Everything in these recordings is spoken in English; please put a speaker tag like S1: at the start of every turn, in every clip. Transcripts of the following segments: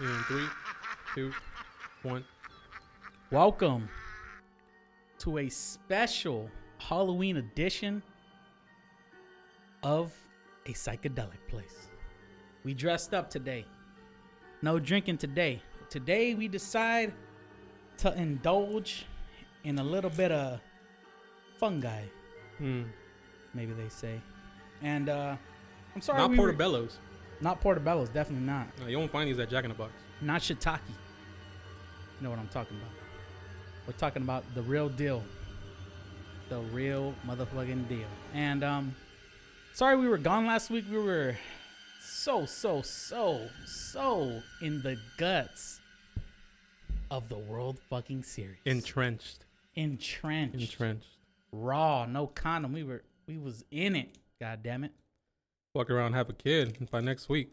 S1: In three, two, one.
S2: Welcome to a special Halloween edition of a psychedelic place. We dressed up today. No drinking today. Today we decide to indulge in a little bit of fungi,
S1: Hmm.
S2: maybe they say. And uh I'm sorry
S1: Not
S2: we were-
S1: portobellos.
S2: not portobellos, definitely not.
S1: No, you won't find these at Jack in the Box.
S2: Not shiitake. You know what I'm talking about. We're talking about the real deal. The real motherfucking deal. And um sorry we were gone last week. We were so so so so in the guts of the world fucking series.
S1: Entrenched.
S2: Entrenched.
S1: Entrenched.
S2: Raw, no condom. We were we was in it. God damn it.
S1: Fuck around, have a kid by next week.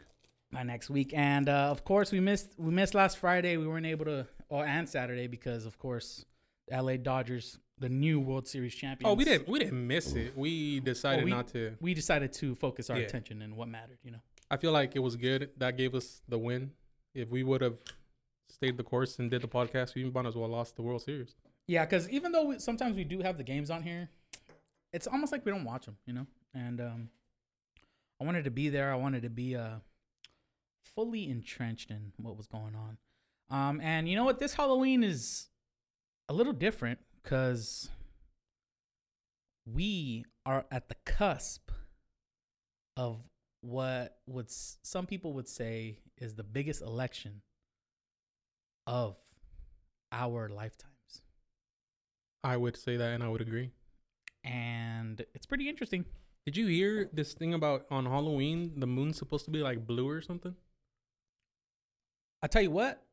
S2: by next week. And uh, of course, we missed we missed last Friday. We weren't able to, or and Saturday because of course, L.A. Dodgers, the new World Series champions.
S1: Oh, we didn't. We didn't miss it. Oh, We decided
S2: Well, we-
S1: not to.
S2: We decided to focus our
S1: Yeah.
S2: attention in what mattered. You know,
S1: I feel like it was good. That gave us the win. If we would have stayed the course and did the podcast, we might as well lost the World Series.
S2: yeah, because even though we, sometimes we do have the games on here, it's almost like we don't watch them. You know, and um, I wanted to be there. I wanted to be uh, fully entrenched in what was going on. Um, and you know what? This Halloween is a little different because we are at the cusp of what would s- some people would say is the biggest election of our lifetimes,
S1: I would say that, and I would agree.
S2: and it's pretty interesting.
S1: Did you hear this thing about on Halloween the moon's supposed to be like blue or something?
S2: I tell you what.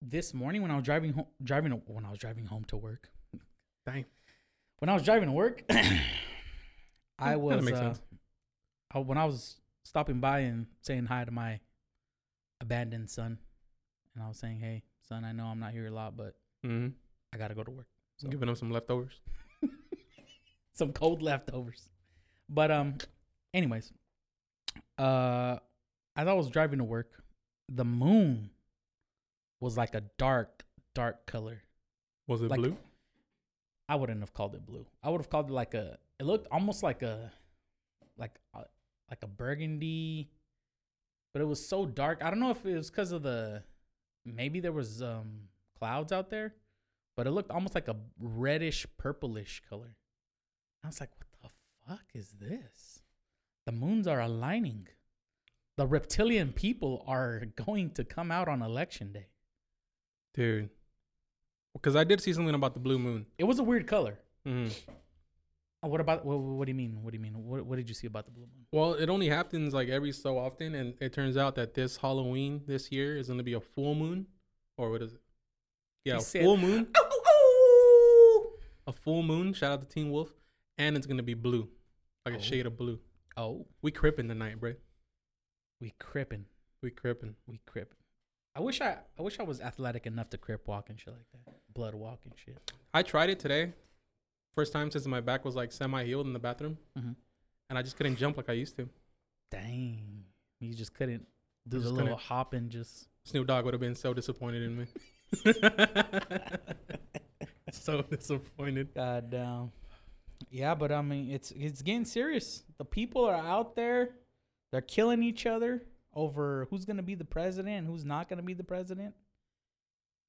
S2: This morning when I was driving home, driving to- when I was driving home to work,
S1: Dang.
S2: when I was driving to work, I
S1: Kinda
S2: was
S1: makes
S2: uh,
S1: sense.
S2: I- when I was stopping by and saying hi to my abandoned son, and I was saying, "Hey, son, I know I'm not here a lot, but
S1: Mm-hmm.
S2: I gotta go to work. So-
S1: Giving them some leftovers.
S2: Some cold leftovers." But um, anyways, uh, as I was driving to work, the moon was like a dark, dark color.
S1: Was it
S2: Like-
S1: blue?
S2: I wouldn't have called it blue. I would have called it like a. It looked almost like a, like a, like a burgundy, but it was so dark. I don't know if it was because of the, maybe there was um clouds out there, but it looked almost like a reddish purplish color. I was like, what the fuck is this? The moons are aligning. The reptilian people are going to come out on election day.
S1: Dude. Because I did see something about the blue moon.
S2: It was a weird color.
S1: Mm.
S2: Uh, What about what, what do you mean? What do you mean? What, what did you see about the blue moon?
S1: Well, it only happens like every so often, and it turns out that this Halloween this year is going to be a full moon, or what is it? Yeah,
S2: He
S1: a
S2: said- "Oh,
S1: full moon.
S2: Ooh, ooh, ooh.
S1: A full moon. Shout out to Team Wolf, and it's going to be blue, like
S2: Oh.
S1: a shade of blue.
S2: Oh,
S1: We crippin' tonight, bro.
S2: we crippin',
S1: We crippin'.
S2: we crippin'. I wish I, I wish I was athletic enough to crip walk and shit like that, blood walk and shit.
S1: I tried it today, first time since my back was like semi healed in the bathroom,
S2: Mhm.
S1: and I just couldn't jump like I used to.
S2: Dang, you just couldn't do
S1: Just
S2: the little
S1: couldn't.
S2: hop and just.
S1: Snoop Dogg would have been so disappointed in me. so disappointed.
S2: God damn. Yeah, but I mean, it's it's getting serious. The people are out there; they're killing each other over who's gonna be the president and who's not gonna be the president.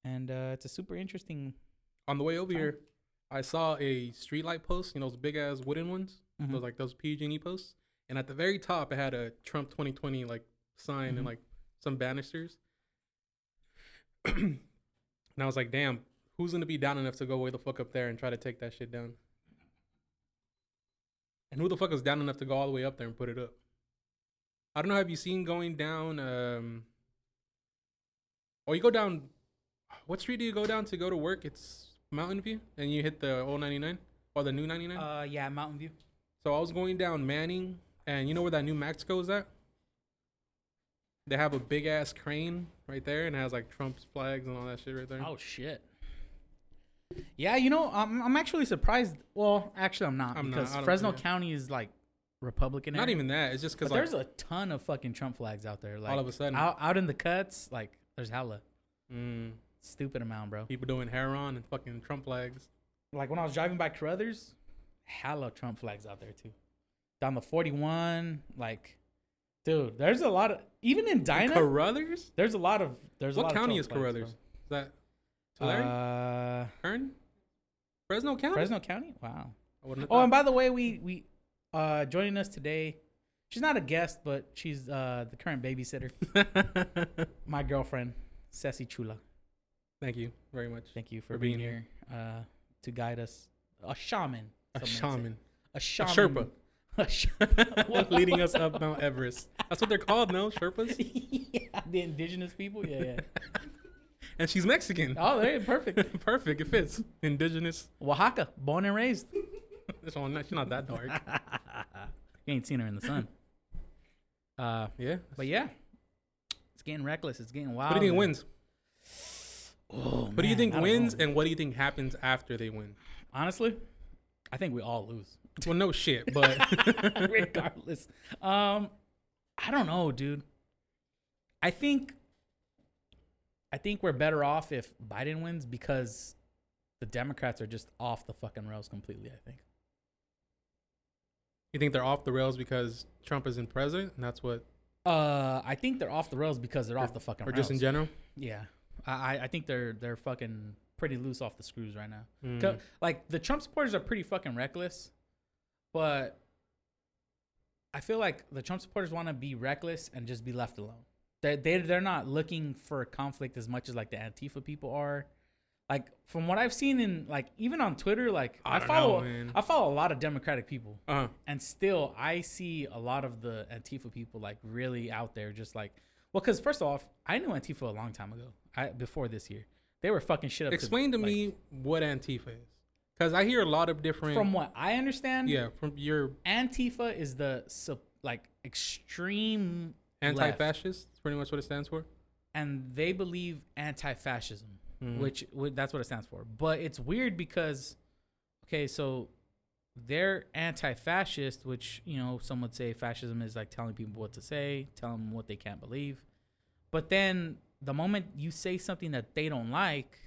S2: And uh, it's a super interesting.
S1: On the way over
S2: Fine.
S1: here, I saw a streetlight post, you know, those big ass wooden ones, those like those PG&E posts, and at the very top it had a Trump 2020 like sign
S2: Mhm.
S1: and like some banisters. and I was like, "Damn, who's going to be down enough to go way the fuck up there and try to take that shit down?" And who the fuck is down enough to go all the way up there and put it up? I don't know. Have you seen going down? Um, oh, you go down. What street do you go down to go to work? It's Mountain View, and you hit the old 99 or the new 99.
S2: Uh, yeah, Mountain View.
S1: so I was going down Manning, and you know where that new Mexico is at? They have a big ass crane right there, and it has like Trump's flags and all that shit right there.
S2: Oh shit. Yeah, you know, I'm, I'm actually surprised. Well, actually, I'm not
S1: I'm not.
S2: because
S1: I don't-
S2: Fresno
S1: yeah.
S2: County is like Republican.
S1: Not
S2: area.
S1: even that. It's just
S2: But
S1: because like,
S2: there's a ton of fucking Trump flags out there. Like
S1: of a sudden.
S2: out, out in the cuts, like There's hella
S1: Mm,
S2: stupid amount, bro.
S1: people doing hair on and fucking Trump flags.
S2: Like when I was driving by Carruthers, hella Trump flags out there too. Down the 41, like, dude, there's a lot of even in Dinah.
S1: Carruthers? Is
S2: there's a lot of there's. a
S1: What
S2: lot of
S1: county
S2: Trump
S1: is
S2: flags, bro.
S1: Carruthers? that Tulare?
S2: Uh,
S1: Kern? Fresno County?
S2: Fresno County. Wow.
S1: I wouldn't have
S2: Oh, and
S1: thought.
S2: by the way, we we uh joining us today. She's not a guest, but she's uh the current babysitter. My girlfriend, Ceci Chula.
S1: Thank you very much.
S2: Thank you for,
S1: For
S2: being,
S1: being
S2: here, uh to guide us. A shaman. some
S1: A
S2: may say.
S1: shaman.
S2: A
S1: A
S2: shaman.
S1: Sherpa.
S2: A sh-
S1: Leading us up Mount Everest. That's what they're called, no? Sherpas?
S2: yeah, the indigenous people. Yeah, yeah.
S1: And she's Mexican.
S2: Oh, there, perfect.
S1: Perfect. It fits. Indigenous.
S2: Oaxaca, born and raised. you
S1: It's all not, she's not that dark.
S2: ain't seen her in the sun. Uh,
S1: Yeah.
S2: but yeah, it's getting reckless. It's getting wild.
S1: What do you think
S2: and-
S1: wins?
S2: Oh,
S1: What do you
S2: man, I
S1: think
S2: don't
S1: wins
S2: know.
S1: and what do you think happens after they win?
S2: Honestly, I think we all lose,
S1: Well, no shit, but
S2: regardless. Um, I don't know, dude. I think, I think we're better off if Biden wins because the Democrats are just off the fucking rails completely. I think.
S1: you think they're off the rails because Trump isn't president and that's what,
S2: Uh, I think they're off the rails because they're off the fucking
S1: or
S2: rails.
S1: just in general?
S2: yeah, I I- I think they're they're fucking pretty loose off the screws right now.
S1: Mm.
S2: Co- Like the Trump supporters are pretty fucking reckless, but I feel like the Trump supporters want to be reckless and just be left alone. They they they're not looking for conflict as much as like the Antifa people are. Like from what I've seen in like even on Twitter, like
S1: I
S2: I,
S1: don't know,
S2: follow
S1: man.
S2: I follow a lot of Democratic people
S1: Uh-huh.
S2: and still I see a lot of the Antifa people like really out there, just like well, because first off, I knew Antifa a long time ago. I before this year, they were fucking shit up. to-
S1: Explain to
S2: like,
S1: me what Antifa is, because I hear a lot of different.
S2: from what I understand.
S1: yeah, from your
S2: Antifa is the sup- like extreme left,
S1: anti-fascist. That's pretty much what it stands for.
S2: and they believe anti-fascism, which wh- that's what it stands for. But it's weird because okay, so they're anti-fascist, which you know some would say fascism is like telling people what to say, telling them what they can't believe. But then the moment you say something that they don't like,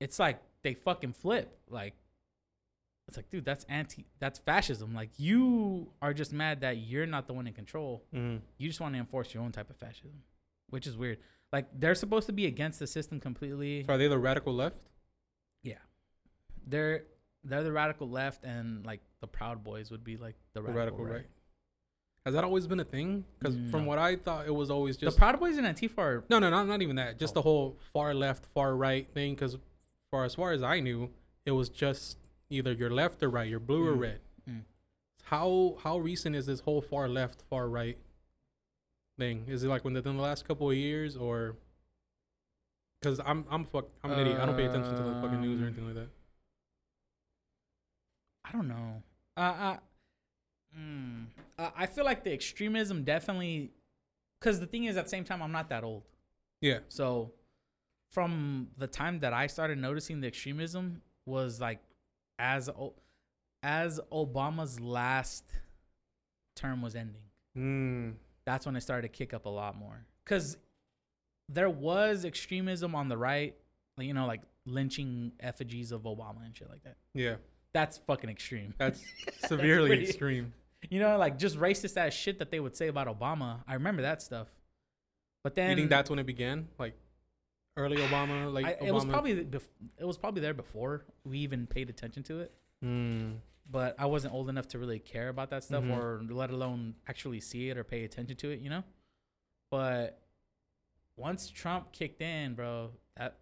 S2: it's like they fucking flip. Like it's like, dude, that's anti, that's fascism. Like you are just mad that you're not the one in control. You just want to enforce your own type of fascism, which is weird. Like they're supposed to be against the system completely.
S1: So are they the radical left?
S2: Yeah, they're they're the radical left, and like the Proud Boys would be like the
S1: The
S2: radical,
S1: radical
S2: right.
S1: right. Has that always been a thing? Because from
S2: Mm, No.
S1: what I thought, it was always just
S2: the Proud Boys and Antifa are
S1: no, no, not not even that.
S2: Oh.
S1: Just the whole far left, far right thing. Because far as far as I knew, it was just either you're left or right, you're blue or
S2: Mm.
S1: red.
S2: Mm.
S1: How how recent is this whole far left, far right thing? Is it like within the last couple of years or? Because I'm I'm fuck I'm an idiot. I don't pay attention to the fucking news or
S2: Um,
S1: anything like that.
S2: I don't know. Uh, I, mm, I I feel like the extremism definitely, because the thing is, at the same time, I'm not that old.
S1: Yeah.
S2: So, from the time that I started noticing the extremism was like, as O- as Obama's last term was ending,
S1: Mm.
S2: that's when it started to kick up a lot more. Because there was extremism on the right, like, you know, like lynching effigies of Obama and shit like that.
S1: Yeah.
S2: That's fucking extreme.
S1: That's severely
S2: pretty-
S1: extreme.
S2: You know, like just racist ass shit that they would say about Obama. I remember that stuff. But then
S1: you think that's when it began? Like early Obama, like
S2: I,
S1: Obama.
S2: it was probably the bef- it was probably there before we even paid attention to it.
S1: Mm.
S2: But I wasn't old enough to really care about that stuff,
S1: Mhm.
S2: or let alone actually see it or pay attention to it. You know. But once Trump kicked in, bro, that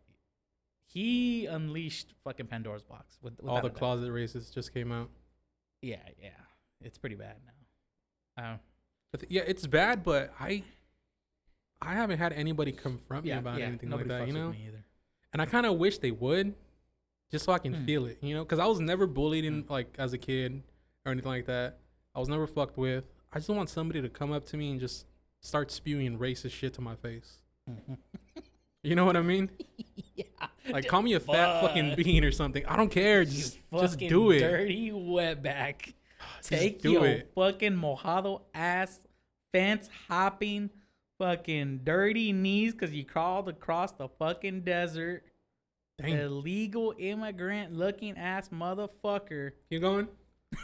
S2: he unleashed fucking Pandora's box with,
S1: all the
S2: closet.
S1: closet racists just came out.
S2: Yeah, yeah, it's pretty bad now. Um,
S1: I thi- yeah, it's bad, but I I haven't had anybody confront me
S2: yeah,
S1: about
S2: yeah,
S1: anything like
S2: nobody
S1: that,
S2: fucks
S1: you
S2: with
S1: know.
S2: me either.
S1: And I kind of wish they would, just so I can
S2: Hmm.
S1: feel it, you know, because I was never bullied in like as a kid or anything like that. I was never fucked with. I just want somebody to come up to me and just start spewing racist shit to my face. You know what I mean? yeah. Like call me a fat fucking
S2: fuck.
S1: bean or something. I don't care. Just, just
S2: fucking
S1: do it.
S2: Dirty wetback. Take
S1: do
S2: your
S1: it.
S2: fucking mojado ass fence hopping fucking dirty knees because you crawled across the fucking desert.
S1: Dang.
S2: Illegal immigrant looking ass motherfucker.
S1: Keep going.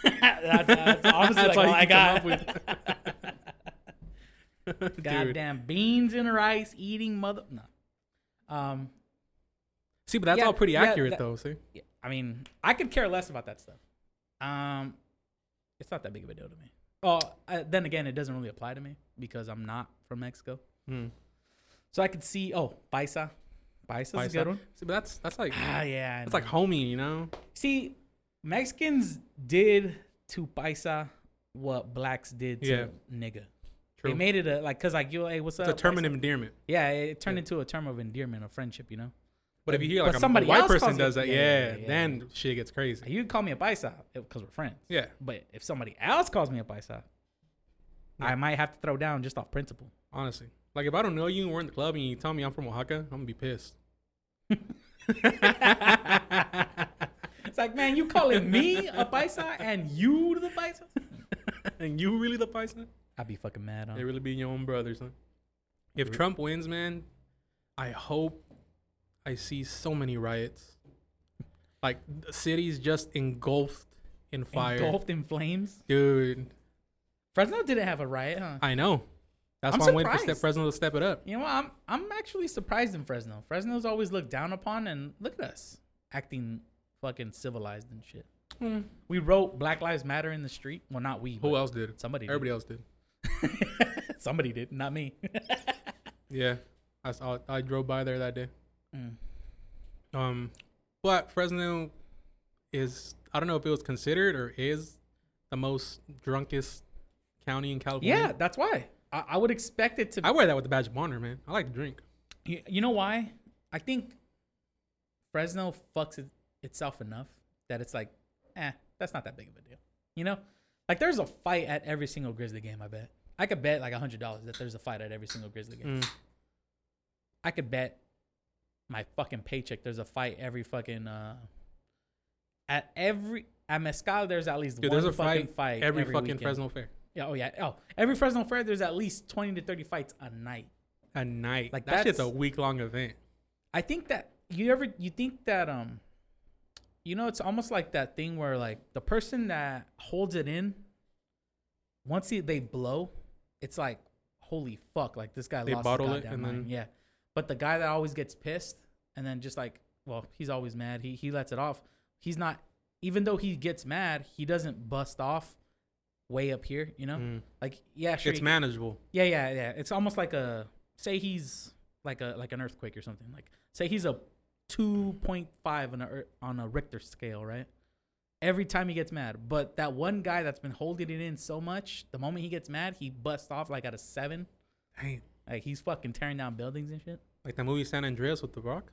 S2: that's, that's honestly
S1: That's
S2: like, all I
S1: all
S2: got.
S1: you can come Dude.
S2: Goddamn beans and rice eating mother. No. Um,
S1: See, but that's
S2: Yeah,
S1: all pretty
S2: yeah,
S1: accurate
S2: that-
S1: though. See,
S2: yeah, I mean, I could care less about that stuff. Um, it's not that big of a deal to me. Oh, uh, then again, it doesn't really apply to me because I'm not from Mexico.
S1: Hmm.
S2: So I could see. Oh, paisa, paisa's a good
S1: Paisa.
S2: one.
S1: See, but that's that's like
S2: Ah, yeah. I
S1: that's
S2: know.
S1: like homie, you know.
S2: see, Mexicans did to paisa what blacks did to
S1: Yeah.
S2: nigga. They
S1: True.
S2: made it a like because like you hey what's
S1: It's
S2: up?
S1: a term of
S2: paisa?
S1: endearment.
S2: Yeah, it it turned into a term of endearment, of friendship. You know,
S1: But if you hear
S2: But
S1: like a,
S2: somebody
S1: a white
S2: else
S1: person
S2: calls it-
S1: does that,
S2: yeah,
S1: yeah,
S2: yeah, yeah, yeah.
S1: then shit gets crazy.
S2: you can call me a paisa because we're friends.
S1: Yeah,
S2: But if somebody else calls me a paisa,
S1: Yeah.
S2: I might have to throw down just off principle.
S1: honestly. Like if I don't know you and we're in the club and you tell me I'm from Oaxaca, I'm gonna be pissed.
S2: it's like, man, you calling me a paisa and you the paisa?
S1: and you really the Bison?
S2: I'd be fucking mad.
S1: They
S2: On.
S1: really be your own brothers, huh? If
S2: Re-
S1: Trump wins, man, I hope I see so many riots. Like the cities just engulfed in fire.
S2: Engulfed in flames.
S1: Dude,
S2: Fresno didn't have a riot, huh?
S1: I know. That's
S2: I'm
S1: why I'm waiting for Step
S2: surprised.
S1: Fresno to step it up.
S2: You know what? I'm I'm actually surprised in Fresno. Fresno's always looked down upon, and look at us acting fucking civilized and shit.
S1: Hmm.
S2: We wrote Black Lives Matter in the street. Well, not we.
S1: Who
S2: but
S1: else did it?
S2: Somebody.
S1: Everybody else did.
S2: Did. Somebody did, not me.
S1: Yeah, I saw. I drove by there that day.
S2: Mm.
S1: Um, but Fresno is I don't know if it was considered or is the most drunkest county in California.
S2: yeah, that's why. I, I would expect it to.
S1: I wear that with the badge of honor, man. I like to drink.
S2: You, you know why? I think Fresno fucks it, itself enough that it's like, eh, that's not that big of a deal. You know, like there's a fight at every single Grizzly game. I bet I could bet like a hundred dollars that there's a fight at every single Grizzly game.
S1: Mm.
S2: I could bet my fucking paycheck there's a fight every fucking uh at every at Mescal there's at least
S1: Dude,
S2: one
S1: there's a
S2: fucking
S1: fight,
S2: fight,
S1: every, fucking
S2: weekend.
S1: Fresno fair
S2: Yeah, oh yeah. Oh, every Fresno fair there's at least 20 to 30 fights a night.
S1: at night.
S2: Like,
S1: Like that shit's a
S2: that's-
S1: week long event.
S2: I think that you ever you think that um you know it's almost like that thing where like the person that holds it in once he, they blow it's like holy fuck like this guy
S1: They
S2: lost
S1: bottle
S2: his
S1: it
S2: goddamn
S1: and
S2: mind.
S1: then-
S2: yeah but the guy that always gets pissed and then just like well he's always mad he he lets it off he's not even though he gets mad he doesn't bust off way up here you know
S1: Mm.
S2: like yeah sure
S1: It's
S2: he-
S1: manageable.
S2: yeah, yeah, yeah. It's almost like a say he's like a like an earthquake or something. Like say he's a two point five on a ear- on a Richter scale, right? Every time he gets mad, but that one guy that's been holding it in so much, the moment he gets mad, he busts off like at a seven.
S1: Damn,
S2: Like he's fucking tearing down buildings and shit.
S1: like the movie San Andreas with The Rock.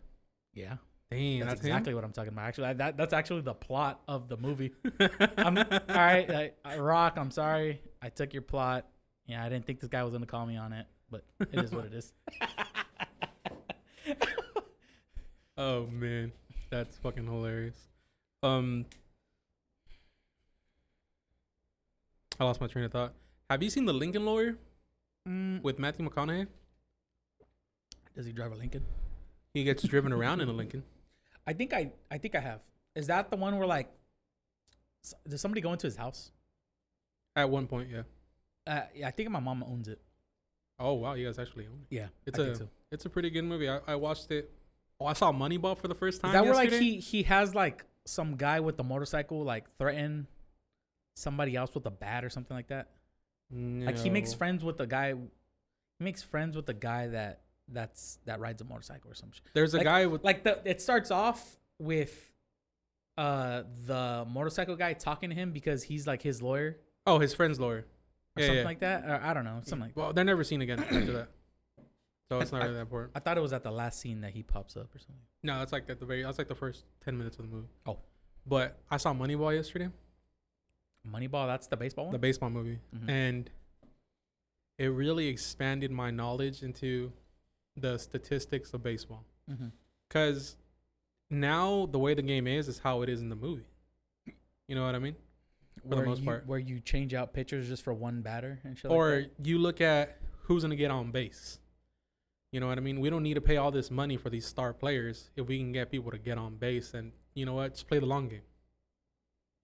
S2: Yeah,
S1: Damn,
S2: that's
S1: that's,
S2: exactly what I'm talking about. Actually, that that's actually the plot of the movie. I'm, all right, I, I- Rock. I'm sorry, I took your plot. Yeah, I didn't think this guy was gonna call me on it, but it is what it is.
S1: him. Oh man, that's fucking hilarious. Um, I lost my train of thought. Have you seen The Lincoln Lawyer
S2: Mm,
S1: with Matthew McConaughey?
S2: Does he drive a Lincoln?
S1: He gets driven around in a Lincoln.
S2: I think I I think I have. Is that the one where like s- does somebody go into his house?
S1: At one point, yeah.
S2: Uh, yeah, I think my mom owns it.
S1: Oh wow, you guys actually own it.
S2: Yeah,
S1: It's
S2: I
S1: a
S2: think so.
S1: it's a pretty good movie. I, I watched it. Oh, I saw Moneyball for the first time.
S2: Is that where like
S1: yesterday.
S2: he he has like some guy with the motorcycle like threaten somebody else with a bat or something like that? Like he makes
S1: No.
S2: friends with the guy. He makes friends with the guy that that's that rides a motorcycle or some shit.
S1: There's a
S2: like-
S1: guy with
S2: like the it starts off with uh the motorcycle guy talking to him because he's like his lawyer
S1: oh his friend's lawyer.
S2: or
S1: Yeah,
S2: something
S1: yeah.
S2: like that. Or I don't know, something like that.
S1: well, they're never seen again after that. So it's
S2: I-
S1: not really that important.
S2: I thought it was at the last scene that he pops up or something.
S1: No, that's like at the very. That's like the first ten minutes of the movie.
S2: Oh.
S1: But I saw Moneyball yesterday,
S2: Moneyball, that's the baseball one.
S1: the baseball movie,
S2: Mhm.
S1: and it really expanded my knowledge into the statistics of baseball.
S2: Mhm.
S1: Because now the way the game is is how it is in the movie. You know what I mean? the
S2: where
S1: most
S2: you,
S1: part.
S2: where you change out pitchers just for one batter and shit.
S1: Or
S2: like
S1: you look at who's gonna get on base. You know what I mean? We don't need to pay all this money for these star players if we can get people to get on base and you know what, just play the long game.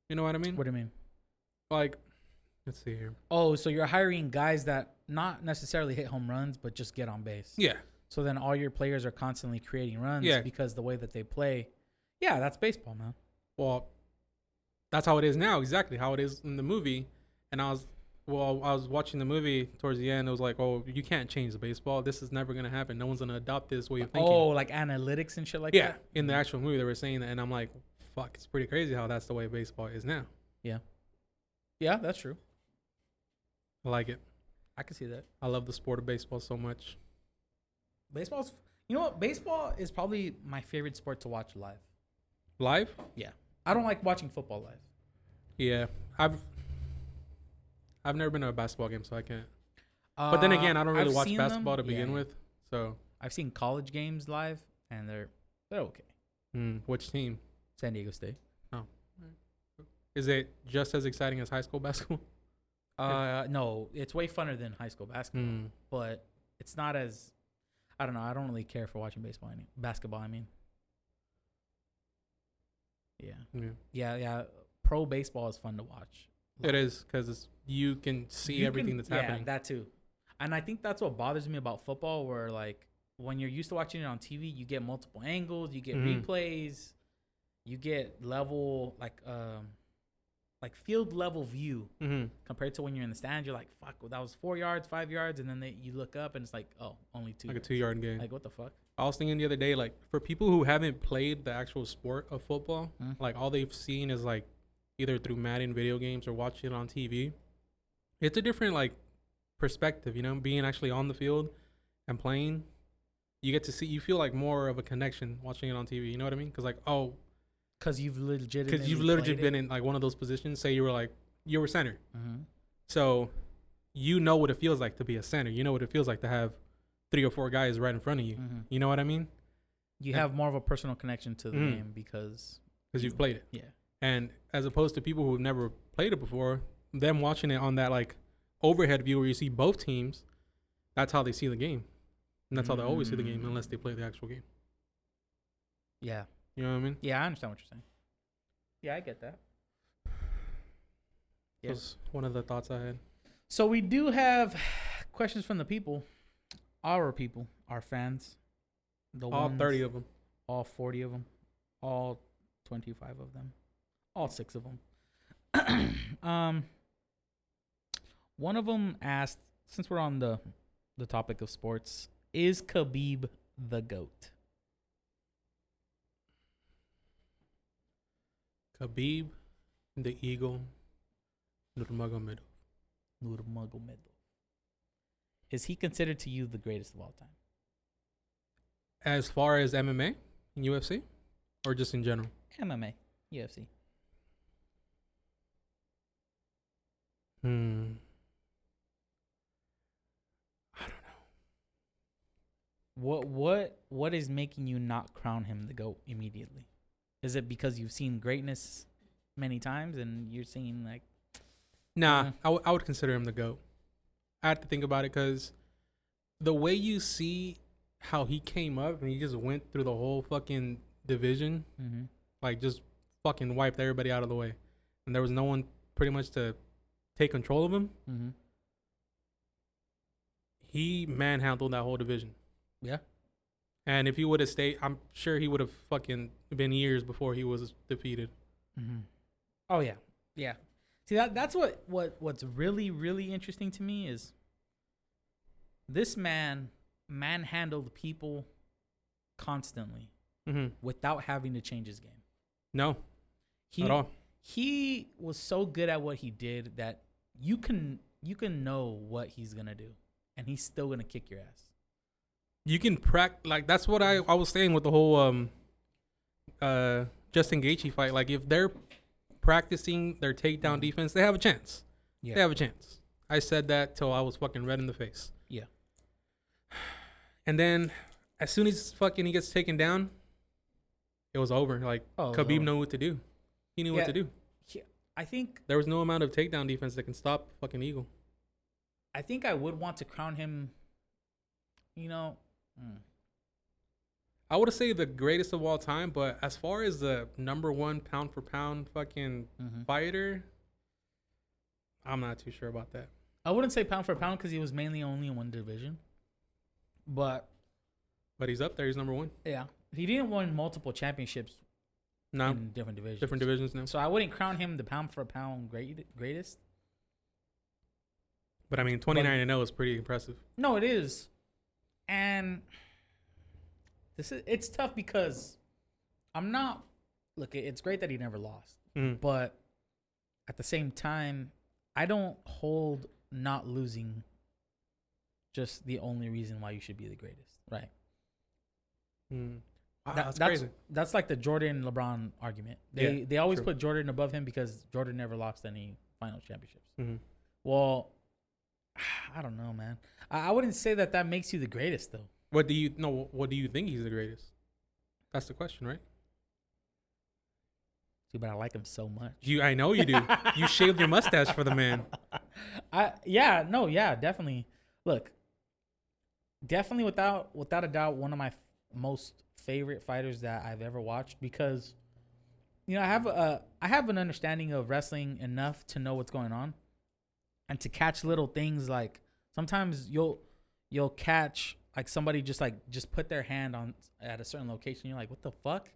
S1: You know what I mean?
S2: What do you mean?
S1: Like, let's see here.
S2: Oh, so you're hiring guys that not necessarily hit home runs, but just get on base.
S1: Yeah,
S2: So then all your players are constantly creating runs
S1: Yeah.
S2: because the way that they play. Yeah, that's baseball, man.
S1: well, that's how it is now. Exactly how it is in the movie. And I was, well, I was watching the movie towards the end. It was like, oh, you can't change the baseball. This is never gonna happen. No one's gonna adopt this way of thinking.
S2: Oh, like analytics and shit like
S1: yeah,
S2: that.
S1: in the actual movie they were saying that, and I'm like, fuck, it's pretty crazy how that's the way baseball is now.
S2: Yeah, that's true.
S1: I like it.
S2: I can see that.
S1: I love the sport of baseball so much.
S2: Baseball's you know what? Baseball is probably my favorite sport to watch live.
S1: Live?
S2: Yeah. I don't like watching football live.
S1: Yeah, I've I've never been to a basketball game, so I can't. But
S2: Uh,
S1: then again, I don't really watch basketball to begin with. So,
S2: I've seen college games live and they're they're okay.
S1: mm, which team
S2: San Diego State.
S1: is it? Just as exciting as high school basketball?
S2: Uh no, it's way funner than high school basketball,
S1: Mm.
S2: but it's not as I don't know, I don't really care for watching baseball any basketball, I mean. Yeah.
S1: Yeah.
S2: Yeah, yeah. Pro baseball is fun to watch.
S1: It is because you can see
S2: You
S1: everything
S2: can-
S1: that's
S2: yeah,
S1: happening.
S2: that too. And I think that's what bothers me about football, where like when you're used to watching it on TV, you get multiple angles, you get
S1: Mhm.
S2: replays, you get level like um like field level view
S1: hmm
S2: compared to when you're in the stands. You're like, fuck, well, that was four yards, five yards, and then they, you look up and it's like, oh, only two.
S1: Like a
S2: yards.
S1: two-yard game.
S2: Like what the fuck?
S1: I was thinking the other day, like for people who haven't played the actual sport of football,
S2: Mm.
S1: like all they've seen is like either through Madden video games or watching it on TV. It's a different like perspective, you know, being actually on the field and playing. You get to see, you feel like more of a connection watching it on TV. You know what I mean? Because like, oh,
S2: Because you've legit.
S1: because you've literally been in like one of those positions. Say you were like you were center,
S2: hmm
S1: so you know what it feels like to be a center. You know what it feels like to have three or four guys right in front of you.
S2: Mhm.
S1: You know what I mean?
S2: You
S1: And-
S2: have more of a personal connection to the
S1: Mhm.
S2: game because
S1: Because you've played it.
S2: yeah,
S1: And as opposed to people who've never played it before, them watching it on that like overhead view where you see both teams, that's how they see the game. And that's how they always see the game
S2: Mm.
S1: unless they play the actual game.
S2: yeah,
S1: You know what I mean?
S2: yeah. I understand what you're saying. Yeah, I get that. Yeah.
S1: That's one of the thoughts I had.
S2: So we do have questions from the people, our people, our fans. The
S1: All
S2: ones-
S1: 30 of them.
S2: all 40 of them, all 25 of them, all six of them. um, one of them asked, since we're on the the topic of sports, is Khabib the goat?
S1: Khabib, the Eagle, Nurmagomedov.
S2: Nurmagomedov. Is he considered to you the greatest of all time?
S1: As far as MMA and UFC or just in general?
S2: MMA, UFC.
S1: Hmm. I don't know.
S2: What what what is making you not crown him the goat immediately? Is it because you've seen greatness many times and you're seeing like
S1: Nah,
S2: Mhm.
S1: I, w- I would consider him the GOAT. I have to think about it because the way you see how he came up and he just went through the whole fucking division,
S2: mm-hmm.
S1: like just fucking wiped everybody out of the way. And there was no one pretty much to take control of him.
S2: Mm-hmm.
S1: He manhandled that whole division.
S2: Yeah.
S1: And if he would have stayed, I'm sure he would have fucking been years before he was defeated.
S2: Mm-hmm. Oh yeah, yeah. See that that's what what what's really really interesting to me is this man manhandled people constantly
S1: Mm-hmm.
S2: without having to change his game.
S1: No,
S2: He
S1: at all.
S2: he was so good at what he did that you can you can know what he's gonna do, and he's still gonna kick your ass.
S1: you can practice like that's what I, I was saying with the whole um uh Justin Gaethje fight like if they're practicing their takedown defense they have a chance
S2: Mm-hmm. Yeah.
S1: they have a chance I said that till I was fucking red in the face
S2: Yeah.
S1: and then as soon as fucking he gets taken down it was over like
S2: Oh, it was
S1: Khabib
S2: over.
S1: knew what to do he knew
S2: Yeah.
S1: what to do
S2: He- I think
S1: there was no amount of takedown defense that can stop fucking Eagle
S2: I think I would want to crown him you know, mm,
S1: I would say the greatest of all time, but as far as the number one pound for pound fucking
S2: mhm.
S1: fighter, I'm not too sure about that.
S2: I wouldn't say pound for pound because he was mainly only in one division. But
S1: But he's up there. He's number one.
S2: yeah, he didn't win multiple championships
S1: No,
S2: in different divisions.
S1: different divisions now.
S2: Mm. So I wouldn't crown him the pound for pound great, greatest.
S1: But I mean, 29 and 0 is pretty impressive.
S2: No, it is, and this is it's tough because I'm not. Look, it- it's great that he never lost,
S1: Mm.
S2: but at the same time, I don't hold not losing just the only reason why you should be the greatest, right?
S1: Mm. Wow,
S2: That-
S1: that's,
S2: that's
S1: crazy.
S2: that's like the Jordan LeBron argument. They
S1: Yeah,
S2: they always
S1: true.
S2: put Jordan above him because Jordan never lost any final championships.
S1: Mhm.
S2: Well, I don't know, man. I, I wouldn't say that that makes you the greatest though.
S1: What do you no? What do you think he's the greatest? That's the question, right?
S2: Dude, but I like him so much.
S1: You, I know you do. you shaved your mustache for the man.
S2: I yeah, no, yeah, definitely. Look, definitely without without a doubt, one of my f- most favorite fighters that I've ever watched because you know I have a I have an understanding of wrestling enough to know what's going on and to catch little things like sometimes you'll you'll catch like somebody just like just put their hand on at a certain location. You're like, what the fuck?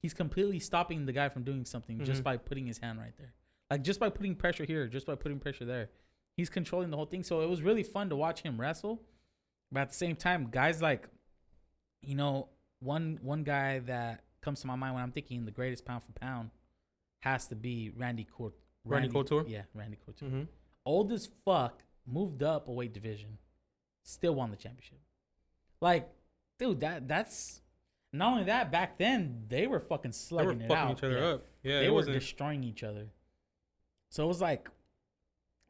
S2: He's completely stopping the guy from doing something just
S1: Mhm.
S2: by putting his hand right there. Like just by putting pressure here, just by putting pressure there. He's controlling the whole thing. So it was really fun to watch him wrestle. But at the same time, guys like, you know, one one guy that comes to my mind when I'm thinking the greatest pound for pound has to be Randy Couture.
S1: Randy Couture?
S2: Yeah, Randy Couture
S1: Mm-hmm.
S2: old as fuck, moved up a weight division, still won the championship. Like, dude, that that's not only that. Back then, they were fucking
S1: They were
S2: slugging
S1: fucking
S2: it out.
S1: each other
S2: yeah.
S1: up. Yeah,
S2: they
S1: it
S2: were
S1: wasn't.
S2: destroying each other. So it was like,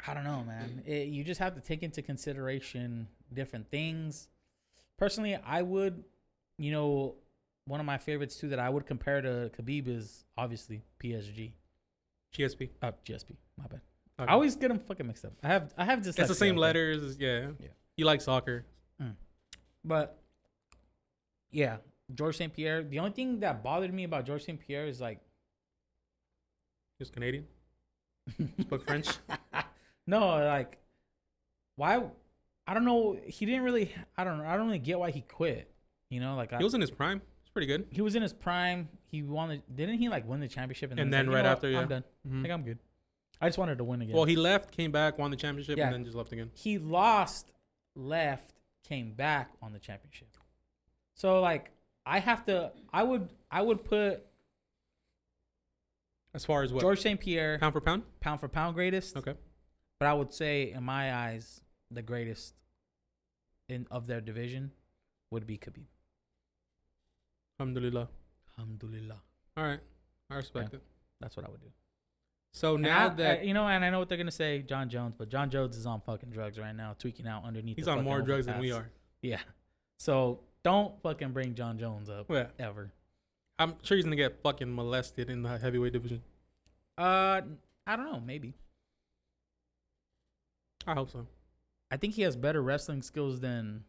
S2: I don't know, man.
S1: Mm.
S2: It, you just have to take into consideration different things. Personally, I would, you know, one of my favorites too that I would compare to Khabib is obviously PSG.
S1: GSP.
S2: Uh, GSP. My bad.
S1: Okay.
S2: I always get them fucking mixed up. I have I have just
S1: it's the same letters. Yeah.
S2: Yeah.
S1: You like soccer?
S2: But yeah, George St. Pierre. The only thing that bothered me about George St. Pierre is like
S1: Just Canadian. Spoke French.
S2: no, like why I don't know, he didn't really I don't know, I don't really get why he quit. You know, like I,
S1: He was in his prime. It's pretty good.
S2: he was in his prime. He won the, didn't he like win the championship
S1: And
S2: it's
S1: then
S2: like, you know
S1: right
S2: what,
S1: after, yeah.
S2: I'm done.
S1: Mhm.
S2: Like I'm good. I just wanted to win again.
S1: Well, he left, came back, won the championship,
S2: Yeah.
S1: and then just left again.
S2: he lost, left, came back on the championship. So like I have to I would I would put
S1: As far as what
S2: George St. Pierre pound.
S1: pound for pound?
S2: for pound greatest.
S1: Okay.
S2: But I would say in my eyes the greatest in of their division would be Khabib.
S1: Alhamdulillah.
S2: Alhamdulillah.
S1: All right. I respect it.
S2: That's what I would do.
S1: So
S2: And
S1: now
S2: I-
S1: that
S2: I- you know, and I know what they're gonna say, John Jones, but John Jones is on fucking drugs right now, tweaking out underneath.
S1: he's
S2: the
S1: on
S2: fucking
S1: more drugs than we
S2: overpass.
S1: are.
S2: Yeah. So don't fucking bring John Jones up
S1: Yeah.
S2: ever.
S1: I'm sure he's gonna get fucking molested in the heavyweight division.
S2: Uh, I don't know. Maybe.
S1: I hope so.
S2: I think he has better wrestling skills than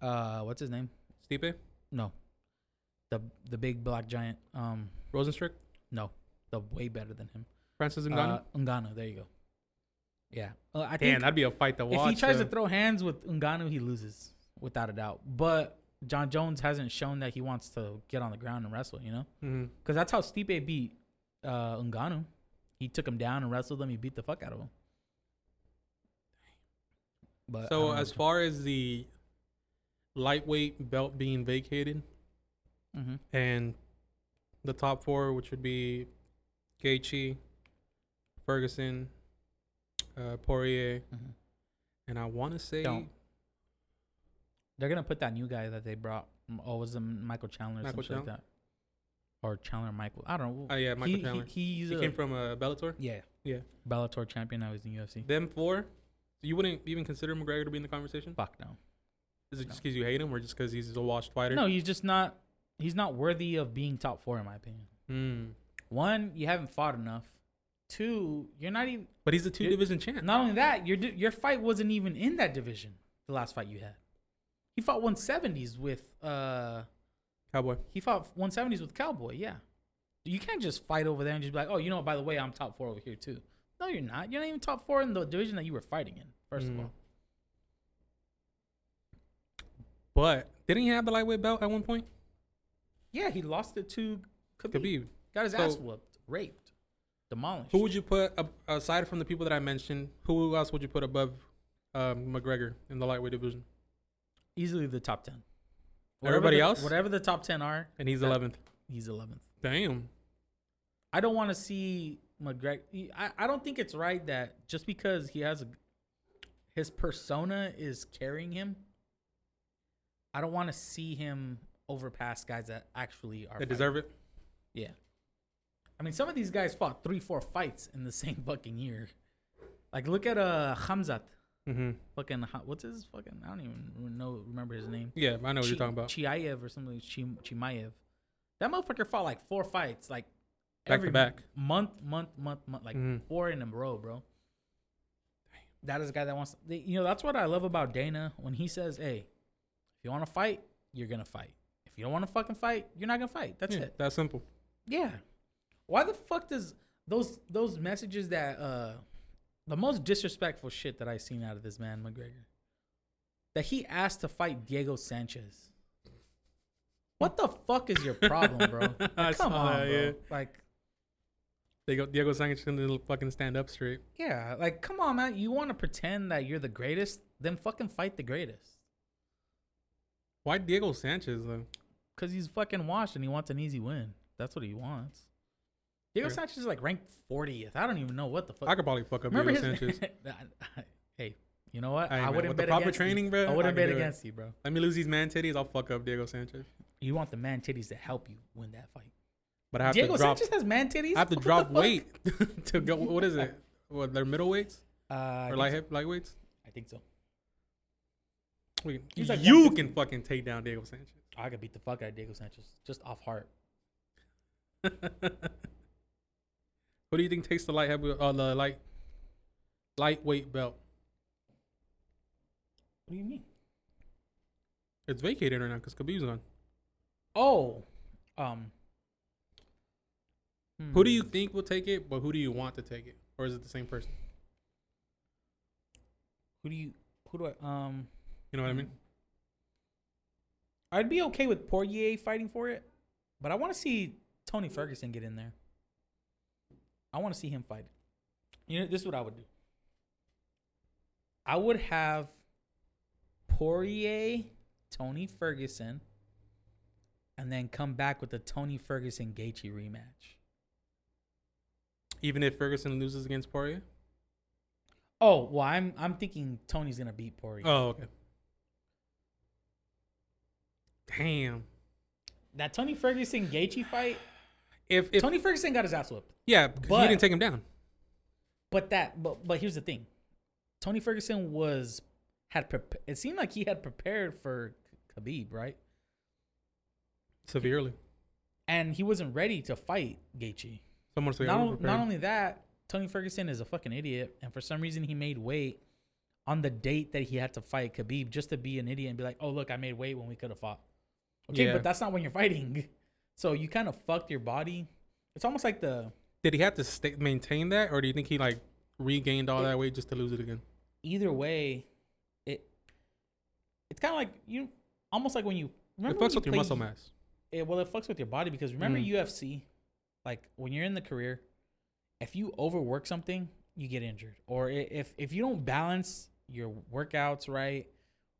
S2: uh what's his name?
S1: Stipe?
S2: No. The the big black giant. Um
S1: Rosenstrick?
S2: no. The way better than him.
S1: Francis Ngannou?
S2: Uh, Ngannou, there you go. Yeah. Uh, I
S1: Damn,
S2: think
S1: that'd be a fight to
S2: if
S1: watch.
S2: he tries
S1: though.
S2: to throw hands with Ngannou, he loses without a doubt. But John Jones hasn't shown that he wants to get on the ground and wrestle, you know?
S1: Mhm.
S2: Cuz that's how Stipe beat uh Ngannou. He took him down and wrestled him. He beat the fuck out of him. But um, I don't
S1: So
S2: know
S1: as
S2: which-
S1: far as the lightweight belt being vacated
S2: Mhm.
S1: and the top four, which would be Gaethje, Ferguson, uh, Poirier,
S2: Mhm.
S1: and I want to say
S2: Don't. They're gonna put that new guy that they brought. m- Oh, was it Michael Chandler or
S1: Michael
S2: something like that? Or Chandler Michael? I don't know.
S1: Oh, yeah, Michael
S2: he,
S1: Chandler.
S2: He, he's
S1: he
S2: a,
S1: came from uh, Bellator.
S2: yeah
S1: Yeah.
S2: Bellator champion. Now he's in UFC.
S1: Them four, you wouldn't even consider McGregor to be in the conversation.
S2: Fuck no.
S1: Is it
S2: No.
S1: just because you hate him, or just because he's a washed fighter?
S2: No, he's just not. He's not worthy of being top four in my opinion.
S1: Mm.
S2: One, you haven't fought enough. Two, you're not even.
S1: But he's a two division champ.
S2: Not only that, your di- your fight wasn't even in that division. The last fight you had, He fought 170s with uh
S1: Cowboy.
S2: he fought 170s with Cowboy. Yeah, you can't just fight over there and just be like, oh, you know, by the way, I'm top four over here too. No, you're not. You're not even top four in the division that you were fighting in. First
S1: Mm.
S2: of all,
S1: But didn't he have the lightweight belt at one point?
S2: yeah, he lost it to Khabib.
S1: Khabib.
S2: Got his
S1: So-
S2: ass whooped, raped, demolished.
S1: Who would you put ab- aside from the people that I mentioned? Who else would you put above um, McGregor in the lightweight division?
S2: Easily the top ten.
S1: Everybody
S2: the-
S1: else?
S2: whatever the top ten are,
S1: And he's
S2: Yeah.
S1: eleventh.
S2: he's eleventh.
S1: Damn.
S2: I don't want to see McGregor. I, I don't think it's right that just because he has a his persona is carrying him. I don't want to see him overpass guys that actually are.
S1: They
S2: fighting.
S1: deserve it.
S2: Yeah. I mean, some of these guys fought three, four fights in the same fucking year. Like, look at uh Hamzat.
S1: Mm-hmm.
S2: Fucking, Ha- what's his fucking? I don't even know. Remember his name?
S1: Yeah, I know what you're
S2: Chi-
S1: talking about.
S2: Chiaev or something. Chim- Chimaev. That motherfucker fought like four fights, like
S1: to back.
S2: month, month, month, month, like
S1: Mhm.
S2: four in a row, bro. That is a guy that wants. They, you know, that's what I love about Dana when he says, "Hey, if you want to fight, you're gonna fight. If you don't want to fucking fight, you're not gonna fight. That's
S1: yeah,
S2: it.
S1: That's simple.
S2: Yeah. Why the fuck does those those messages that uh the most disrespectful shit that I seen out of this man McGregor that he asked to fight Diego Sanchez. What the fuck is your problem, bro? Like,
S1: I
S2: come
S1: saw
S2: on,
S1: that,
S2: bro.
S1: yeah.
S2: Like
S1: Diego, Diego Sanchez didn't fucking stand up straight.
S2: yeah, like come on, man. You want to pretend that you're the greatest? Then fucking fight the greatest.
S1: Why Diego Sanchez though?
S2: Cause he's fucking washed and he wants an easy win. That's what he wants. Diego
S1: True.
S2: Sanchez is like ranked 40th. I don't even know what the fuck.
S1: I could probably fuck up
S2: Remember
S1: Diego
S2: his
S1: Sanchez.
S2: hey, you know what?
S1: Hey,
S2: I
S1: man,
S2: wouldn't
S1: with the
S2: bet
S1: proper
S2: against
S1: training,
S2: you.
S1: bro,
S2: I
S1: I can
S2: wouldn't bet
S1: do it.
S2: against you, bro.
S1: Let me lose these man titties. I'll fuck up Diego Sanchez.
S2: You want the man titties to help you win that fight.
S1: But I have
S2: Diego
S1: to drop.
S2: Sanchez has man titties.
S1: I have to
S2: What the
S1: drop
S2: fuck?
S1: weight to go. What is it? What they're middleweights
S2: Uh, I
S1: or
S2: think
S1: light
S2: so.
S1: lightweights?
S2: I think so.
S1: We-
S2: He's like
S1: you
S2: 150.
S1: can fucking take down Diego Sanchez.
S2: Oh, I could beat the fuck out of Diego Sanchez just off heart.
S1: Who do you think takes the light heavy, uh, the light lightweight belt?
S2: What do you mean?
S1: It's vacated right now because Khabib's on.
S2: Oh, um,
S1: Who do you
S2: hmm.
S1: think will take it? But who do you want to take it? Or is it the same person?
S2: Who do you? Who do I? Um,
S1: You know what I mean?
S2: I'd be okay with Poirier fighting for it, but I want to see Tony Ferguson get in there. I want to see him fight. You know, this is what I would do. I would have Poirier, Tony Ferguson, and then come back with the Tony Ferguson Gaethje rematch.
S1: Even if Ferguson loses against Poirier.
S2: Oh well, I'm I'm thinking Tony's gonna beat Poirier.
S1: Oh, okay. Damn.
S2: that Tony Ferguson Gaethje fight.
S1: If if
S2: Tony Ferguson got his ass whooped.
S1: yeah, because he
S2: but-
S1: didn't take him down.
S2: But that, but but here's the thing, Tony Ferguson was had prep- it seemed like he had prepared for Khabib, right?
S1: Severely.
S2: And he wasn't ready to fight Gaethje.
S1: Someone say
S2: not, on- not only that, Tony Ferguson is a fucking idiot, and for some reason he made weight on the date that he had to fight Khabib just to be an idiot and be like, "Oh look, I made weight when we could have fought." Okay,
S1: Yeah.
S2: but that's not when you're fighting, so you kind of fucked your body. It's almost like the
S1: Did he have to stay, maintain that, or do you think he like regained all
S2: It-
S1: that weight just to lose it again?
S2: either way, it it's kind of like you almost like when you
S1: It
S2: remember when
S1: fucks
S2: you
S1: with your
S2: play-
S1: muscle mass.
S2: It, well, it fucks with your body because remember
S1: Mm.
S2: UFC, like when you're in the career, if you overwork something, you get injured, or i- if if you don't balance your workouts right,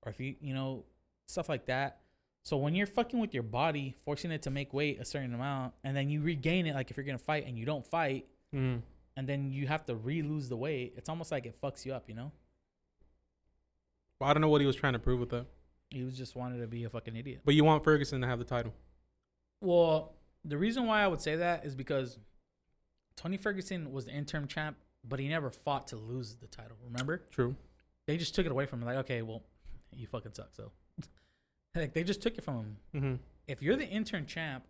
S2: or if you you know stuff like that. So when you're fucking with your body, forcing it to make weight a certain amount, and then you regain it, like if you're gonna fight and you don't fight,
S1: Mm.
S2: and then you have to re lose the weight, it's almost like it fucks you up, you know.
S1: Well, I don't know what he was trying to prove with that.
S2: He was just wanted to be a fucking idiot.
S1: But you want Ferguson to have the title.
S2: Well, the reason why I would say that is because Tony Ferguson was the interim champ, but he never fought to lose the title. Remember,
S1: True.
S2: they just took it away from him. Like, okay, well, you fucking suck. So, like, they just took it from him.
S1: Mm-hmm.
S2: If you're the interim champ,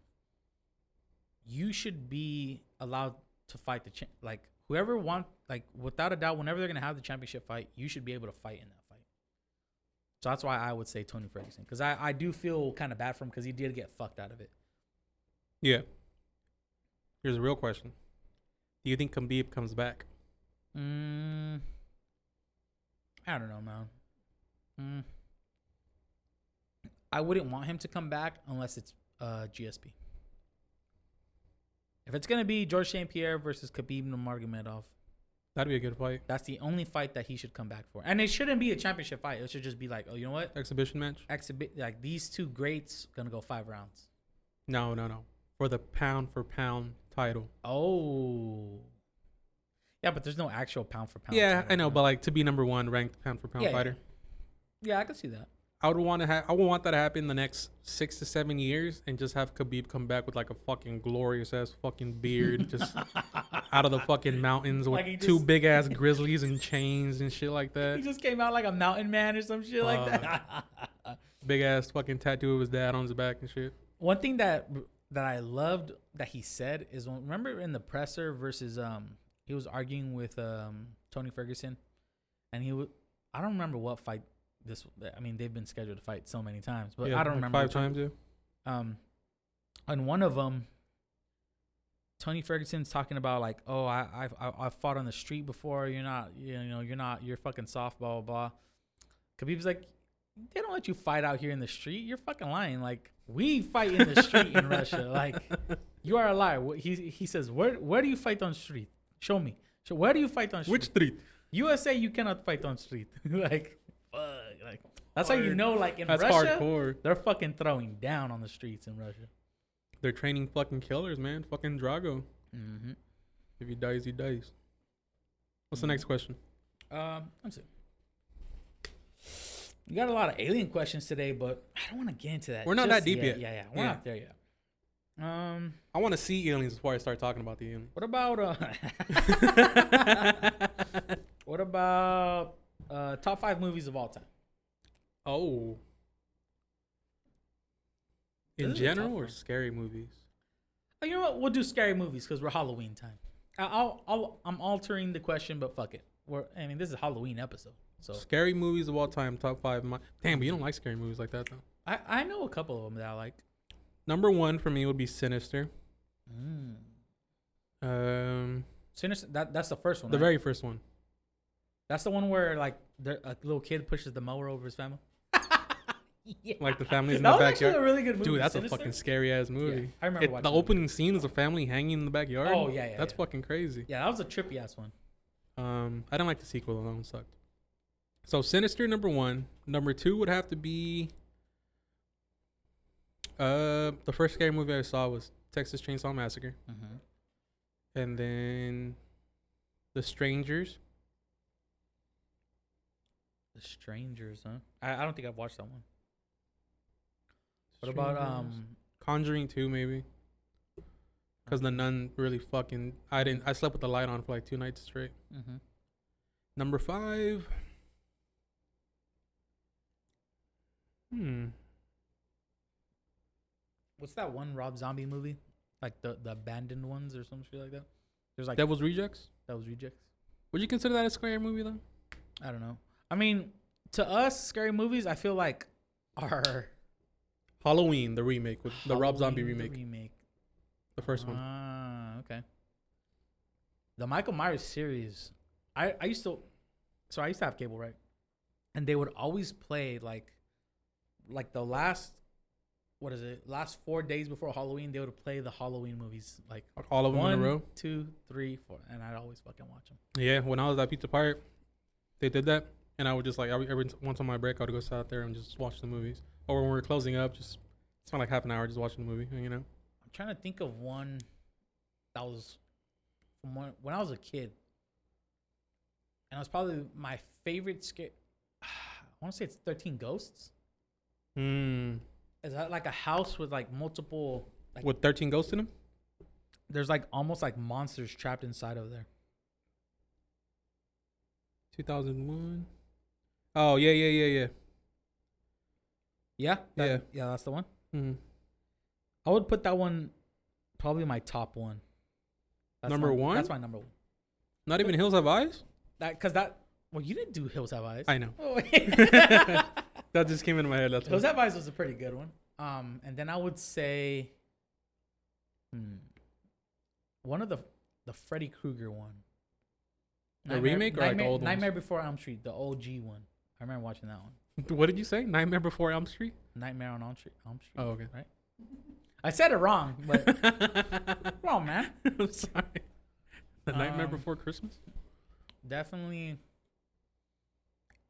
S2: you should be allowed to fight the champ. Like, whoever want, like, without a doubt, whenever they're gonna have the championship fight, you should be able to fight in that fight. So that's why I would say Tony Ferguson because I, I do feel kind of bad for him because he did get fucked out of it.
S1: Yeah. Here's a real question. Do you think Khabib comes back?
S2: Mm, I don't know, man. Mm. I wouldn't want him to come back unless it's uh, GSP. If it's gonna be George St. Pierre versus Khabib Nurmagomedov,
S1: That'd be a good fight.
S2: that's the only fight that he should come back for, and it shouldn't be a championship fight. It should just be like, oh, you know what?
S1: Exhibition match?
S2: Exhibit like these two greats gonna go five rounds.
S1: No, no, no. For the pound for pound title.
S2: Oh, yeah, but there's no actual pound for pound.
S1: yeah,
S2: title,
S1: I know,
S2: huh?
S1: but like to be number one ranked pound for pound
S2: Yeah, yeah.
S1: fighter.
S2: yeah, I can see that.
S1: I would want to have. I would want that to happen in the next six to seven years, and just have Khabib come back with like a fucking glorious ass fucking beard, just out of the fucking mountains with
S2: Like he
S1: two
S2: just-
S1: big ass grizzlies and chains and shit like
S2: He
S1: that.
S2: just came out like a mountain man or some shit like that.
S1: Big ass fucking tattoo of his dad on his back and shit.
S2: One thing that that I loved that he said is when remember in the presser versus um he was arguing with um Tony Ferguson, and he was I don't remember what fight this I mean they've been scheduled to fight so many times, but
S1: Yeah,
S2: I
S1: like
S2: don't remember
S1: five
S2: which one.
S1: times. Yeah.
S2: um on one of them tony ferguson's talking about like oh i I've- i i fought on the street before you're not you know you're not you're fucking soft blah blah blah khabib's like they don't let you fight out here in the street you're fucking lying like we fight in the street in russia like you are a liar Wh- he, he says where where do you fight on street show me so where do you fight on street
S1: Which street?
S2: usa you cannot fight on street like fuck like that's how you
S1: Hard.
S2: know like in
S1: That's
S2: russia
S1: hardcore.
S2: they're fucking throwing down on the streets in russia
S1: They're training fucking killers, man. Fucking Drago.
S2: Mm-hmm.
S1: If he dies, he dies. What's the next question?
S2: Um, I'm sorry. You got a lot of alien questions today, but I don't want to get into that.
S1: We're not that deep yet.
S2: Yeah, yeah, we're
S1: Yeah.
S2: not there yet. Um,
S1: I want to see aliens before I start talking about the aliens.
S2: what about uh, what about uh top five movies of all time?
S1: Oh. In
S2: This is a
S1: general
S2: tough
S1: or
S2: one.
S1: scary movies?
S2: Oh, you know what? We'll do scary movies because we're Halloween time. I- I'll, I'll, I'm altering the question, but fuck it. We're, I mean, this is a Halloween episode, so
S1: Scary movies of all time, top five. My, damn, but you don't like scary movies like that though.
S2: I, I know a couple of them that I like.
S1: Number one for me would be Sinister.
S2: Mm.
S1: Um,
S2: Sinister. That, that's the first one.
S1: the
S2: right?
S1: very first one.
S2: That's the one where like the a little kid pushes the mower over his family. yeah.
S1: Like the families in the
S2: that was actually a
S1: backyard.
S2: really good movie.
S1: Dude, that's
S2: Sinister.
S1: a fucking scary ass movie.
S2: I remember
S1: It-
S2: watching
S1: the
S2: that movie.
S1: opening scene is a family hanging in the backyard.
S2: Oh, yeah, yeah,
S1: That's
S2: yeah.
S1: fucking crazy.
S2: Yeah, that was a trippy ass one.
S1: Um, I didn't like the sequel. though. That one sucked. So Sinister number one. Number two would have to be. Uh, the first scary movie I saw was Texas Chainsaw Massacre,
S2: Mm-hmm.
S1: and then The Strangers.
S2: The Strangers, huh? I, I don't think I've watched that one. What about
S1: Strangers.
S2: um?
S1: Conjuring two? Maybe because the nun really fucking. I didn't. I slept with the light on for like two nights straight.
S2: mhm.
S1: Number five. Hmm.
S2: What's that one Rob Zombie movie? Like the the abandoned ones or some shit like that. There's like
S1: Devil's Rejects.
S2: that was rejects.
S1: Would you consider that a scary movie though?
S2: I don't know. I mean, to us, scary movies, I feel like are
S1: Halloween, the remake with the Rob Zombie
S2: Halloween, the
S1: remake,
S2: remake.
S1: the first one.
S2: Ah, okay. The Michael Myers series, I I used to, so I used to have cable, right? And they would always play like, like the last, what is it? Last four days before Halloween, they would play the Halloween movies, like
S1: All of them
S2: Uh-huh. one,
S1: in a row.
S2: two, three, four, and I'd always fucking watch them.
S1: Yeah, when I was at Pizza Pirate, they did that, and I would just like every, every t- once on my break, I would go sit out there and just watch the movies. Or when we were closing up, just spend like half an hour just watching the movie, you know.
S2: I'm trying to think of one that was from when, when I was a kid, and it was probably my favorite scare. I want to say it's Thirteen Ghosts. Hmm.
S1: Mm.
S2: Is that like a house with like multiple? Like
S1: With thirteen ghosts in them,
S2: there's like almost like monsters trapped inside of there.
S1: two thousand one. Oh yeah, yeah, yeah,
S2: Yeah,
S1: Yeah.
S2: yeah, That's the one.
S1: yeah. Mm.
S2: I would put that one probably my top one.
S1: Number
S2: my-
S1: one?
S2: That's my number one.
S1: Not even Hills Have Eyes.
S2: Oh, That because that well, you didn't do Hills Have Eyes.
S1: I know.
S2: Oh,
S1: That just came into my head. That's
S2: Those advice was a pretty good one. Um, and then I would say, hmm, one of the the Freddy Krueger one.
S1: The remake or, like, the
S2: Nightmare,
S1: old ones?
S2: Nightmare Before Elm Street, the OG one. I remember watching that one.
S1: what did you say? Nightmare Before Elm Street.
S2: Nightmare on Elm Street. Elm Street.
S1: Oh, okay.
S2: I said it wrong, but wrong, man.
S1: I'm sorry. The Nightmare
S2: Um,
S1: Before Christmas.
S2: Definitely.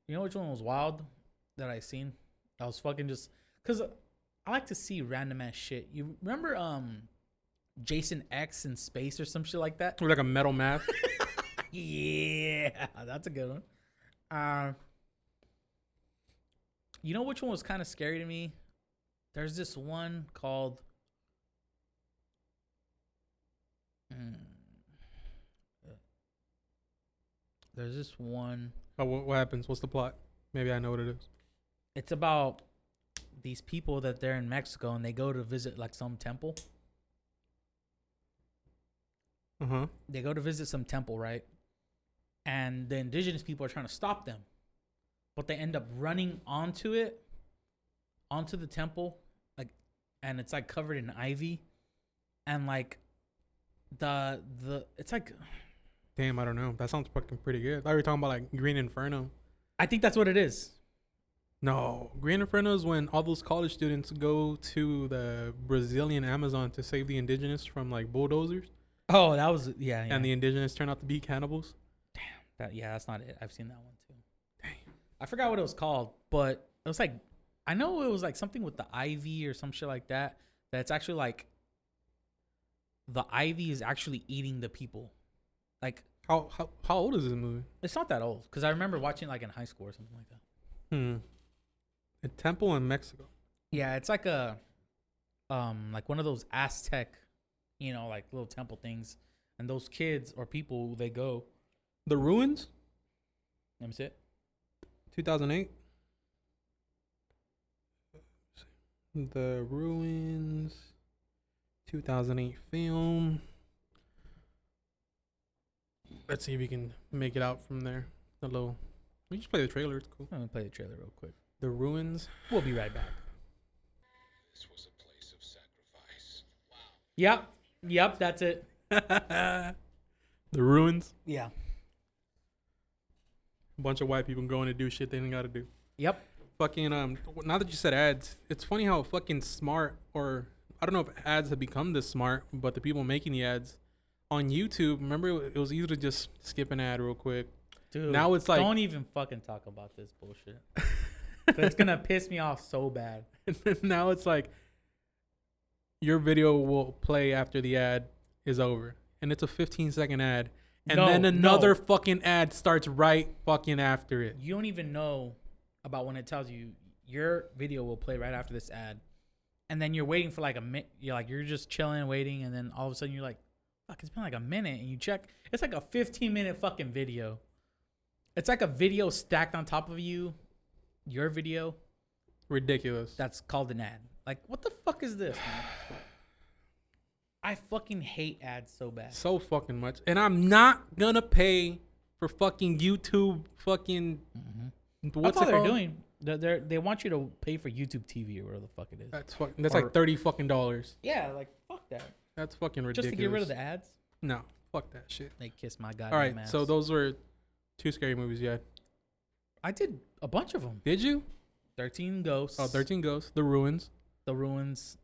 S2: You know which one was wild that I seen? I was fucking just because I like to see random ass shit. You remember um, Jason X in space or some shit like that?
S1: Or like a metal math.
S2: yeah, that's a good one. Um, you know which one was kind of scary to me? There's this one called. Mm. There's this one.
S1: oh, what, what happens? What's the plot? Maybe I know what it is.
S2: It's about these people that they're in Mexico and they go to visit like some temple.
S1: Uh huh.
S2: they go to visit some temple, right? And the indigenous people are trying to stop them. But they end up running onto it, onto the temple, like and it's like covered in ivy. And like the the it's like
S1: Damn, I don't know. That sounds fucking pretty good. I thought you were talking about like Green Inferno.
S2: I think that's what it is.
S1: No, Green Inferno is when all those college students go to the Brazilian Amazon to save the indigenous from like bulldozers,
S2: Oh, that was yeah, yeah.
S1: and the indigenous turn out to be cannibals.
S2: That- yeah, that's not it. I've seen that one too. I forgot what it was called, but it was like I know it was like something with the ivy or some shit like that. That's actually like the ivy is actually eating the people. Like
S1: How how how old is this movie?
S2: it's not that old because I remember watching like in high school or something like that.
S1: Hmm. A temple in Mexico.
S2: Yeah, it's like a um like one of those Aztec, you know, like little temple things. And those kids or people they go.
S1: The Ruins,
S2: Let me see it.
S1: 2008. The Ruins, 2008 film. Let's see if we can make it out from there. Hello. We just play the trailer. It's cool.
S2: Let me play the trailer real quick.
S1: The Ruins.
S2: We'll be right back.
S3: This was a place of sacrifice.
S2: Yep. Yep, that's it.
S1: the Ruins.
S2: Yeah.
S1: A bunch of white people going to do shit they didn't got to do.
S2: Yep.
S1: fucking um now that you said ads it's funny how fucking smart or i don't know if ads have become this smart but the people making the ads on youtube remember it was easy to just skip an ad real quick
S2: Dude,
S1: Now it's like-
S2: don't even fucking talk about this bullshit. 'Cause it's gonna piss me off so bad.
S1: and then now it's like your video will play after the ad is over and it's a 15 second ad and
S2: No,
S1: then
S2: no.
S1: another fucking ad starts right fucking after it
S2: You don't even know about when it tells you your video will play right after this ad, and then you're waiting for like a minute. You're like you're just chilling, waiting, and then all of a sudden you're like, "Fuck, it's been like a minute." And you check, it's like a 15 minute fucking video. It's like a video stacked on top of you, your video
S1: ridiculous
S2: that's called an ad. Like, what the fuck is this? Man? I fucking hate ads so bad.
S1: so fucking much and i'm not gonna pay for fucking youtube fucking what's
S2: What's
S1: it
S2: all they're
S1: called?
S2: doing? They're, they're they want you to pay for YouTube TV or whatever the fuck it is.
S1: That's fuck, That's
S2: Or-
S1: like thirty fucking dollars.
S2: yeah, like fuck that.
S1: That's fucking ridiculous.
S2: Just to get rid of the ads,
S1: No, fuck that shit.
S2: they kiss my goddamn
S1: All right,
S2: ass.
S1: so those were two scary movies. Yeah,
S2: I did a bunch of them.
S1: did you?
S2: Thirteen Ghosts.
S1: Oh, 13 Ghosts, The Ruins.
S2: The Ruins.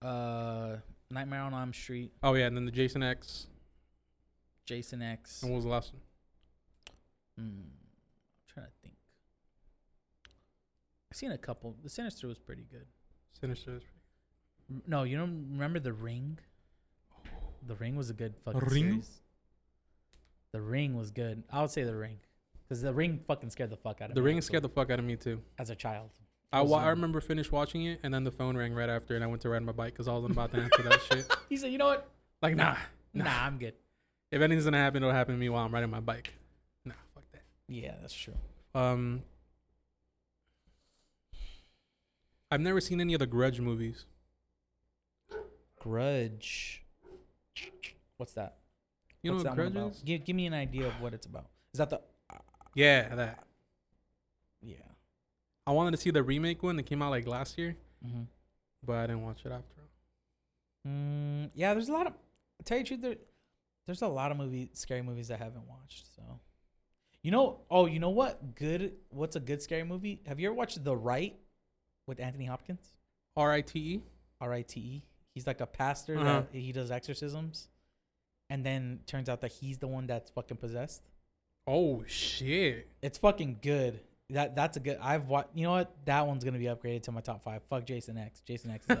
S2: Uh, Nightmare on Elm Street.
S1: Oh yeah, and then the Jason X.
S2: Jason X.
S1: And
S2: Mm,
S1: what was the last one?
S2: I'm trying to think. I've seen a couple. The Sinister was pretty good.
S1: Sinister.
S2: M- No, you don't remember The Ring? The Ring was a good fucking
S1: Ring?
S2: series. The Ring was good. I would say The Ring. Because The Ring fucking scared the fuck out of
S1: The
S2: me.
S1: Ring
S2: as a-
S1: scared the fuck out of me too.
S2: As a child.
S1: I,
S2: was
S1: wa- I
S2: young.
S1: remember finished watching it, and then the phone rang right after, and I went to ride my bike because I wasn't about to answer that shit.
S2: He said, you know what?
S1: Like nah,
S2: Nah,
S1: nah.
S2: I'm good.
S1: If anything's gonna happen, it'll happen to me while I'm riding my bike. Nah, fuck that.
S2: Yeah, that's true.
S1: Um, I've never seen any of the Grudge movies.
S2: Grudge. What's that?
S1: You know
S2: What's
S1: what
S2: that one
S1: Grudge
S2: about?
S1: is?
S2: Give, give me an idea of what it's about. Is that the.
S1: Yeah, that.
S2: uh, Yeah.
S1: I wanted to see the remake one that came out like last year,
S2: Mhm.
S1: but I didn't watch it after.
S2: Mm, yeah, there's a lot of. I tell you the truth, there, there's a lot of movie, scary movies I haven't watched. So, you know, oh, you know what? Good. What's a good scary movie? Have you ever watched The Right with Anthony Hopkins?
S1: R I T E.
S2: R I T E. He's like a pastor
S1: Uh-huh.
S2: that he does exorcisms, and then turns out that he's the one that's fucking possessed.
S1: Oh shit!
S2: It's fucking good. That that's a good. I've watched. You know what? That one's gonna be upgraded to my top five. Fuck Jason X. Jason X. Is up.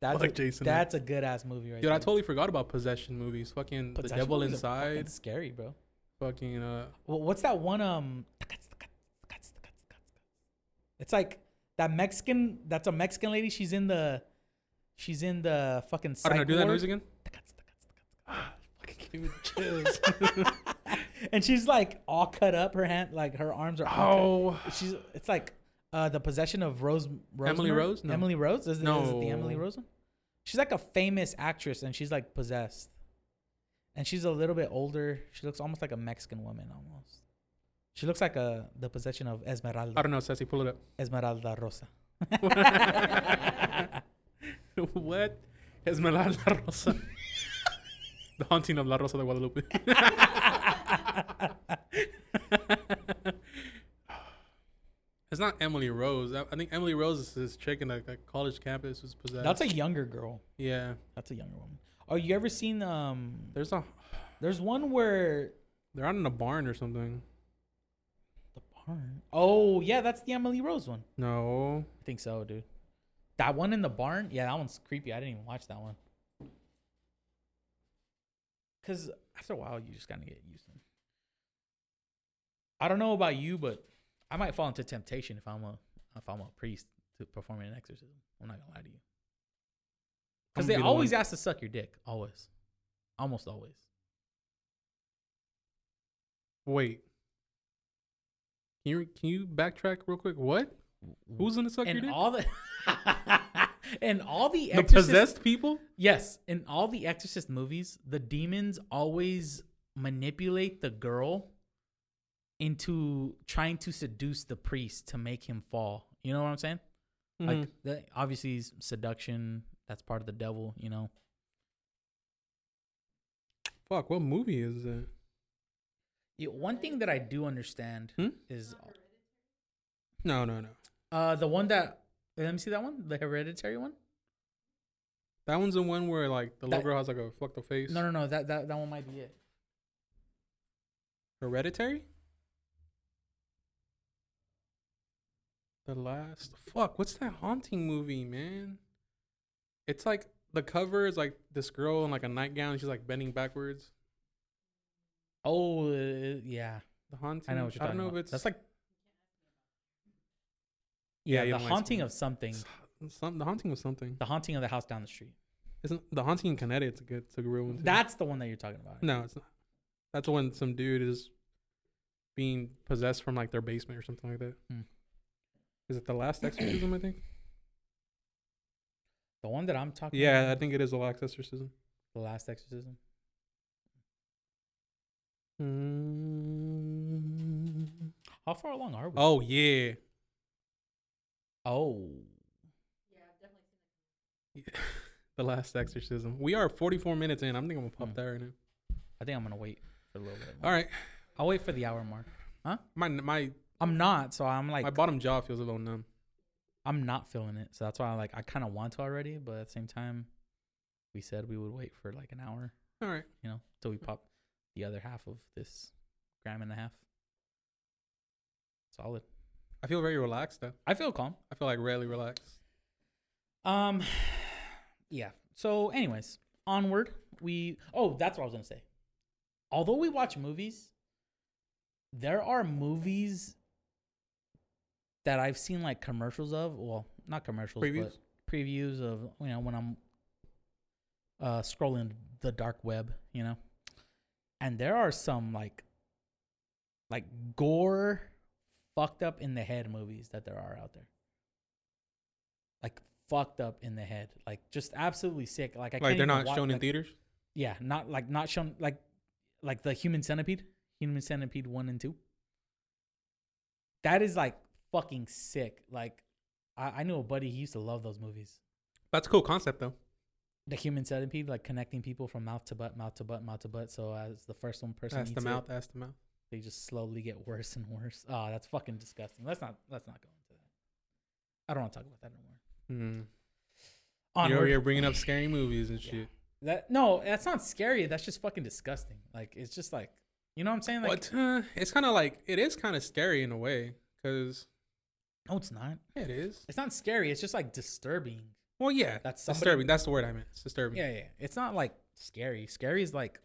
S2: that's
S1: Fuck
S2: a,
S1: Jason
S2: That's a good ass movie, right?
S1: Dude, I
S2: there.
S1: totally forgot about possession movies. Fucking
S2: Possession
S1: the devil
S2: movies are fucking
S1: inside.
S2: Scary, bro.
S1: Fucking, uh,
S2: Well, what's that one? Um, it's like that Mexican. That's a Mexican lady. She's in the. She's in the fucking.
S1: I don't know.
S2: psych
S1: Do that
S2: ward.
S1: noise again. Ah,
S2: and she's like all cut up. Her hand, like her arms are. All
S1: Oh,
S2: cut. She's. It's like uh the possession of Rose. Rosemary?
S1: Emily Rose? No.
S2: Emily Rose. Is it, is it the Emily
S1: No.
S2: Rose one? She's like a famous actress, and she's like possessed. And she's a little bit older. She looks almost like a Mexican woman, almost. She looks like a the possession of Esmeralda.
S1: I don't know, Sassy. Pull it up.
S2: Esmeralda Rosa.
S1: what? Esmeralda Rosa. the haunting of La Rosa de Guadalupe. it's not Emily Rose. I, I think Emily Rose is this chick in like a college campus who's possessed.
S2: That's a younger girl.
S1: yeah.
S2: That's a younger woman. Oh, you ever seen um?
S1: There's a
S2: There's one where
S1: they're out in a barn or something.
S2: the barn. Oh yeah, that's the Emily Rose one.
S1: No.
S2: I think so, dude. That one in the barn? Yeah, that one's creepy. I didn't even watch that one. Cause after a while you just kinda get used to them. I don't know about you, but I might fall into temptation if I'm a if I'm a priest to perform an exorcism. I'm not gonna lie to you.
S1: I'm gonna
S2: Because they
S1: be the
S2: always
S1: one-
S2: ask to suck your dick. Always. Almost always.
S1: Wait. Can you can you backtrack real quick? What? Who's gonna suck your
S2: And
S1: dick?
S2: all the and all the
S1: the
S2: exorcist-
S1: possessed people?
S2: Yes, in all the Exorcist movies, the demons always manipulate the girl into trying to seduce the priest to make him fall. You know what I'm saying? Like the, obviously s- seduction, that's part of the devil, you know.
S1: Fuck, what movie is it?
S2: Yeah, one thing that I do understand
S1: Hmm?
S2: is
S1: No, no, no.
S2: uh the one that let me see that one, the hereditary one?
S1: That one's the one where like the little
S2: That-
S1: girl has like a fucked up face.
S2: No, no, no, that that, that one might be it.
S1: Hereditary? The last fuck, what's that haunting movie, man? It's like the cover is like this girl in like a nightgown, she's like bending backwards.
S2: Oh, uh, yeah.
S1: The haunting
S2: I know what you're
S1: I
S2: talking
S1: don't know
S2: about.
S1: if it's
S2: that's like
S1: Yeah,
S2: yeah,
S1: you
S2: the
S1: don't like
S2: haunting
S1: scary-
S2: of something,
S1: some, the haunting was something.
S2: the haunting of the house down the street.
S1: Isn't the haunting in Connecticut? It's a good, it's a real one. too.
S2: That's the one that you're talking about.
S1: no, it's not. That's when some dude is being possessed from like their basement or something like that. Is
S2: Hmm.
S1: it the last exorcism? I think.
S2: The one that I'm talking about.
S1: Yeah, I think it is the last exorcism.
S2: The last exorcism. Mm. How far along are we?
S1: Oh yeah.
S2: Oh.
S1: The last exorcism. We are 44 minutes in. I'm think I'm gonna pop
S2: Hmm.
S1: that right now.
S2: I think I'm gonna wait for a little bit.
S1: All
S2: More.
S1: right,
S2: I'll wait for the hour mark.
S1: my my
S2: I'm not, so I'm like
S1: my bottom jaw feels a little numb.
S2: I'm not feeling it. So that's why I like I kinda want to already, but at the same time, we said we would wait for like an hour,
S1: All right,
S2: you know, till we pop the other half of this gram and a half. Solid.
S1: I feel very relaxed though.
S2: I feel calm.
S1: I feel like rarely relaxed.
S2: Um, yeah. So, anyways, onward. We oh, that's what I was gonna say. Although we watch movies, there are movies that I've seen like commercials of. Well, not commercials,
S1: Previews?
S2: but previews of you know when I'm uh scrolling the dark web, you know. And there are some like like gore fucked up in the head movies that there are out there. Like fucked up in the head. Like just absolutely sick. Like I
S1: like
S2: can't
S1: they're
S2: even
S1: not
S2: watch-
S1: shown in
S2: like-
S1: theaters.
S2: Yeah, not like not shown like like the human centipede, human centipede 1 and 2. That is like fucking sick. Like, I, I knew a buddy. He used to love those movies.
S1: That's a cool concept though.
S2: The human centipede, like connecting people from mouth to butt, mouth to butt, mouth to butt. So as the first one person
S1: Ask
S2: eats
S1: them
S2: it,
S1: out. Ask them out.
S2: they just slowly get worse and worse. Oh, that's fucking disgusting. Let's not let's not go into that. I don't want to talk about that
S1: Mm.
S2: anymore.
S1: You're,
S2: Onward.
S1: you're bringing up scary movies and
S2: Yeah.
S1: shit.
S2: That no, that's not scary. That's just fucking disgusting. Like it's just like you know what I'm saying. Like
S1: What? Uh, it's kind of like it is kind of scary in a way because
S2: no, it's not.
S1: yeah, it is.
S2: It's not scary. It's just like disturbing.
S1: Well, yeah,
S2: That's somebody-
S1: disturbing. That's the word I meant. It's disturbing.
S2: Yeah, yeah. It's not like scary. Scary is like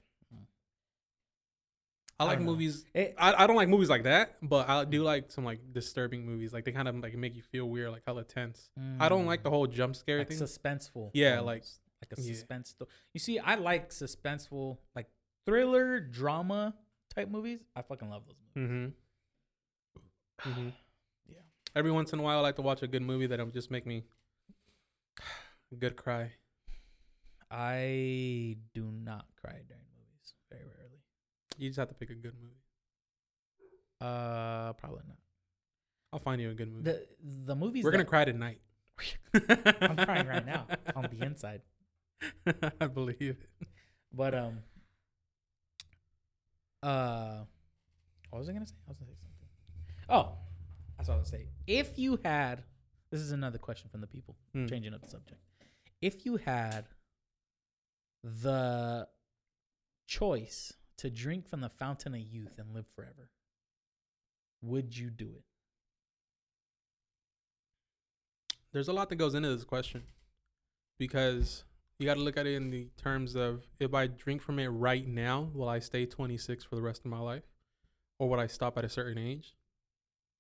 S1: I
S2: I
S1: like
S2: don't know.
S1: movies.
S2: it.
S1: I, I don't like movies like that, but I
S2: Mm.
S1: do like some like disturbing movies. Like they kind of like make you feel weird, like hella tense. I don't like the whole jump scare
S2: mm, like
S1: thing.
S2: suspenseful.
S1: Yeah, like-
S2: like a
S1: yeah.
S2: suspense. sto- you see, I like suspenseful, like thriller, drama type movies. I fucking love those movies.
S1: hmm hmm
S2: Yeah.
S1: Every once in a while, I like to watch a good movie that'll just make me good cry.
S2: I do not cry during movies very rarely.
S1: You just have to pick a good movie.
S2: Uh, probably not.
S1: I'll find you a good movie.
S2: The the movies
S1: Hmm. We're gonna
S2: that-
S1: cry tonight.
S2: I'm crying right now on the inside.
S1: I believe it.
S2: But um, uh, what was I gonna say? I was gonna say something. Oh, that's what I was gonna say. If you had, this is another question from the people.
S1: Hmm.
S2: Changing up the subject. If you had the choice to drink from the fountain of youth and live forever, would you do it?
S1: There's a lot that goes into this question because you got to look at it in the terms of if I drink from it right now, will I stay 26 for the rest of my life, or would I stop at a certain age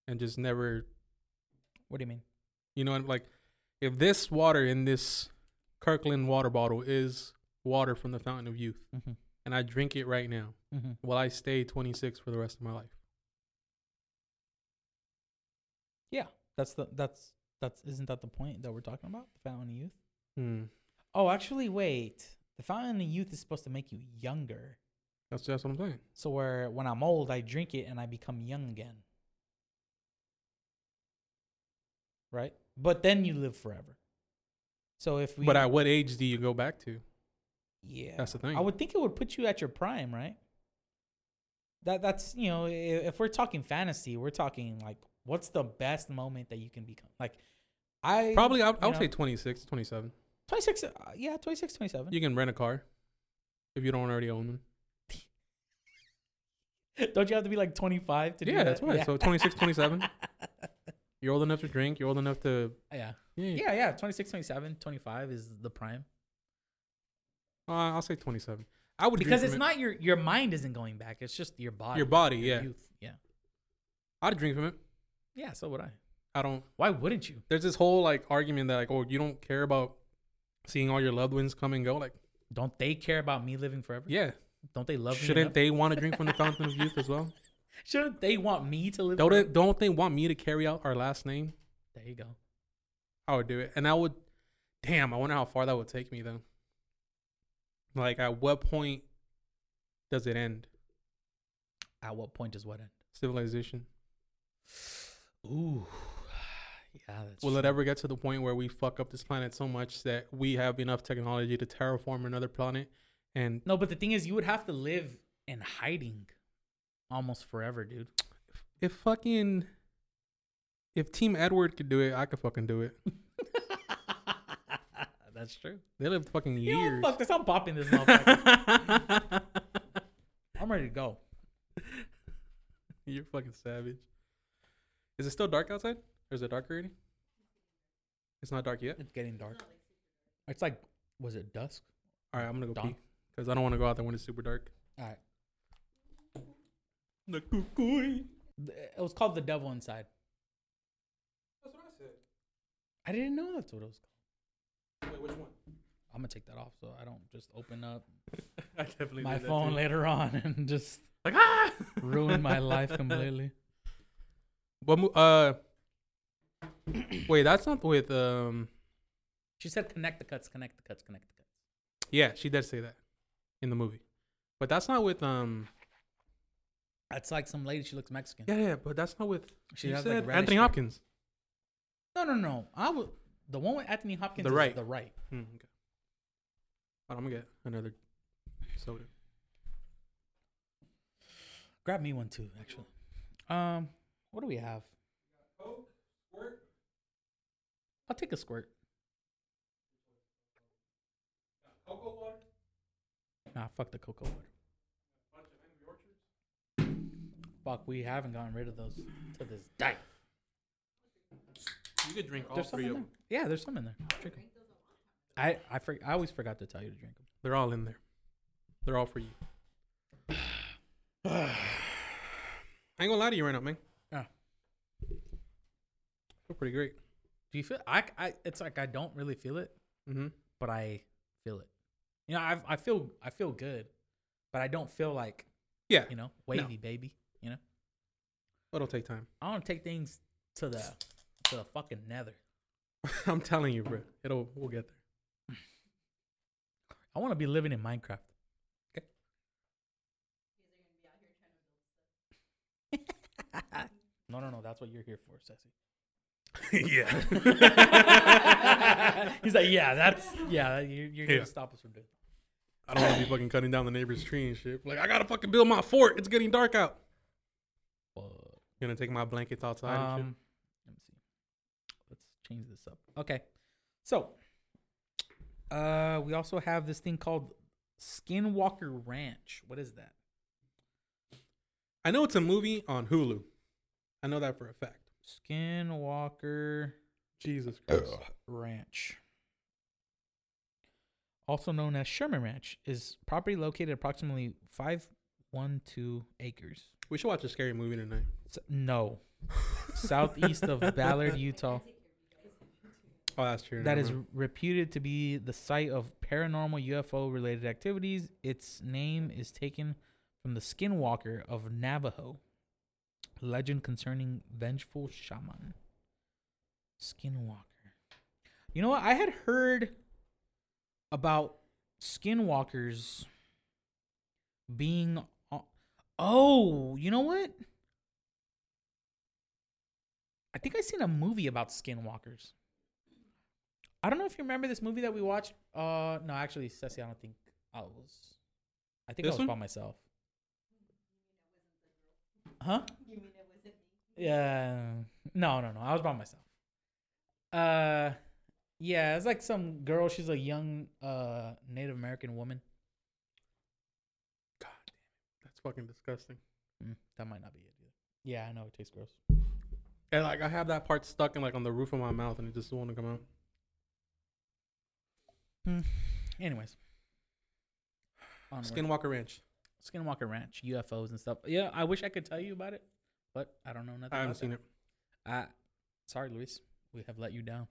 S1: and just never
S2: What do you mean?
S1: You know, and like if this water in this Kirkland water bottle is water from the fountain of youth,
S2: Mm-hmm.
S1: and I drink it right now,
S2: Mm-hmm.
S1: will I stay 26 for the rest of my life?
S2: Yeah, that's the that's that's isn't that the point that we're talking about? The fountain of youth.
S1: Hmm.
S2: Oh, actually, wait. The fountain of youth is supposed to make you younger.
S1: That's that's what I'm saying.
S2: So where when I'm old, I drink it and I become young again. Right? But then you live forever. So if we
S1: But at what age do you go back to?
S2: yeah.
S1: That's the thing.
S2: I would think it would put you at your prime, right? That that's you know, i- if we're talking fantasy, we're talking like what's the best moment that you can become? Like I
S1: Probably, I, I
S2: you
S1: would
S2: know,
S1: say 26, 27.
S2: 26 uh, yeah, 26 27.
S1: You can rent a car if you don't already own one.
S2: Don't you have to be like 25 to do
S1: Yeah, that's
S2: that?
S1: right. So 26, 27. You're old enough to drink. You're old enough to.
S2: yeah.
S1: Yeah.
S2: Yeah, yeah. 26, 27, 25 is the prime.
S1: Uh, I'll say 27. I would
S2: Because
S1: drink
S2: it's
S1: from
S2: not your your mind isn't going back. It's just your
S1: it.
S2: body.
S1: your body. Yeah.
S2: Youth. Yeah.
S1: I'd drink from it.
S2: Yeah, so would I.
S1: I don't.
S2: Why wouldn't you?
S1: there's this whole like argument that like oh you don't care about seeing all your loved ones come and go like
S2: Don't they care about me living forever?
S1: yeah
S2: Don't they love me?
S1: shouldn't
S2: enough?
S1: they want to drink from the fountain of youth as well
S2: Shouldn't they want me to live
S1: don't
S2: forever?
S1: they, don't they want me to carry out our last name
S2: There you go.
S1: I would do it and I would damn I wonder how far that would take me though like at what point does it end
S2: At what point does what end?
S1: civilization
S2: Ooh. Yeah, that's
S1: will
S2: true.
S1: it ever get to the point where we fuck up this planet so much that we have enough technology to terraform another planet and
S2: No, but the thing is you would have to live in hiding almost forever, dude.
S1: if fucking if Team Edward could do it I could fucking do it
S2: that's true.
S1: They lived fucking
S2: You know,
S1: years.
S2: what? fuck this. I'm popping this motherfucker. I'm ready to go.
S1: You're fucking savage. Is it still dark outside? Or is it dark already? It's not dark yet.
S2: It's getting dark. It's like, was it dusk?
S1: All right, I'm gonna go
S2: Dawn.
S1: pee because I don't want to go out there when it's super dark.
S2: All right.
S1: The cuckoo.
S2: It was called The Devil Inside.
S1: That's what I said.
S2: I didn't know that's what it was called.
S1: Wait, which one?
S2: I'm going to take that off so I don't just open up
S1: I definitely
S2: my
S1: did that
S2: phone
S1: too.
S2: later on and just
S1: Like ah,
S2: ruin my life completely.
S1: What? Mo- uh, wait, that's not with um.
S2: She said, connect the cuts, connect the cuts, connect the cuts.
S1: Yeah, she did say that in the movie, but that's not with um.
S2: That's like some lady. She looks Mexican.
S1: Yeah, yeah, but that's not with.
S2: She
S1: She
S2: has, like,
S1: said
S2: reddish
S1: Anthony
S2: hair.
S1: Hopkins.
S2: No, no, no. I would. The one with Anthony Hopkins.
S1: The
S2: is
S1: right.
S2: The right.
S1: Hmm, okay. Hold on, I'm gonna get another soda.
S2: Grab me one too, actually. Um, what do we have? I'll take a squirt. Nah, fuck the cocoa water. Fuck, we haven't gotten rid of those to this day.
S1: You could drink all
S2: There's some
S1: three
S2: in
S1: of
S2: there.
S1: them.
S2: Yeah, there's some in there. Drink 'em. I I, for, I always forgot to tell you to drink them.
S1: They're all in there. They're all for you. I ain't gonna lie to you right now, man.
S2: Yeah.
S1: Feel pretty great.
S2: Do you feel? I, I it's like I don't really feel it,
S1: Mm-hmm.
S2: but I feel it. You know, I I feel I feel good, but I don't feel like
S1: Yeah,
S2: you know wavy baby. You know,
S1: it'll take time.
S2: I want to take things to the to the fucking nether.
S1: I'm telling you, bro. It'll we'll get there.
S2: I want to be living in Minecraft. Okay. no, no, no. That's what you're here for, Ceci.
S1: yeah.
S2: He's like, yeah, that's yeah. You're, you're
S1: Yeah.
S2: gonna stop us from doing. That.
S1: I don't want to be fucking cutting down the neighbor's tree and shit. Like, I gotta fucking build my fort. It's getting dark out. Gonna take my blankets outside and shit.
S2: Um, let me see. Let's change this up. Okay. So, uh, we also have this thing called Skinwalker Ranch. What is that?
S1: I know it's a movie on Hulu. I know that for a fact.
S2: Skinwalker
S1: Jesus Christ.
S2: Ranch. Also known as Sherman Ranch, is property located approximately 512 acres.
S1: We should watch a scary movie tonight.
S2: S- no. Southeast of Ballard, Utah.
S1: Oh, that's true.
S2: that
S1: never
S2: is
S1: mind.
S2: reputed to be the site of paranormal UFO related activities. Its name is taken from the skinwalker of Navajo, legend concerning vengeful shaman. Skinwalker. You know what? I had heard about skinwalkers being. o- Oh, you know what? I think I seen a movie about skinwalkers. I don't know if you remember this movie that we watched. Uh, no, actually, Ceci, I don't think I was. I think
S1: This
S2: I was
S1: one?
S2: by myself. Huh? Yeah. No, no, no. I was by myself. Uh, yeah. It's like some girl. She's a young uh Native American woman.
S1: God damn. That's fucking disgusting.
S2: Mm, that might not be it either. Yeah, I know it tastes gross.
S1: And like I have that part stuck in like on the roof of my mouth and it just won't come out.
S2: Mm. Anyways, Onward.
S1: Skinwalker Ranch.
S2: Skinwalker Ranch, UFOs and stuff. Yeah, I wish I could tell you about it, but I don't know nothing.
S1: I haven't
S2: about
S1: seen it.
S2: that. I, sorry, Luis, we have let you down.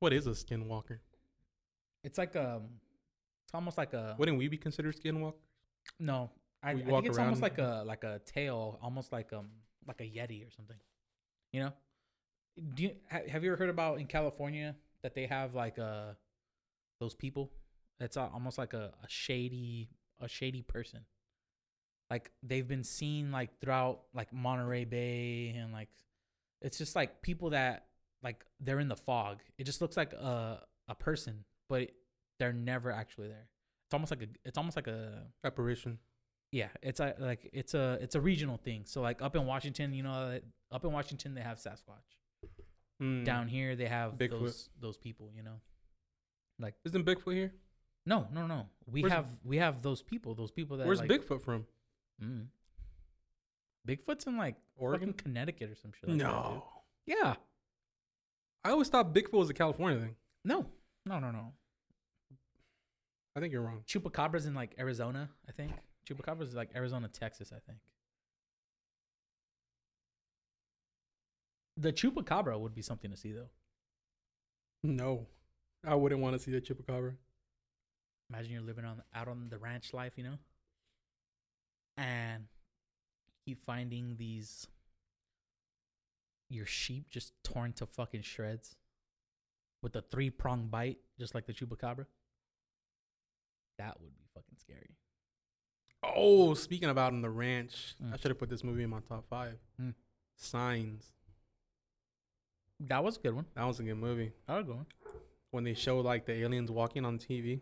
S1: What is a skinwalker?
S2: It's like um, it's almost like a
S1: Wouldn't we be considered skinwalkers?
S2: no. I, I
S1: We
S2: think
S1: walk
S2: it's almost
S1: around-
S2: like a like a tail, almost like um like a yeti or something. You know? Do you ha- have you ever heard about in California that they have like uh those people? That's uh, almost like a, a shady a shady person. Like they've been seen like throughout like Monterey Bay and like it's just like people that like they're in the fog. It just looks like a a person, but they're never actually there. It's almost like a it's almost like a
S1: Apparition.
S2: yeah, it's a, like it's a it's a regional thing. So like up in Washington, you know, like, up in Washington they have Sasquatch.
S1: Hmm.
S2: Down here they have
S1: Bigfoot.
S2: those those people, you know.
S1: Isn't Bigfoot here?
S2: No, no, no. We
S1: Where's-
S2: have we have those people, those people that
S1: Where's
S2: like,
S1: Bigfoot from?
S2: Mm. Bigfoot's in like
S1: Oregon?
S2: fucking Connecticut or some shit. like that,
S1: No.
S2: dude. yeah.
S1: I always thought Bigfoot was a California thing.
S2: No. No, no, no.
S1: I think you're wrong.
S2: Chupacabra's in like Arizona, I think. Chupacabra's like Arizona, Texas, I think. The chupacabra would be something to see though.
S1: No. I wouldn't want to see the chupacabra.
S2: Imagine you're living on out on the ranch life, you know, and keep finding these your sheep just torn to fucking shreds with a three prong bite, just like the chupacabra. That would be fucking scary.
S1: Oh, Oh, speaking about on the ranch, I
S2: Mm.
S1: should have put this movie in my top five.
S2: Mm.
S1: Signs.
S2: That was a good one.
S1: That was a good movie.
S2: That was a good one.
S1: When they show like the aliens walking on TV.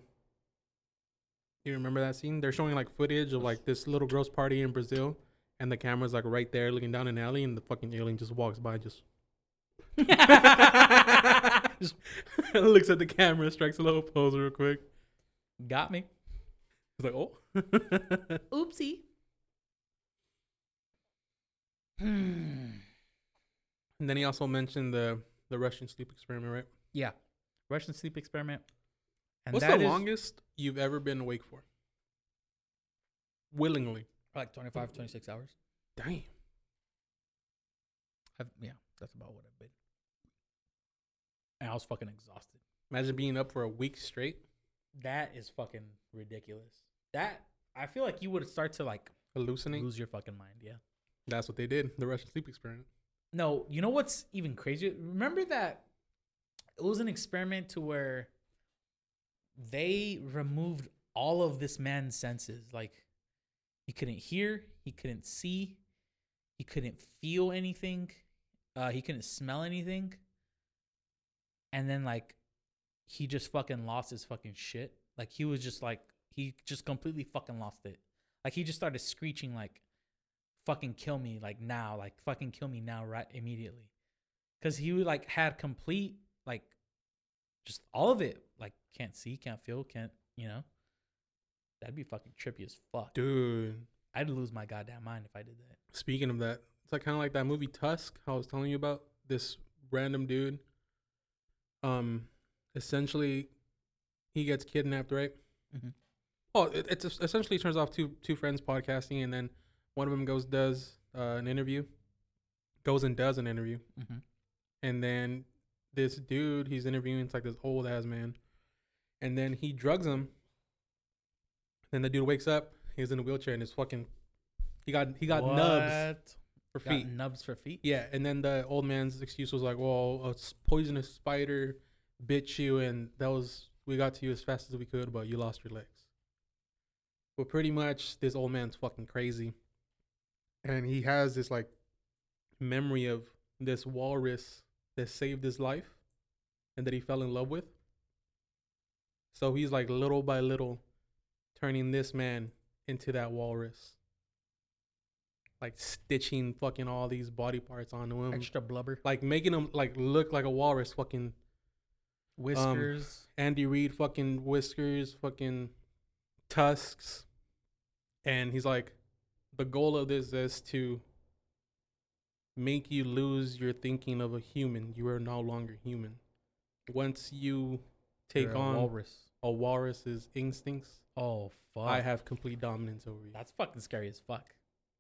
S1: You remember that scene? They're showing like footage of like this little girl's party in Brazil, and the camera's like right there looking down an alley, and the fucking alien just walks by, just Just looks at the camera, strikes a little pose real quick.
S2: Got me.
S1: He's like, oh.
S2: Oopsie. Hmm.
S1: And then he also mentioned the the Russian sleep experiment, right?
S2: Yeah. Russian sleep experiment. And
S1: What's
S2: that
S1: the
S2: is-
S1: longest you've ever been awake for? Willingly.
S2: Like 25, 26 hours.
S1: Damn.
S2: I've, yeah, that's about what I've been. And I was fucking exhausted.
S1: Imagine being up for a week straight.
S2: That is fucking ridiculous. That I feel like you would start to like
S1: Hallucinating.
S2: lose your fucking mind. Yeah.
S1: That's what they did. The Russian sleep experiment.
S2: No, you know what's even crazier? Remember that it was an experiment to where they removed all of this man's senses. Like he couldn't hear, he couldn't see, he couldn't feel anything, uh, he couldn't smell anything, and then like he just fucking lost his fucking shit. Like he was just like he just completely fucking lost it. Like he just started screeching like fucking kill me like now like fucking kill me now right immediately because he would, like had complete like just all of it like can't see can't feel can't you know that'd be fucking trippy as fuck
S1: Dude.
S2: i'd lose my goddamn mind if i did that
S1: Speaking of that, it's like kind of like that movie Tusk I was telling you about. This random dude. Um, essentially, he gets kidnapped, right?
S2: Mhm.
S1: Oh, it, it's es- essentially turns off two two friends podcasting, and then one of them goes does uh, an interview, goes and does an interview,
S2: mm-hmm.
S1: and then this dude he's interviewing it's like this old ass man and then he drugs him then the dude wakes up he's in a wheelchair and his fucking he got he got nubs for
S2: got
S1: feet
S2: nubs for feet
S1: yeah and then the old man's excuse was like well a s- poisonous spider bit you and that was we got to you as fast as we could but you lost your legs but pretty much this old man's fucking crazy and he has this like memory of this walrus that saved his life and that he fell in love with. So he's like little by little turning this man into that walrus. Like stitching fucking all these body parts onto him.
S2: extra blubber
S1: Like making him like look like a walrus fucking
S2: whiskers
S1: Andy Reid fucking whiskers, fucking tusks. And he's like, the goal of this is to make you lose your thinking of a human. You are no longer human. Once you take
S2: you're a
S1: on
S2: walrus
S1: a walrus's instincts,
S2: oh fuck
S1: I have complete dominance over you.
S2: that's fucking scary as fuck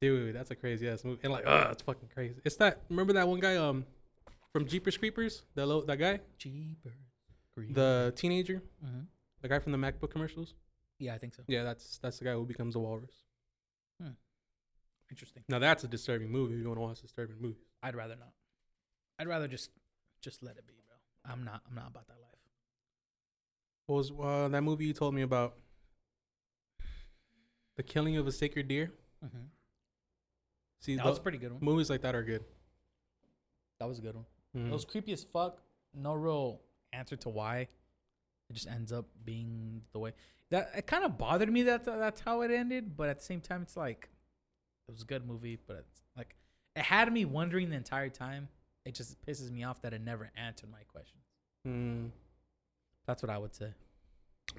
S1: Dude, that's a crazy ass movie. And like, ugh, it's fucking crazy. It's that remember that one guy um from Jeepers Creepers? That lo- that guy?
S2: Jeepers.
S1: The teenager?
S2: hmm
S1: The guy from the MacBook commercials?
S2: yeah i think so
S1: Yeah, that's that's the guy who becomes a walrus.
S2: interesting
S1: Now that's a disturbing movie. If you want to watch disturbing movies,
S2: I'd rather not. I'd rather just just let it be, bro. I'm not I'm not about that life.
S1: what was uh, that movie you told me about? The Killing of a Sacred Deer. See,
S2: That
S1: tho-
S2: was a pretty good one.
S1: movies like that are good.
S2: That was a good one.
S1: Mm.
S2: It was creepy as fuck. No real answer to why. It just ends up being the way that it kind of bothered me that that's how it ended, but at the same time, it's like it was a good movie, but it's like it had me wondering the entire time. It just pisses me off that it never answered my questions.
S1: Mm.
S2: That's what I would say.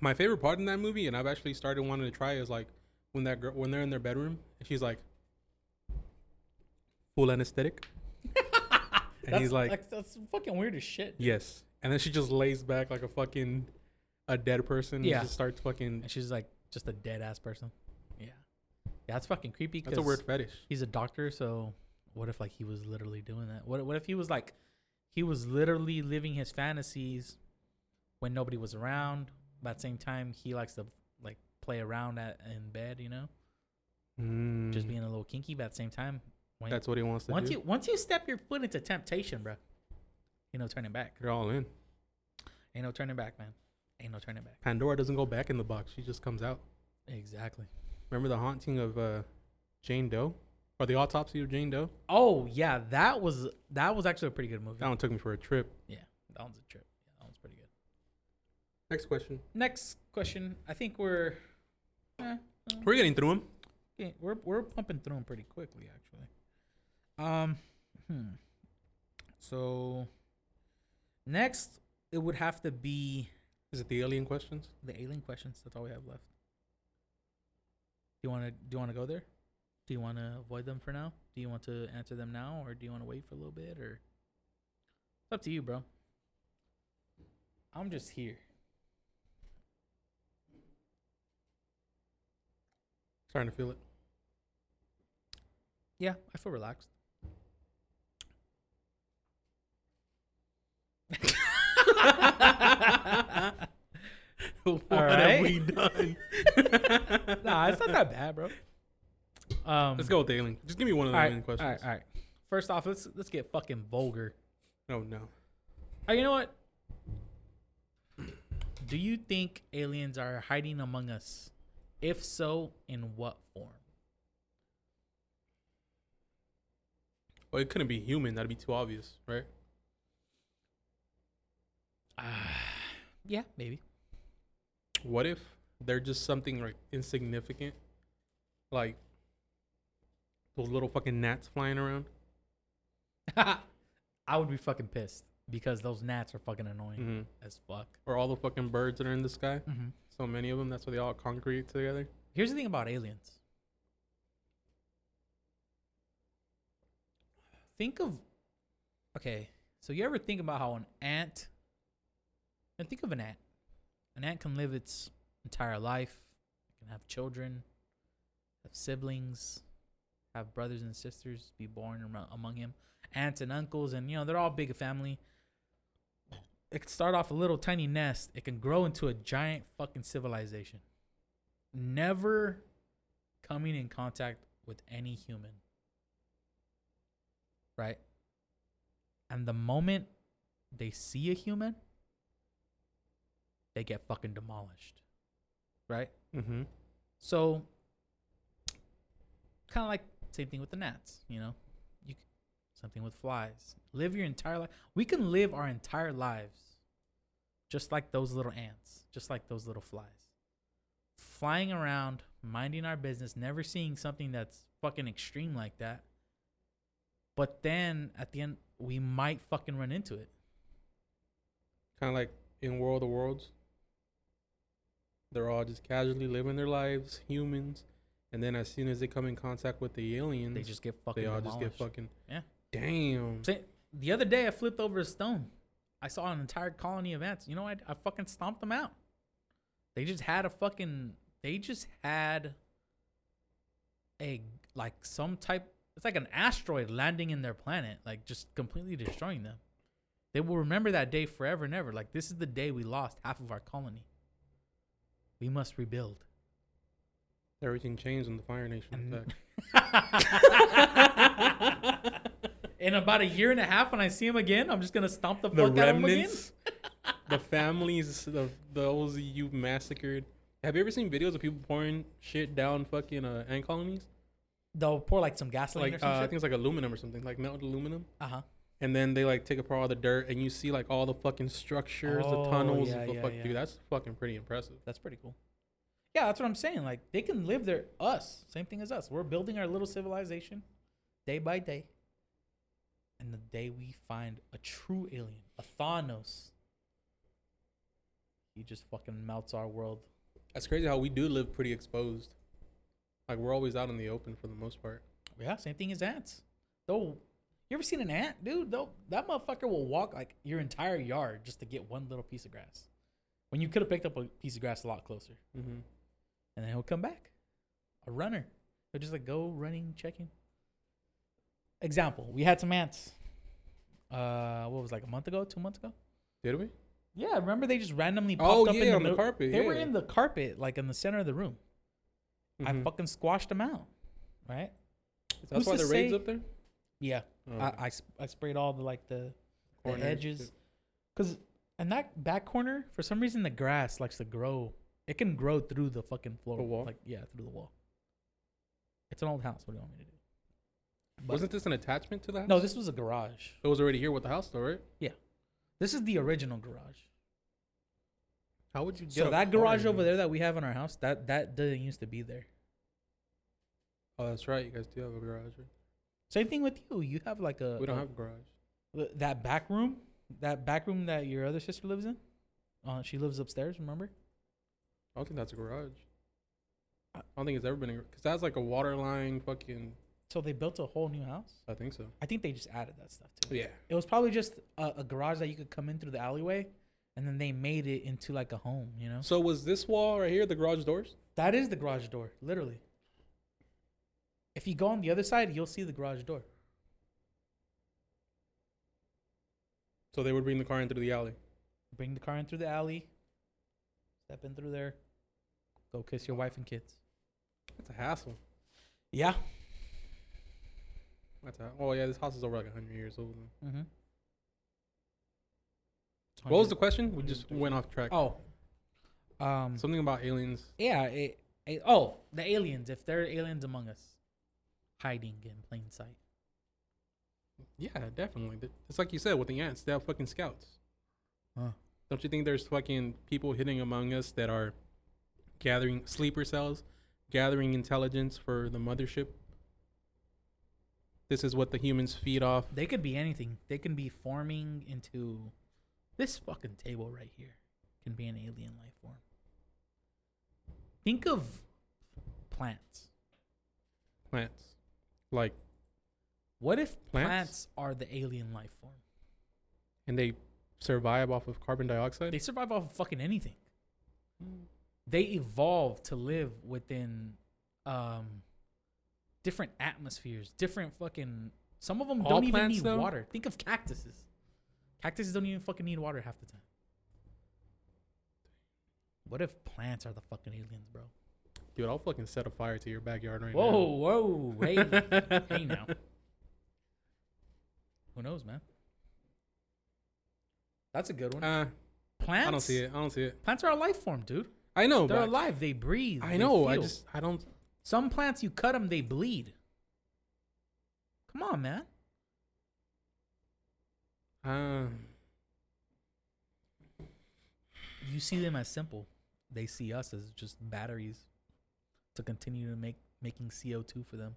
S1: My favorite part in that movie, and I've actually started wanting to try, is like when that girl when they're in their bedroom and she's like full anesthetic. And
S2: That's-
S1: he's like-
S2: that's fucking weird as shit. dude.
S1: Yes, and then she just lays back like a fucking a dead person.
S2: Yeah.
S1: and just starts fucking.
S2: and she's like just a dead ass person. Yeah, yeah, that's fucking creepy.
S1: That's a weird fetish.
S2: He's a doctor, so what if like he was literally doing that? What what if he was like, he was literally living his fantasies when nobody was around. But at the same time, he likes to like play around at in bed, you know, just
S1: Mm.
S2: being a little kinky. But at the same time, when,
S1: That's what he wants to
S2: once
S1: do.
S2: you once you step your foot into temptation, bro, ain't no turning back.
S1: You're all in.
S2: Ain't no turning back, man. Ain't no turning back.
S1: Pandora doesn't go back in the box. She just comes out.
S2: Exactly.
S1: Remember the haunting of uh, Jane Doe or the autopsy of Jane Doe?
S2: Oh yeah, that was that was actually a pretty good movie.
S1: That one took me for a trip.
S2: Yeah, that one's a trip. Yeah, that one's pretty good.
S1: Next question.
S2: Next question. I think we're eh,
S1: We're getting through them.
S2: yeah, we're we're pumping through them pretty quickly, actually. Um, hmm. So next, it would have to be
S1: Is it the alien questions?
S2: the alien questions. That's all we have left. Do you want to do you want to go there? Do you want to avoid them for now? Do you want to answer them now, or do you want to wait for a little bit? Or it's up to you, bro. I'm just here.
S1: Starting to feel it.
S2: Yeah, I feel relaxed.
S1: what
S2: right.
S1: have we done?
S2: nah, it's not that bad, bro. Um,
S1: Let's go with the alien. Just give me one of
S2: All
S1: the
S2: right,
S1: alien
S2: all
S1: questions.
S2: right, all right. First off, let's let's get fucking vulgar.
S1: No, no.
S2: Oh, you know what? Do you think aliens are hiding among us? If so, in what form?
S1: Well, it couldn't be human. That'd be too obvious, right?
S2: Yeah, maybe.
S1: What if they're just something like insignificant, like those little fucking gnats flying around?
S2: I would be fucking pissed because those gnats are fucking annoying
S1: Mm-hmm.
S2: as fuck.
S1: Or all the fucking birds that are in the sky?
S2: Mm-hmm.
S1: So many of them. That's why they all congregate together.
S2: Here's the thing about aliens. Think of okay, so you ever think about how an ant and think of an ant. An ant can live its entire life, it can have children, have siblings, have brothers and sisters, be born amo- among him, aunts and uncles, and you know, they're all big family. It can start off a little tiny nest, it can grow into a giant fucking civilization never coming in contact with any human. Right? And the moment they see a human, they get fucking demolished. Right?
S1: Mm-hmm.
S2: So, kind of like same thing with the gnats, you know, you c- something with flies. Live your entire life. We can live our entire lives, just like those little ants, just like those little flies, flying around, minding our business, never seeing something that's fucking extreme like that. But then at the end, we might fucking run into it.
S1: Kind of like in World of Worlds. They're all just casually living their lives, humans, and then as soon as they come in contact with the aliens,
S2: They just get fucking.
S1: they all just
S2: demolished.
S1: get fucking.
S2: Yeah.
S1: Damn.
S2: Sa- The other day, I flipped over a stone. I saw an entire colony of ants. You know, I, I fucking stomped them out. They just had a fucking. They just had a like some type. It's like an asteroid landing in their planet, like just completely destroying them. They will remember that day forever and ever. Like this is the day we lost half of our colony. We must rebuild.
S1: Everything changed in the Fire Nation attack.
S2: In about a year and a half, when I see him again, I'm just gonna stomp the,
S1: the
S2: fuck out of him again.
S1: remnants, the families of those you massacred. Have you ever seen videos of people pouring shit down fucking uh, ant colonies?
S2: They'll pour like some gasoline or
S1: Like uh,
S2: some
S1: I
S2: shit.
S1: think it's like aluminum or something, like melted aluminum.
S2: uh huh.
S1: And then they like take apart all the dirt, and you see like all the fucking structures,
S2: Oh,
S1: the tunnels.
S2: yeah,
S1: the
S2: yeah,
S1: fuck,
S2: yeah.
S1: Dude, that's fucking pretty impressive.
S2: That's pretty cool. Yeah, that's what I'm saying. Like they can live their us. Same thing as us. We're building our little civilization day by day. And the day we find a true alien, a Thanos, he just fucking melts our world.
S1: That's crazy how we do live pretty exposed. Like we're always out in the open for the most part.
S2: Yeah, same thing as ants. Though, you ever seen an ant, dude? Though that motherfucker will walk like your entire yard just to get one little piece of grass. When you could have picked up a piece of grass a lot closer,
S1: Mm-hmm.
S2: and then he'll come back, a runner. He'll just like go running, checking. Example: We had some ants. Uh, what was it, like a month ago, two months ago?
S1: Did we?
S2: Yeah, remember they just randomly popped
S1: Oh
S2: up in
S1: yeah, on the
S2: middle-
S1: carpet.
S2: They were
S1: yeah.
S2: in the carpet, like in the center of the room. I
S1: Mhm.
S2: fucking squashed them out, right?
S1: That's
S2: who's
S1: why
S2: to
S1: the raids
S2: say-
S1: up there.
S2: Yeah,
S1: Oh,
S2: I, I, sp- I sprayed all the like the, the
S1: corners,
S2: edges because in that back corner for some reason the grass likes to grow it can grow through the fucking floor
S1: The wall?
S2: like yeah through the wall an old house. What do you want me to do? But-
S1: Wasn't this an attachment to the house?
S2: No, this was a garage.
S1: It was already here with the house, though, right?
S2: This is the original garage.
S1: How would you get
S2: So
S1: a
S2: that
S1: car
S2: garage
S1: in
S2: over
S1: here?
S2: there that we have in our house, that that didn't used to be there.
S1: Oh, that's right. You guys do have a garage. Right?
S2: Same thing with you. You have like a
S1: we don't
S2: a-
S1: have a garage.
S2: th- that back room, that back room that your other sister lives in. Uh, she lives upstairs. Remember?
S1: I don't think that's a garage. I don't think it's ever been a because that's like a water line. Fucking,
S2: So they built a whole new house.
S1: I think so.
S2: I think they just added that stuff to it.
S1: Yeah.
S2: It was probably just a, a garage that you could come in through the alleyway, and then they made it into like a home. You know,
S1: So was this wall right here the garage doors?
S2: that is the garage door, literally. If you go on the other side, you'll see the garage door.
S1: So they would bring the car in through the alley.
S2: Bring the car in through the alley, step in through there, go kiss your wife and kids.
S1: That's a hassle.
S2: Yeah.
S1: That's a, oh yeah, this house is over like hundred years old. now.
S2: Mm-hmm.
S1: What was the question? We just went off track.
S2: Oh. Um.
S1: Something about aliens.
S2: yeah. It, it- oh, the aliens. If there are aliens among us, hiding in plain sight.
S1: Yeah, definitely. Th- It's like you said with the ants, they have fucking scouts.
S2: Huh.
S1: Don't you think there's fucking people hitting among us that are gathering sleeper cells, gathering intelligence for the mothership? This is what the humans feed off.
S2: They could be anything. They can be forming into this fucking table right here. Can be an alien life form. Think of plants.
S1: Plants. Like,
S2: What if plants,
S1: Plants?
S2: are the alien life form?
S1: and they survive off of carbon dioxide?
S2: They survive off of fucking anything. They evolve to live within um different atmospheres, different fucking some of them
S1: All
S2: don't even
S1: plants,
S2: need
S1: though?
S2: water. Think of cactuses. Cactuses don't even fucking need water half the time. What if plants are the fucking aliens, bro?
S1: Dude, I'll fucking set a fire to your backyard right
S2: Whoa,
S1: now.
S2: whoa, hey, hey now. Who knows, man? That's a good one.
S1: Uh,
S2: plants?
S1: I don't see it. I don't see it.
S2: Plants are a life form, dude.
S1: I know,
S2: They're
S1: but
S2: alive. They breathe.
S1: I
S2: they
S1: know. I
S2: feel.
S1: just, I don't.
S2: some plants you cut them, they bleed. Come on, man.
S1: Uh,
S2: You see them as simple. They see us as just batteries to continue to make making CO two for them.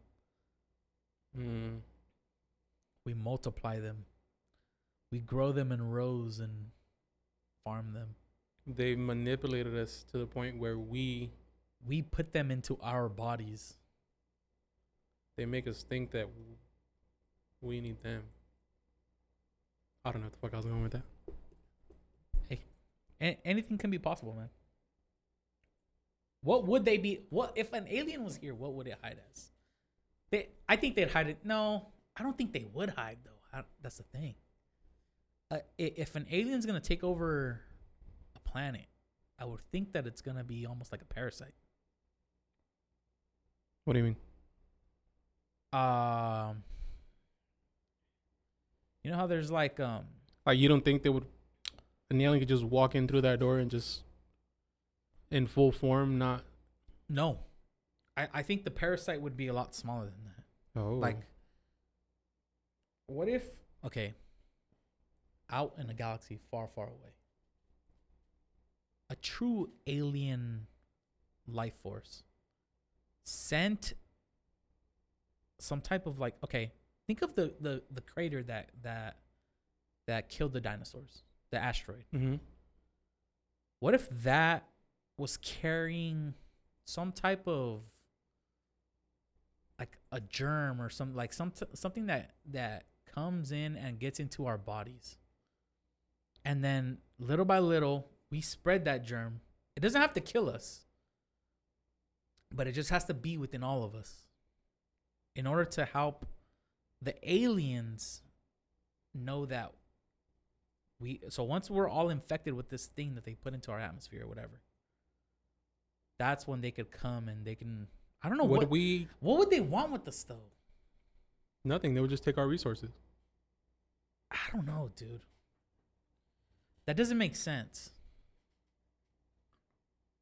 S1: mm,
S2: We multiply them. We grow them in rows and farm them.
S1: they manipulated us to the point where we
S2: We put them into our bodies.
S1: they make us think that we need them. I don't know what the fuck I was going with that.
S2: A- anything can be possible, man. What would they be? What if an alien was here? What would it hide as? They, I think they'd hide it. No, I don't think they would hide though. I, that's the thing. Uh, i- if an alien's gonna take over a planet, I would think that it's gonna be almost like a parasite.
S1: What do you mean?
S2: Um, you know how there's like um,
S1: Like you don't think they would an alien could just walk in through that door and just in full form not
S2: no, I I think the parasite would be a lot smaller than that.
S1: oh
S2: Like, what if? Okay, out in a galaxy far, far away, a true alien life force sent some type of like. Okay, think of the the the crater that that that killed the dinosaurs, the asteroid.
S1: mm-hmm.
S2: What if that was carrying some type of like a germ or some like some something that that comes in and gets into our bodies. And then little by little, we spread that germ. It doesn't have to kill us. But it just has to be within all of us in order to help the aliens know that we so once we're all infected with this thing that they put into our atmosphere or whatever that's when they could come and they can i don't know
S1: would
S2: what,
S1: we
S2: what would they want with us though
S1: nothing, they would just take our resources.
S2: i don't know dude that doesn't make sense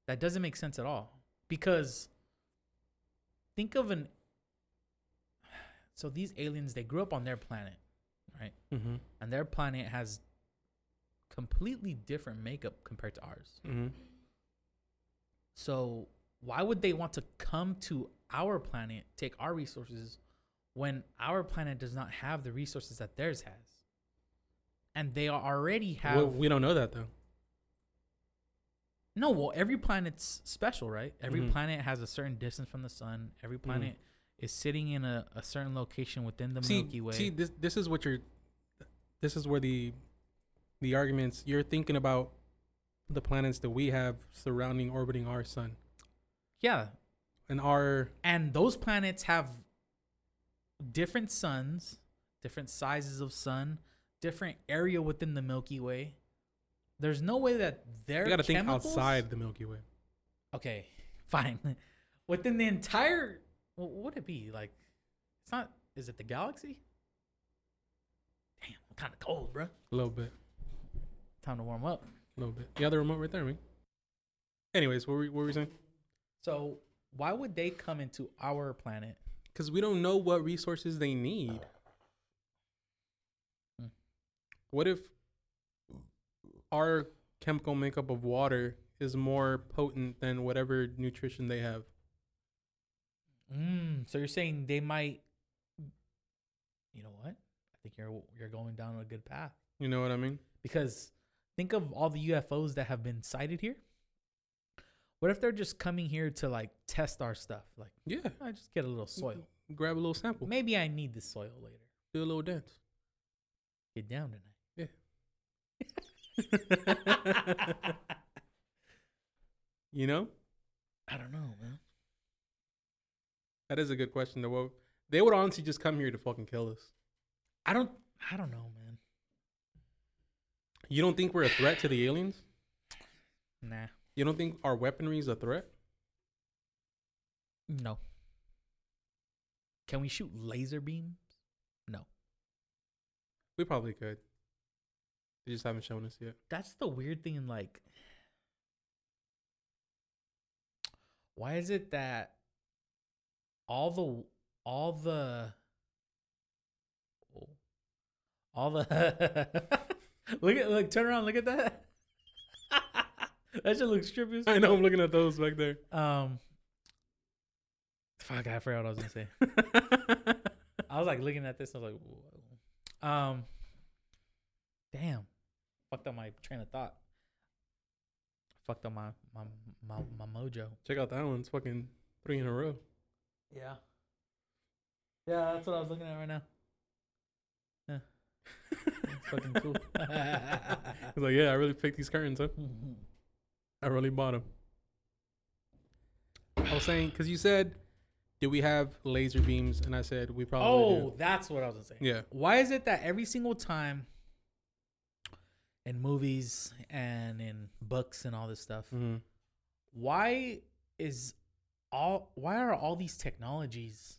S2: that doesn't make sense at all because think of an So these aliens, they grew up on their planet, right?
S1: Mm-hmm.
S2: And their planet has completely different makeup compared to ours.
S1: Mm-hmm.
S2: So why would they want to come to our planet, take our resources, when our planet does not have the resources that theirs has? And they are already have
S1: Well, we don't know that though.
S2: no. Well, every planet's special, right? Every
S1: Mhm.
S2: planet has a certain distance from the sun. Every
S1: Mm-hmm.
S2: planet is sitting in a, a certain location within the
S1: see,
S2: Milky Way.
S1: see, this this is what you're. This is where the, the arguments you're thinking about, the planets that we have surrounding orbiting our sun
S2: yeah,
S1: and our
S2: and those planets have different suns, different sizes of sun, different area within the Milky Way. There's no way that their
S1: you got to think
S2: chemicals,
S1: outside the Milky Way.
S2: Okay, fine. within the entire, wh- what would it be like? It's not. Is it the galaxy? Damn, I'm kind of cold, bro.
S1: A little bit,
S2: Time to warm up.
S1: a little bit. The other remote right there, man. Anyways, what were, what were we saying?
S2: So why would they come into our planet?
S1: Because we don't know what resources they need.
S2: Hmm.
S1: What if our chemical makeup of water is more potent than whatever nutrition they have?
S2: Mm, so you're saying they might? You know what? I think you're you're going down a good path
S1: You know what I mean?
S2: because think of all the UFOs that have been sighted here. What if they're just coming here to like test our stuff? Like,
S1: Yeah.
S2: I just get a little soil.
S1: Grab a little sample,
S2: Maybe I need this soil later.
S1: do a little dance.
S2: Get down tonight.
S1: you know?
S2: I don't know, man.
S1: That is a good question, though. Well, they would honestly just come here to fucking kill us.
S2: I don't. I don't know, man.
S1: You don't think we're a threat to the aliens?
S2: Nah.
S1: You don't think our weaponry is a threat?
S2: No. Can we shoot laser beams? No.
S1: We probably could. They just haven't shown us yet.
S2: that's the weird thing like why is it that all the all the oh, all the look at look turn around look at that that shit looks trippy as
S1: I know I'm looking at those back there.
S2: um, fuck, I forgot what I was gonna say. I was like looking at this, and I was like, Whoa. um, damn, fucked up my train of thought. Fucked up my my my, my mojo.
S1: Check out that one. It's fucking three in a row.
S2: Yeah. Yeah, that's what I was looking at right now. Yeah. It's fucking cool.
S1: It's like, yeah, I really picked these curtains up. I really bought them. I was saying, because you said, do we have laser beams? And I said, we probably
S2: oh, that's what I was gonna say.
S1: do. Yeah.
S2: why is it that every single time in movies and in books and all this stuff
S1: hmm
S2: why is all why are all these technologies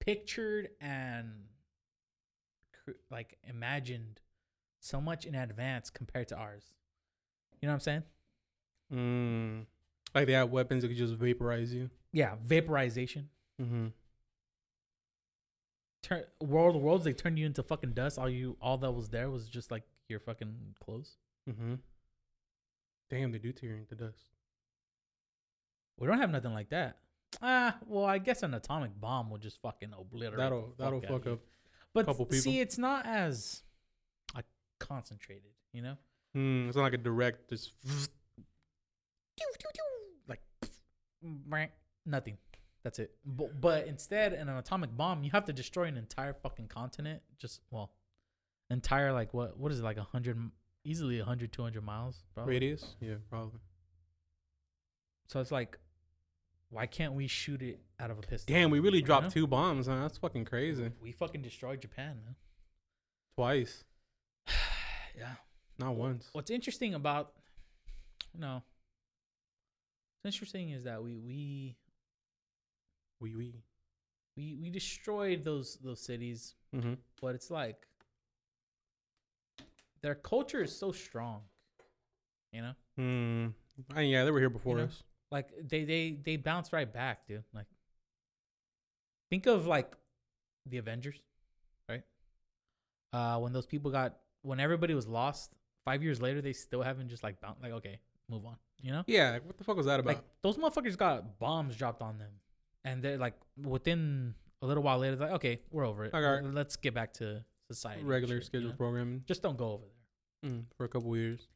S2: pictured and cr- like imagined so much in advance compared to ours you know what i'm saying
S1: Mm. Like they have weapons that could just vaporize you.
S2: yeah vaporization
S1: Mm-hmm.
S2: turn world of worlds they turned you into fucking dust all you all that was there was just like your fucking clothes
S1: Mm-hmm. Damn, they do tear into dust.
S2: We don't have nothing like that. Ah, well, I guess an atomic bomb will just fucking obliterate. the
S1: That'll that'll
S2: out of
S1: fuck
S2: you.
S1: up.
S2: But
S1: couple
S2: th- see,
S1: people.
S2: it's not as like concentrated, you know.
S1: Mm, it's not like a direct just.
S2: Like, brrrr, nothing. That's it. But, but instead, in an atomic bomb, you have to destroy an entire fucking continent. Just well, entire like what? What is it like a hundred? Easily 100, 200 miles. Probably.
S1: Radius? Yeah, probably.
S2: So it's like, why can't we shoot it out of a pistol?
S1: Damn, we really
S2: You
S1: dropped
S2: know?
S1: two bombs, huh? That's fucking crazy.
S2: We fucking destroyed Japan, man.
S1: Twice,
S2: Yeah.
S1: not once.
S2: What's interesting about no. What's interesting is that we we
S1: Wee wee.
S2: we, we destroyed those those cities,
S1: Mm-hmm.
S2: but it's like their culture is so strong. You know?
S1: Mm. Ah, yeah, they were here before
S2: know?
S1: us.
S2: Like they they they bounce right back, dude. Like think of like the Avengers, right? Uh, when those people got when everybody was lost, five years later they still haven't just like bounced. Like okay, move on. You know,
S1: Yeah, like, what the fuck was that about?
S2: like those motherfuckers got bombs dropped on them, and they're like within a little while later, they're like okay, we're over it.
S1: Like, all right.
S2: L- Let's get back to society. and
S1: Regular
S2: shit, you
S1: scheduled
S2: know?
S1: programming
S2: Just don't go over there.
S1: mm, for a couple years.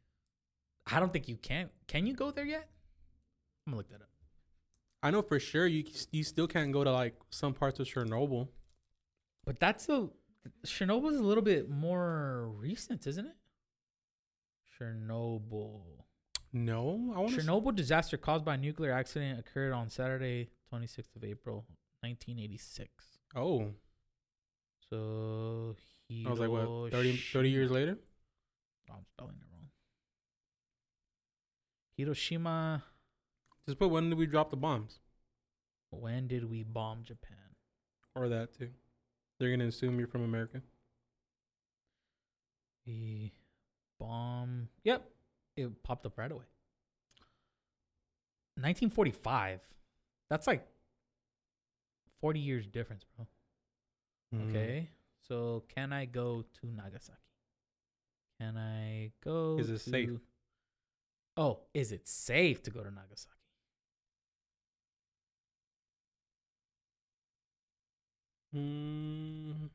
S2: I don't think you can. Can you go there yet? I'm gonna look that up.
S1: I know for sure you c- you still can't go to like some parts of Chernobyl.
S2: But that's a Chernobyl's a little bit more recent, isn't it? Chernobyl.
S1: No, I want to.
S2: Chernobyl disaster caused by a nuclear accident occurred on Saturday, 26th of April, 1986.
S1: Oh,
S2: So he
S1: I was like what 30, 30 years later.
S2: I'm spelling it wrong. Hiroshima.
S1: Just put when did we drop the bombs
S2: When did we bomb Japan?
S1: or that too? They're gonna assume you're from America.
S2: We bomb. Yep, it popped up right away. 1945. That's like 40 years difference, bro.
S1: Mm.
S2: Okay, so can I go to Nagasaki? Can I go?
S1: Is it safe?
S2: to- Oh, is it safe to go to Nagasaki?
S1: Mm.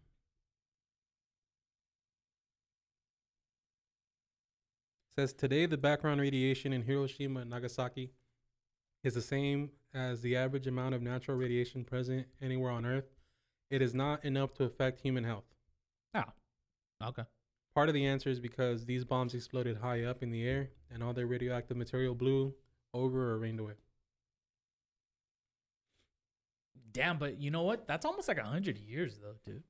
S1: Says today the background radiation in Hiroshima and Nagasaki is the same as the average amount of natural radiation present anywhere on Earth. It is not enough to affect human health.
S2: Okay.
S1: Part of the answer is because these bombs exploded high up in the air and all their radioactive material blew over or rained away.
S2: Damn, but you know what? That's almost like a hundred years though, dude.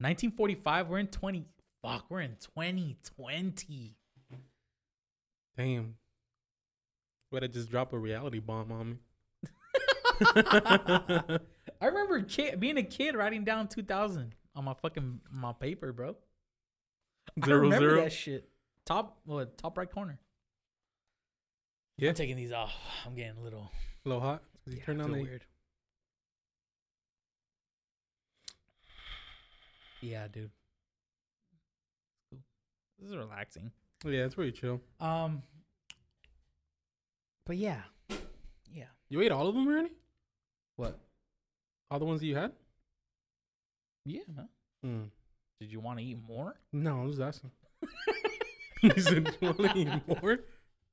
S2: 1945. We're in 20. Fuck, we're in 2020.
S1: Damn. Would I just drop a reality bomb on me?
S2: I remember kid, being a kid writing down 2000 on my fucking my paper, bro. I
S1: Zero
S2: remember
S1: zero.
S2: that shit. Top what? Top right corner.
S1: Yeah.
S2: I'm taking these off. I'm getting a little.
S1: A little hot. 'Cause you
S2: yeah, I
S1: turned on
S2: feel
S1: the
S2: weird. Yeah, dude. Cool. This is relaxing.
S1: Yeah, it's pretty chill.
S2: Um. But yeah, yeah.
S1: You ate all of them already?
S2: What?
S1: All the ones that you had?
S2: Yeah, man.
S1: Mm.
S2: Did you want to eat more?
S1: No, I was just asking. you said, "Do you want to eat more?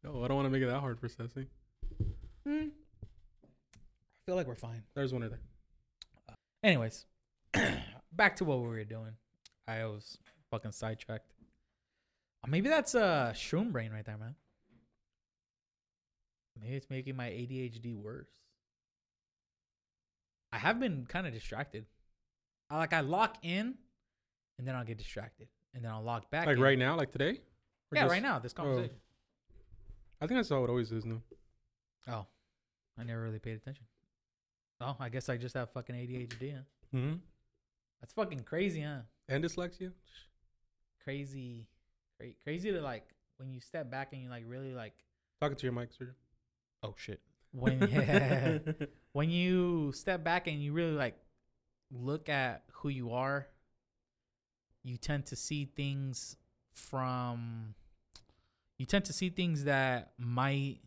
S1: No, I don't want to make it that hard for Ceci.
S2: Hmm. I feel like we're fine.
S1: There's one right there.
S2: Anyways, back to what we were doing. I was fucking sidetracked. Uh, Maybe that's a uh, shroom brain right there, man. Maybe it's making my ADHD worse. I have been kind of distracted. I like I lock in, and then I'll get distracted, and then I'll lock back.
S1: Like
S2: in.
S1: right now, like today? Or
S2: yeah,
S1: just-
S2: right now. This
S1: oh.
S2: conversation.
S1: I think that's how it always is, no?
S2: Oh, I never really paid attention. Oh, I guess I just have fucking ADHD. Huh? Hmm?
S1: Mm-hmm.
S2: That's fucking crazy, huh?
S1: And dyslexia?
S2: crazy, cra- crazy to like when you step back and you like really like
S1: Talking to your mic, sir.
S2: oh shit when when you step back and you really like look at who you are, you tend to see things from you tend to see things that might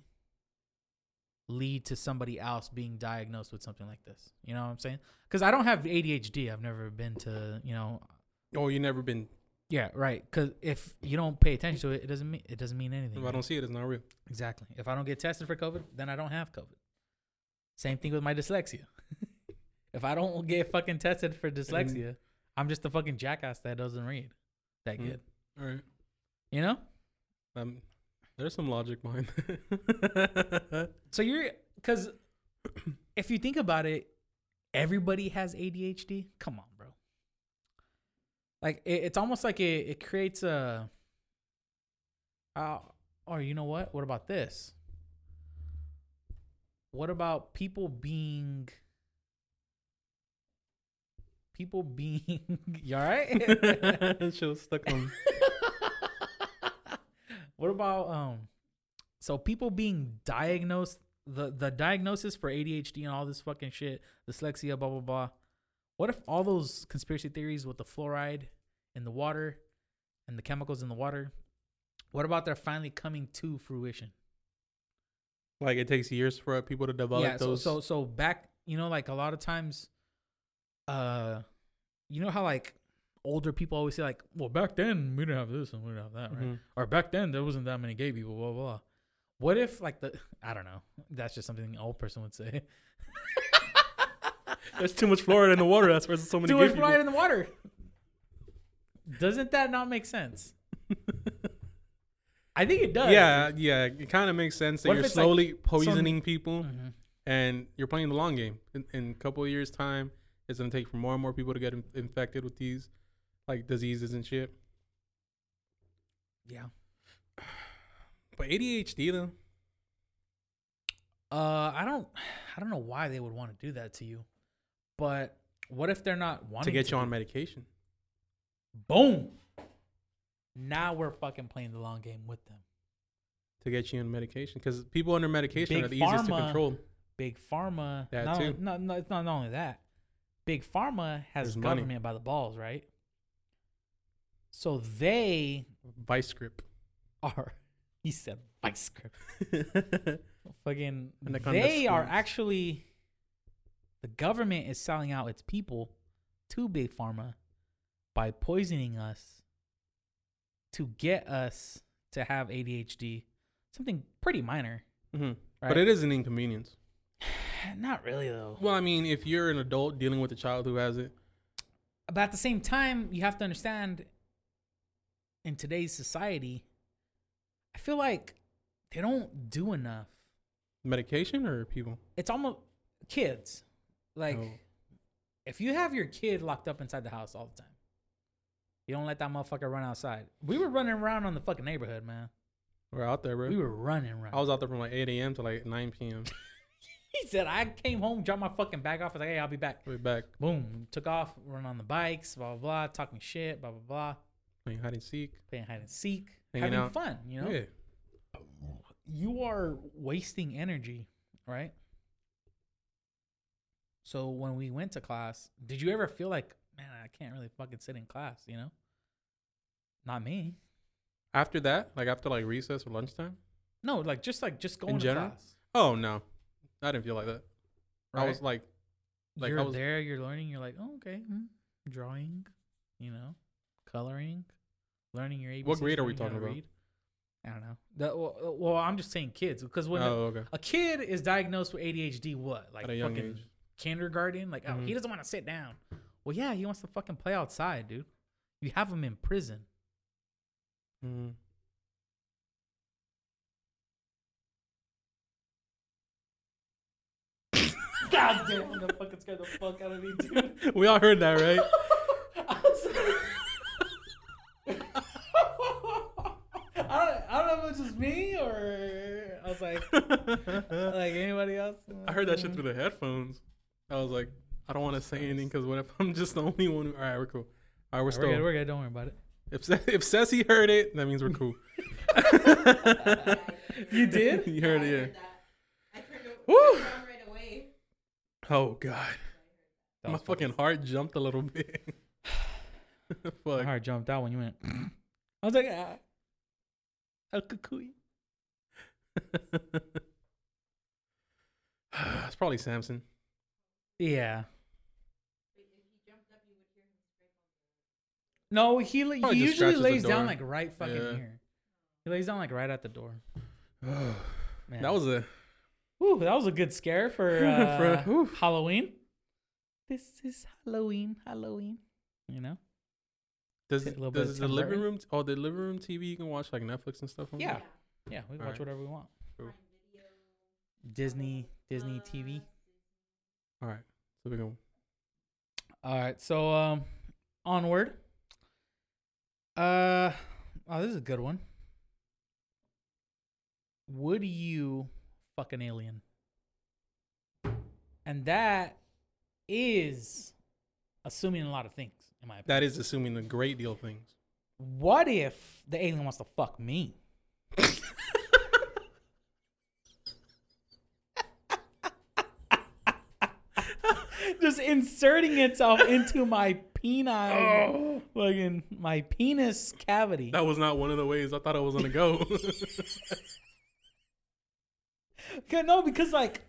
S2: lead to somebody else being diagnosed with something like this. You know what I'm saying? Cuz I don't have ADHD. I've never been to, you know,
S1: oh, you never been.
S2: yeah, right. Because if you don't pay attention to it, it doesn't mean it doesn't mean anything.
S1: If I don't see it, it's not real.
S2: exactly. If I don't get tested for COVID, then I don't have COVID. Same thing with my dyslexia. if I don't get fucking tested for dyslexia, I'm just a fucking jackass that doesn't read that
S1: Mm.
S2: good.
S1: All right.
S2: You know.
S1: Um, there's some logic behind that.
S2: So you're because if you think about it, everybody has ADHD. Come on, bro. Like it, it's almost like it, it creates a. Uh, or you know what? What about this? What about people being? People being, you all right?
S1: she was stuck on.
S2: what about um so people being diagnosed the the diagnosis for ADHD and all this fucking shit, dyslexia, blah blah blah. What if all those conspiracy theories with the fluoride in the water and the chemicals in the water, what about they're finally coming to fruition?
S1: Like it takes years for people to develop
S2: yeah,
S1: those.
S2: so so so back, you know, like a lot of times, uh, you know how like older people always say like, well, back then we didn't have this and we didn't have that, right?
S1: Mhm.
S2: Or back then there wasn't that many gay people, blah blah. blah. What if like the I don't know, that's just something an old person would say.
S1: There's too much fluoride in the water. That's why there's so many
S2: Too
S1: gay
S2: much
S1: people.
S2: fluoride in the water. Doesn't that not make sense? I think it does.
S1: Yeah, yeah. It kind of makes sense that
S2: What if
S1: you're
S2: it's like
S1: slowly poisoning people
S2: Mhm.
S1: and you're playing the long game. In, in a couple of years' time, it's going to take for more and more people to get in- infected with these like diseases and shit.
S2: Yeah.
S1: But ADHD though,
S2: Uh, I don't, I don't know why they would want to do that to you, but what if they're not wanting
S1: to get you
S2: do-
S1: on medication.
S2: Boom. Now we're fucking playing the long game with them.
S1: To get you on medication, because people under medication
S2: Big
S1: are the easiest to
S2: pharma.
S1: control.
S2: Big pharma.
S1: That
S2: not
S1: too.
S2: Only, no, no, it's not only that. Big pharma has
S1: There's money.
S2: government by the balls, right? So they
S1: Vice grip.
S2: are. He said vice grip. Mm-hmm,
S1: Anaconda
S2: Fucking. They are
S1: squeeze.
S2: actually. The government is selling out its people to big pharma by poisoning us to get us to have ADHD, something pretty minor.
S1: Mhm.
S2: Right.
S1: But it is an inconvenience.
S2: Not really though.
S1: Well, I mean, if you're an adult dealing with a child who has it,
S2: But at the same time, you have to understand in today's society, I feel like they don't do enough.
S1: medication or people,
S2: It's almost kids. Like
S1: No.
S2: if you have your kid locked up inside the house all the time, you don't let that motherfucker run outside. We were running around on the fucking neighborhood, man.
S1: we're out there, bro.
S2: We were running around.
S1: I was out there from like 8 a.m. to like 9 p.m.
S2: he said I came home, dropped my fucking bag off. I was like, hey, I'll be back.
S1: Way back
S2: Boom, took off, run on the bikes, blah blah blah, talking shit, blah blah blah,
S1: playing hide and seek.
S2: playing hide and seek,
S1: Hanging
S2: having
S1: out.
S2: fun, you know.
S1: Yeah,
S2: you are wasting energy, right? So when we went to class, did you ever feel like, man, I can't really fucking sit in class, you know? Not me.
S1: After that, like after like recess or lunchtime.
S2: No, like just like just going
S1: general?
S2: to class.
S1: Oh no, I didn't feel like that. I
S2: right?
S1: was like, like, I
S2: you're
S1: was-
S2: there, you're learning, you're like, oh, okay, hmm, drawing, you know, coloring, learning your ABC.
S1: What grade are we talking about?
S2: I don't know. The, well, well, I'm just saying kids because when
S1: oh
S2: a-
S1: okay.
S2: a kid is diagnosed with ADHD, what like
S1: At a young
S2: fucking
S1: age.
S2: kindergarten? Like, oh, he
S1: Mhm.
S2: doesn't want to sit down. Well, yeah, he wants to fucking play outside, dude. You have him in prison.
S1: Mm.
S2: God damn, that fucking scared the fuck out of me, dude.
S1: we all heard that, right?
S2: I, was- I don't, I don't know if it's just me or I was like, like anybody else.
S1: I heard that shit through the headphones. I was like, I don't want to say anything because what if I'm just the only one? Who, all right, we're cool. All right, we're
S2: We're
S1: still.
S2: good. We're good. Don't worry about it.
S1: If Se- if Ceci heard it, that means we're cool.
S2: You did?
S1: you heard
S4: I
S1: it,
S4: heard that. I turned it
S1: Woo!
S4: around right away.
S1: yeah. Oh god,
S2: That
S1: my
S2: was
S1: fucking heart jumped a little bit.
S2: My
S1: Fuck.
S2: heart jumped out when you went. I was like, ah, a cuckoo.
S1: it's probably Samson.
S2: Yeah. No, he la-
S1: Probably
S2: he
S1: just
S2: usually
S1: scratches the
S2: lays down
S1: door.
S2: like right fucking
S1: Yeah.
S2: here. He lays down like right at the door. Man.
S1: That was a
S2: Ooh, that was a good scare for, uh,
S1: For- oof.
S2: Halloween. This is Halloween, Halloween. You know?
S1: does,
S2: Take a little bit of
S1: does the
S2: Tim
S1: living
S2: Burton.
S1: room oh the living room TV you can watch like Netflix and stuff on
S2: Yeah.
S1: there?
S2: Yeah, we can watch
S1: Alright.
S2: whatever we want.
S1: Cool.
S2: Disney, Disney TV.
S1: All right, so we go.
S2: All right, so um, onward. Uh, oh, this is a good one. Would you fuck an alien? And that is assuming a lot of things, in my opinion.
S1: That is assuming a great deal of things.
S2: What if the alien wants to fuck me? just inserting itself into my penile,
S1: Oh,
S2: fucking my penis cavity.
S1: that was not one of the ways I thought I was gonna go.
S2: Okay, no, because like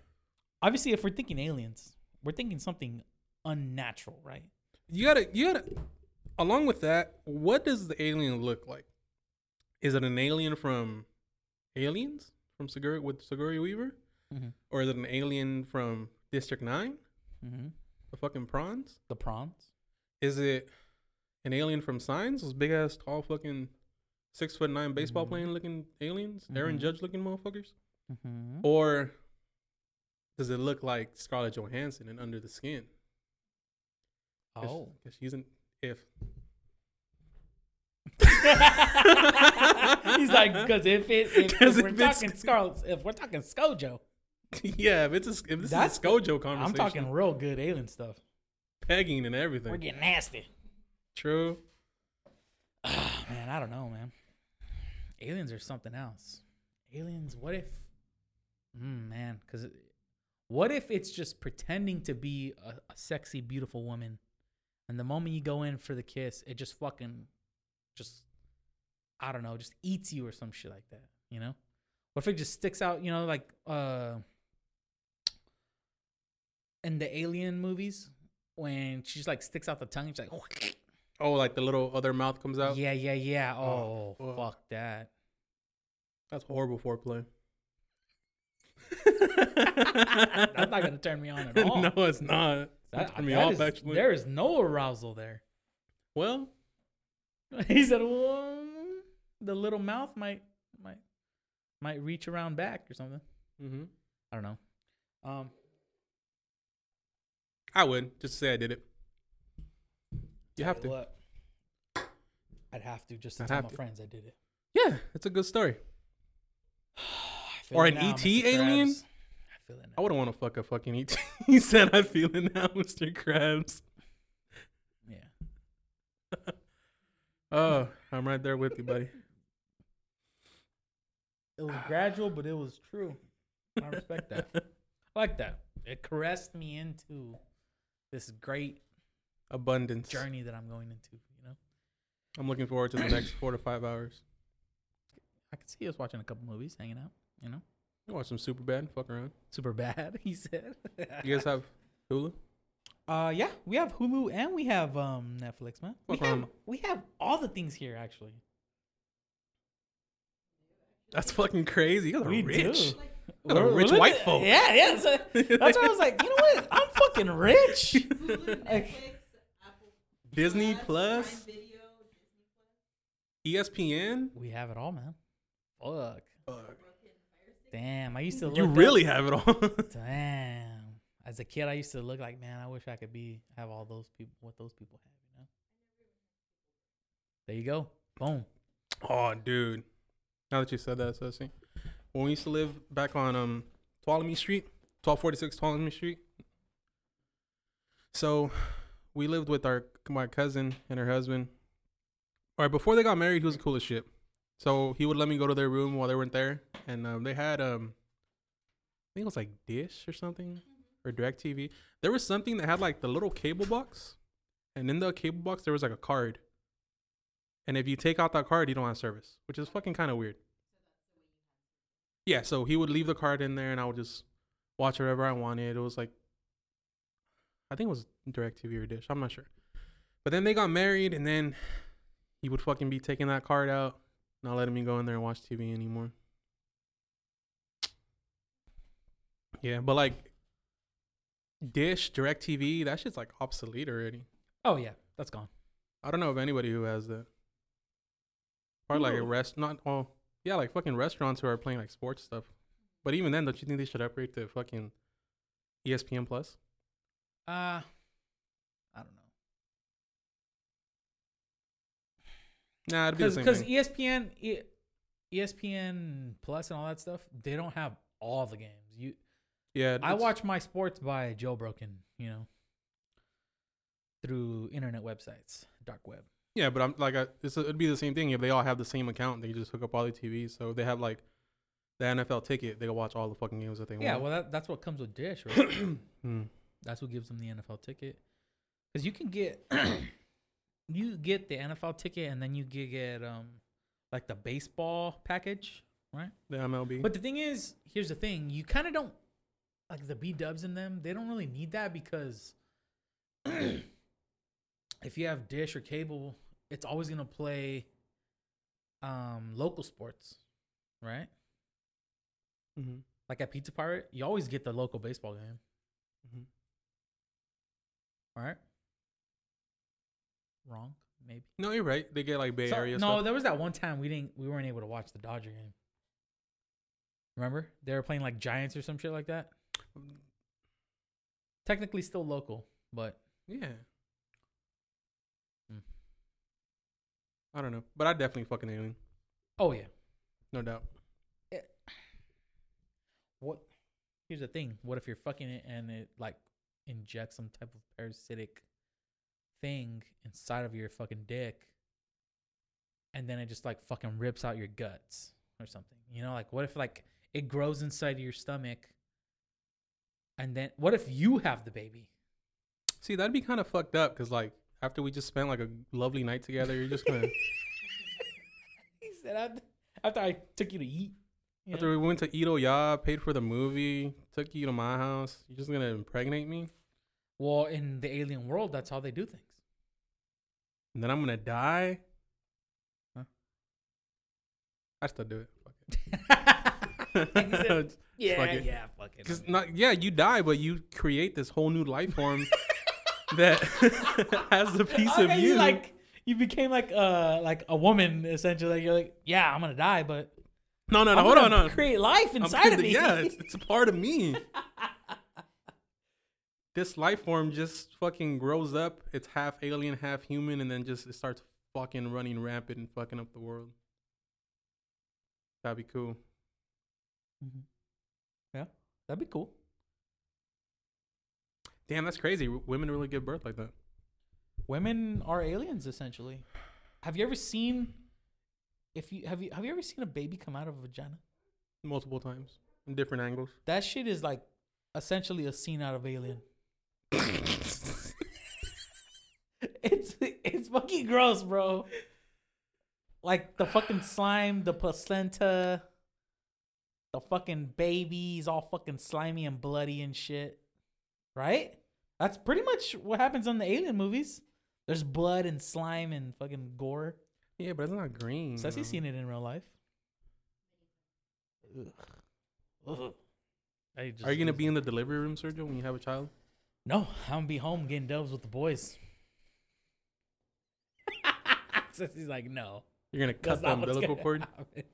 S2: obviously, if we're thinking aliens, we're thinking something unnatural, right?
S1: you gotta, you gotta. Along with that, what does the alien look like? Is it an alien from Aliens from Sigour with Sigourney Weaver,
S2: Mhm.
S1: or is it an alien from District Nine,
S2: Mm-hmm.
S1: the fucking prawns?
S2: The prawns.
S1: Is it an alien from Signs? Those big ass, tall, fucking six foot nine baseball
S2: Mhm.
S1: playing looking aliens, Aaron
S2: Mhm.
S1: Judge looking motherfuckers?
S2: Mm-hmm.
S1: Or does it look like Scarlett Johansson and Under the Skin? 'Cause-
S2: Oh.
S1: 'cause she's an if.
S2: He's like, because if it, if, if
S1: 'Cause
S2: we're
S1: if it's-
S2: talking Scarlet, if we're talking Skojo,
S1: yeah, if it's a, if this
S2: That's-
S1: is a Skojo conversation,
S2: I'm talking real good alien stuff.
S1: pegging and everything.
S2: We're getting nasty.
S1: True.
S2: Ah, man, I don't know, man. Aliens are something else. Aliens, what if? Mm, man, because what if it's just pretending to be a, a sexy, beautiful woman, and the moment you go in for the kiss, it just fucking, just, I don't know, just eats you or some shit like that. You know? What if it just sticks out? You know, like uh, in the Alien movies, when she just like sticks out the tongue, she's like.
S1: Oh, like the little other mouth comes out.
S2: Yeah, yeah, yeah. Oh,
S1: Oh, fuck.
S2: fuck that.
S1: That's horrible foreplay.
S2: That's not gonna turn me on at all.
S1: no, it's not. That,
S2: That-
S1: turned me
S2: that
S1: off
S2: is-
S1: actually.
S2: There is no arousal there.
S1: Well,
S2: He said, well, the little mouth might might might reach around back or something.
S1: hmm
S2: I don't know. Um,
S1: I would just say I did it. You have to.
S2: what? I'd have to just to
S1: I'd
S2: tell
S1: have
S2: my
S1: to.
S2: friends I did it.
S1: Yeah, it's a good story.
S2: I feel
S1: Or
S2: it
S1: an
S2: now,
S1: ET
S2: Mr.
S1: alien?
S2: Krabs. I feel it
S1: I
S2: now.
S1: wouldn't want to fuck a fucking ET. he said, "I feel it now, Mr. Krabs."
S2: Yeah.
S1: Oh, I'm right there with you, buddy.
S2: It was gradual, but it was true. I respect that. I like that. It caressed me into this great
S1: Abundance.
S2: journey that I'm going into. You know,
S1: I'm looking forward to the next four to five hours.
S2: I could see us watching a couple movies, hanging out. You know,
S1: You watch some super bad, fuck around.
S2: super bad. He said.
S1: You guys have Hulu?
S2: Uh, yeah, we have Hulu and we have um Netflix, man. We
S1: Fuck
S2: have
S1: around.
S2: we have all the things here actually.
S1: That's fucking crazy. You guys are
S2: We
S1: rich.
S2: do.
S1: You guys are rich
S2: li-
S1: white folk.
S2: Yeah, yeah. So that's why I was like, you know what? I'm fucking rich.
S4: Hulu, Netflix, Apple
S1: Disney
S4: Prime
S1: Plus, E
S4: Video,
S1: ESPN.
S2: We have it all, man. Fuck.
S1: Fuck.
S2: Damn, I used to.
S1: You
S2: look up-
S1: really have it all.
S2: Damn. As a kid, I used to look like, man, I wish I could be have all those people what those people have. You know. There you go. Boom.
S1: oh, dude. Now that you said that, Sussy. When we used to live back on um Tuolumne Street, 1246 Tuolumne Street. So we lived with our my cousin and her husband. All right, before they got married, he was cool as shit. So he would let me go to their room while they weren't there, and um, they had um, I think it was like Dish or something or Directv. There was something that had like the little cable box, and in the cable box there was like a card. And if you take out that card, you don't have service, which is fucking kind of weird. Yeah, so he would leave the card in there, and I would just watch whatever I wanted. It was like, I think it was Directv or Dish. I'm not sure. But then they got married, and then he would fucking be taking that card out, not letting me go in there and watch TV anymore. Yeah, but like Dish, DirecTV, that shit's like obsolete already.
S2: Oh yeah, that's gone.
S1: I don't know of anybody who has that. Probably like a
S2: No.
S1: rest, not well, yeah, like fucking restaurants who are playing like sports stuff. But even then, don't you think they should upgrade to fucking E ESPN Plus?
S2: Uh I don't know.
S1: Nah, it'd be the same
S2: Because
S1: thing.
S2: ESPN, E- ESPN Plus, and all that stuff, they don't have all the games. You,
S1: yeah,
S2: I
S1: it's-
S2: watch my sports by Joe Broken, you know, through internet websites, dark web.
S1: Yeah, but I'm like, I, it's, it'd be the same thing if they all have the same account. They just hook up all the TVs, so if they have like the NFL ticket. They can watch all the fucking games that they
S2: Yeah,
S1: want.
S2: well, that, that's what comes with Dish, right?
S1: Hmm.
S2: That's what gives them the NFL ticket. Because you can get you get the NFL ticket and then you get, get um like the baseball package.
S1: The MLB.
S2: But the thing is, here's the thing: you kind of don't like the B Dubs in them. They don't really need that because if you have dish or cable, it's always gonna play um local sports, right?
S1: Mhm.
S2: Like at Pizza Pirate, you always get the local baseball game,
S1: Mhm.
S2: right? Wrong, maybe.
S1: No, you're right. They get like Bay
S2: So-
S1: Area
S2: no,
S1: stuff.
S2: there was that one time we didn't we weren't able to watch the Dodger game. Remember? They were playing like Giants or some shit like that.
S1: Mm.
S2: Technically still local, but
S1: Yeah.
S2: Mm.
S1: I don't know, but I definitely fucking alien,
S2: oh yeah.
S1: no doubt.
S2: What here's the thing. What if you're fucking it and it like injects some type of parasitic thing inside of your fucking dick and then it just like fucking rips out your guts or something. You know, like what if like it grows inside your stomach and then what if you have the baby?
S1: See, that'd be kind of fucked up because like after we just spent like a lovely night together, you're just gonna
S2: He said after, after I took you to eat. you know?
S1: after we went to Ito Ya, paid for the movie, took you to my house, you're just gonna impregnate me,
S2: well, in the alien world, that's how they do things.
S1: and then I'm gonna die.
S2: Huh?
S1: I still do it. Fuck it.
S2: And he said, yeah,
S1: fuck it."
S2: yeah, fuck it.
S1: Cause not yeah, you die, but you create this whole new life form that has a piece
S2: Okay,
S1: of you.
S2: like you became like uh like a woman essentially. Like, you're like, yeah, I'm gonna die, but
S1: no, no, no.
S2: I'm
S1: Hold on,
S2: gonna
S1: no.
S2: create life
S1: I'm
S2: inside of
S1: kidding.
S2: me.
S1: Yeah, it's, it's a part of me. this life form just fucking grows up. It's half alien, half human, and then just it starts fucking running rampant and fucking up the world. That'd be cool.
S2: Mhm. yeah, that'd be cool.
S1: Damn, that's crazy. W- women really give birth like that.
S2: women are aliens essentially. Have you ever seen if you have you have you ever seen a baby come out of a vagina?
S1: Multiple times. In different angles.
S2: That shit is like essentially a scene out of Alien. it's it's fucking gross, bro. Like the fucking slime, the placenta, the fucking babies all fucking slimy and bloody and shit. Right? That's pretty much what happens on the alien movies. There's blood and slime and fucking gore.
S1: Yeah, but it's not green.
S2: Sassy
S1: though.
S2: seen it in real life. Ugh. I just
S1: Are you gonna
S2: lose
S1: be in the delivery room, Sergio, when you have a child?
S2: No, I'm gonna be home getting dubs with the boys. so he's like, no,
S1: You're gonna cut
S2: that's
S1: the
S2: not what's
S1: umbilical
S2: gonna
S1: cord?
S2: happen.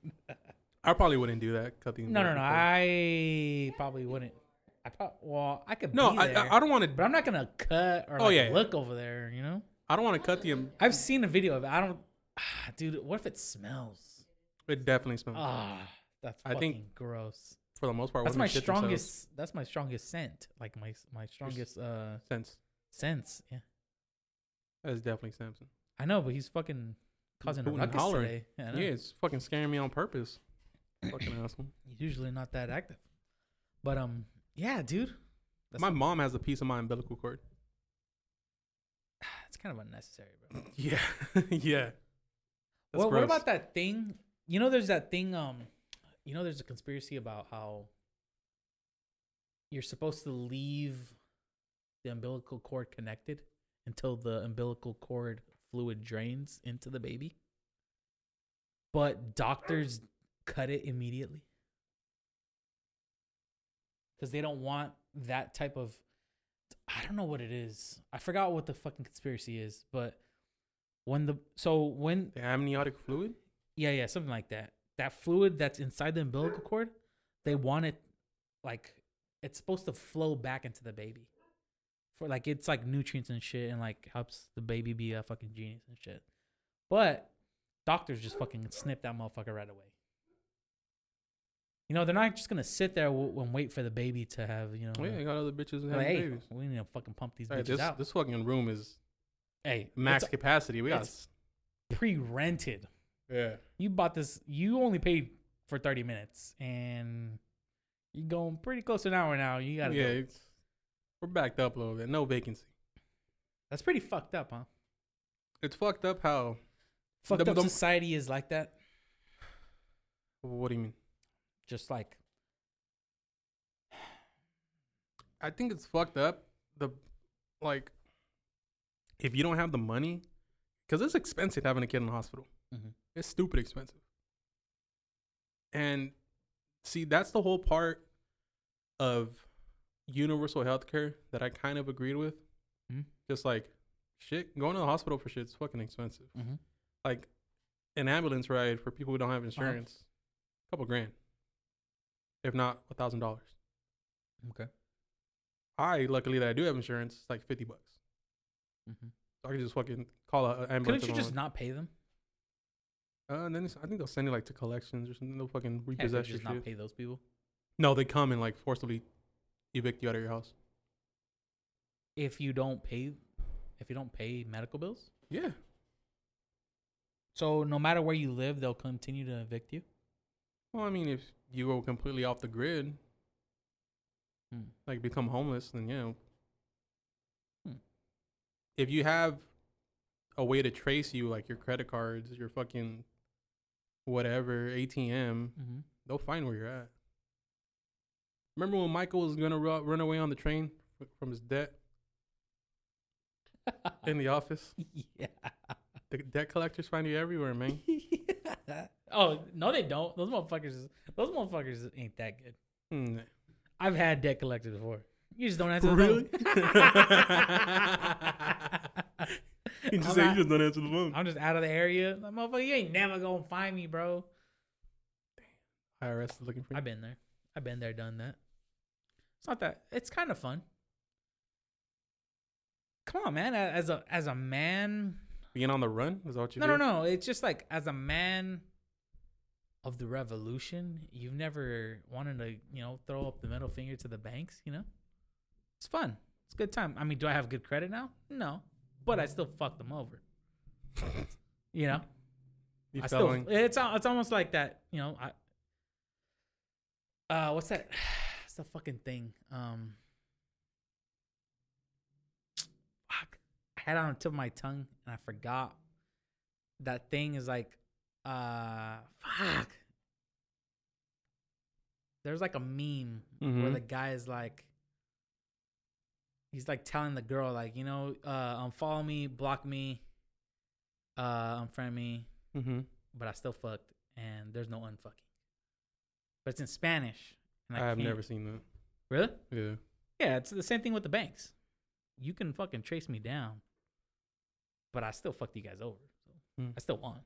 S1: I probably wouldn't do that. Cut the
S2: No, no,
S1: umbilical
S2: no.
S1: cord.
S2: I probably wouldn't. I probably, well, I could. be
S1: no, I,
S2: there,
S1: I, I don't want
S2: but
S1: to.
S2: I'm not gonna cut or
S1: Oh,
S2: like
S1: yeah, yeah.
S2: look over there. You know,
S1: I don't want to cut the. um-
S2: I've seen a video of it. I don't, dude. What if it smells?
S1: It definitely smells.
S2: Ah, that's
S1: I
S2: fucking
S1: think
S2: gross.
S1: for the most part.
S2: That's
S1: women
S2: my
S1: shit themselves.
S2: strongest. That's my strongest scent. Like my my strongest uh
S1: sense.
S2: sense. Yeah.
S1: That's definitely Samson.
S2: I know, but he's fucking causing a
S1: hooting and
S2: ruckus
S1: hollering.
S2: today. Yeah, I know.
S1: Yeah, it's fucking scaring me on purpose. fucking asshole.
S2: He's usually not that active. But um, yeah, dude, That's
S1: my mom has a piece of my umbilical cord.
S2: it's kind of unnecessary, bro.
S1: Yeah, yeah. That's
S2: Well, what
S1: gross.
S2: about that thing? You know, there's that thing. Um, you know, there's a conspiracy about how you're supposed to leave the umbilical cord connected until the umbilical cord fluid drains into the baby, but doctors cut it immediately because they don't want that type of. I don't know what it is. I forgot what the fucking conspiracy is, but when the so when
S1: the amniotic fluid?
S2: yeah, yeah, something like that. That fluid that's inside the umbilical cord, they want it like it's supposed to flow back into the baby. For like it's like nutrients and shit and like helps the baby be a fucking genius and shit. But doctors just fucking snip that motherfucker right away. You know, they're not just gonna sit there w- and wait for the baby to have, you know,
S1: Oh, yeah, you got other bitches having
S2: they're like, hey,
S1: babies.
S2: we need to fucking pump these
S1: Hey,
S2: bitches
S1: this
S2: out.
S1: this fucking room is
S2: hey,
S1: max capacity. We got.
S2: it's- pre rented.
S1: yeah.
S2: you bought this you only paid for 30 minutes and you're going pretty close to an hour now you
S1: Yeah.
S2: gotta go.
S1: It's, We're backed up a little bit. No vacancy.
S2: That's pretty fucked up, huh?
S1: It's fucked up how.
S2: Fucked
S1: The-
S2: up
S1: the-
S2: society is like that.
S1: What do you mean?
S2: Just like
S1: I think it's fucked up. The like, if you don't have the money, because it's expensive having a kid in the hospital.
S2: Mhm.
S1: It's stupid expensive. And see, that's the whole part of universal healthcare that I kind of agreed with.
S2: Mhm.
S1: Just like shit, going to the hospital for shit's fucking expensive.
S2: Mhm.
S1: Like an ambulance ride for people who don't
S2: Uh-huh.
S1: have insurance, a couple grand, if not a thousand dollars.
S2: okay.
S1: I luckily that I do have insurance, it's like fifty bucks. So I can just fucking call an ambulance.
S2: Couldn't you
S1: and
S2: just
S1: all
S2: not pay them?
S1: that. Uh, and then it's- I think they'll send it like to collections or something. They'll fucking
S2: Can't they
S1: repossess your
S2: just not
S1: shit.
S2: pay those people?
S1: No, they come and like forcibly evict you out of your house.
S2: If you don't pay, if you don't pay medical bills,
S1: Yeah,
S2: so no matter where you live, they'll continue to evict you.
S1: Well, I mean, if you go completely off the grid,
S2: Hmm.
S1: like become homeless, then yeah.
S2: Hmm.
S1: If you have a way to trace you, like your credit cards, your fucking whatever ATM,
S2: Mm-hmm.
S1: they'll find where you're at. Remember when Michael was gonna ru- run away on the train f- from his debt in the office?
S2: yeah.
S1: The debt collectors find you everywhere, man.
S2: oh no, they don't. Those motherfuckers. Those motherfuckers ain't that good.
S1: Hmm.
S2: I've had debt collectors before. You just don't answer the
S1: Really?
S2: phone.
S1: He just
S2: I'm
S1: said
S2: not-
S1: you just don't answer the phone.
S2: I'm just out of the area. Like, motherfucker, you ain't never gonna find me, bro.
S1: IRS is looking for you.
S2: I've been there. I've been there, done that. It's not that. It's kind of fun. Come on, man. a- As a as a man,
S1: Being on the run is that what you
S2: no, no,
S1: did?
S2: no. It's just like as a man of the revolution, you've never wanted to, you know, throw up the middle finger to the banks. You know, it's fun. It's a good time. I mean, do I have good credit now? No, but I still fuck them over. you know.
S1: You
S2: I still,
S1: following?
S2: it's al- it's almost like that, you know. I, uh, what's that? It's the fucking thing. Um, fuck, I had it on the tip of my tongue and I forgot. That thing is like, uh, fuck. There's like a meme where
S1: Mhm.
S2: the guy is like, he's like telling the girl like, you know, uh, unfollow me, block me, uh, unfriend me,
S1: mm-hmm.
S2: but I still fucked, and there's no unfucking. But it's in Spanish. And
S1: I have
S2: can't-
S1: never seen
S2: really.
S1: that. Yeah.
S2: Yeah, it's the same thing with the banks. You can fucking trace me down, but I still fucked you guys over. So
S1: Hmm.
S2: I still won.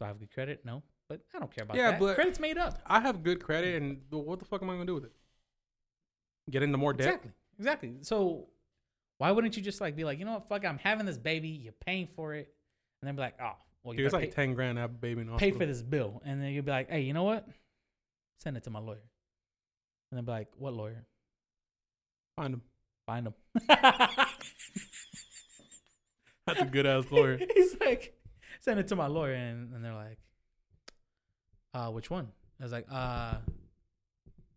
S2: Do I have good credit? No, but I don't care about
S1: Yeah,
S2: that.
S1: but-
S2: credit's made up.
S1: I have good credit, and th- what the fuck am I gonna do with it? Get into more debt?
S2: Exactly. Exactly. So why wouldn't you just like be like, you know what, fuck, it, I'm having this baby, you're paying for it, and then be like, oh, well,
S1: Dude,
S2: you
S1: it's
S2: better
S1: like
S2: pay-
S1: ten grand. to have a baby in the
S2: pay
S1: hospital.
S2: for this bill. And then you'll be like, hey, you know what? Send it to my lawyer. And then be like, what lawyer?
S1: Find him.
S2: Find him.
S1: That's a good ass lawyer.
S2: He's like, send it to my lawyer. And, and they're like, uh, which one? I was like, uh,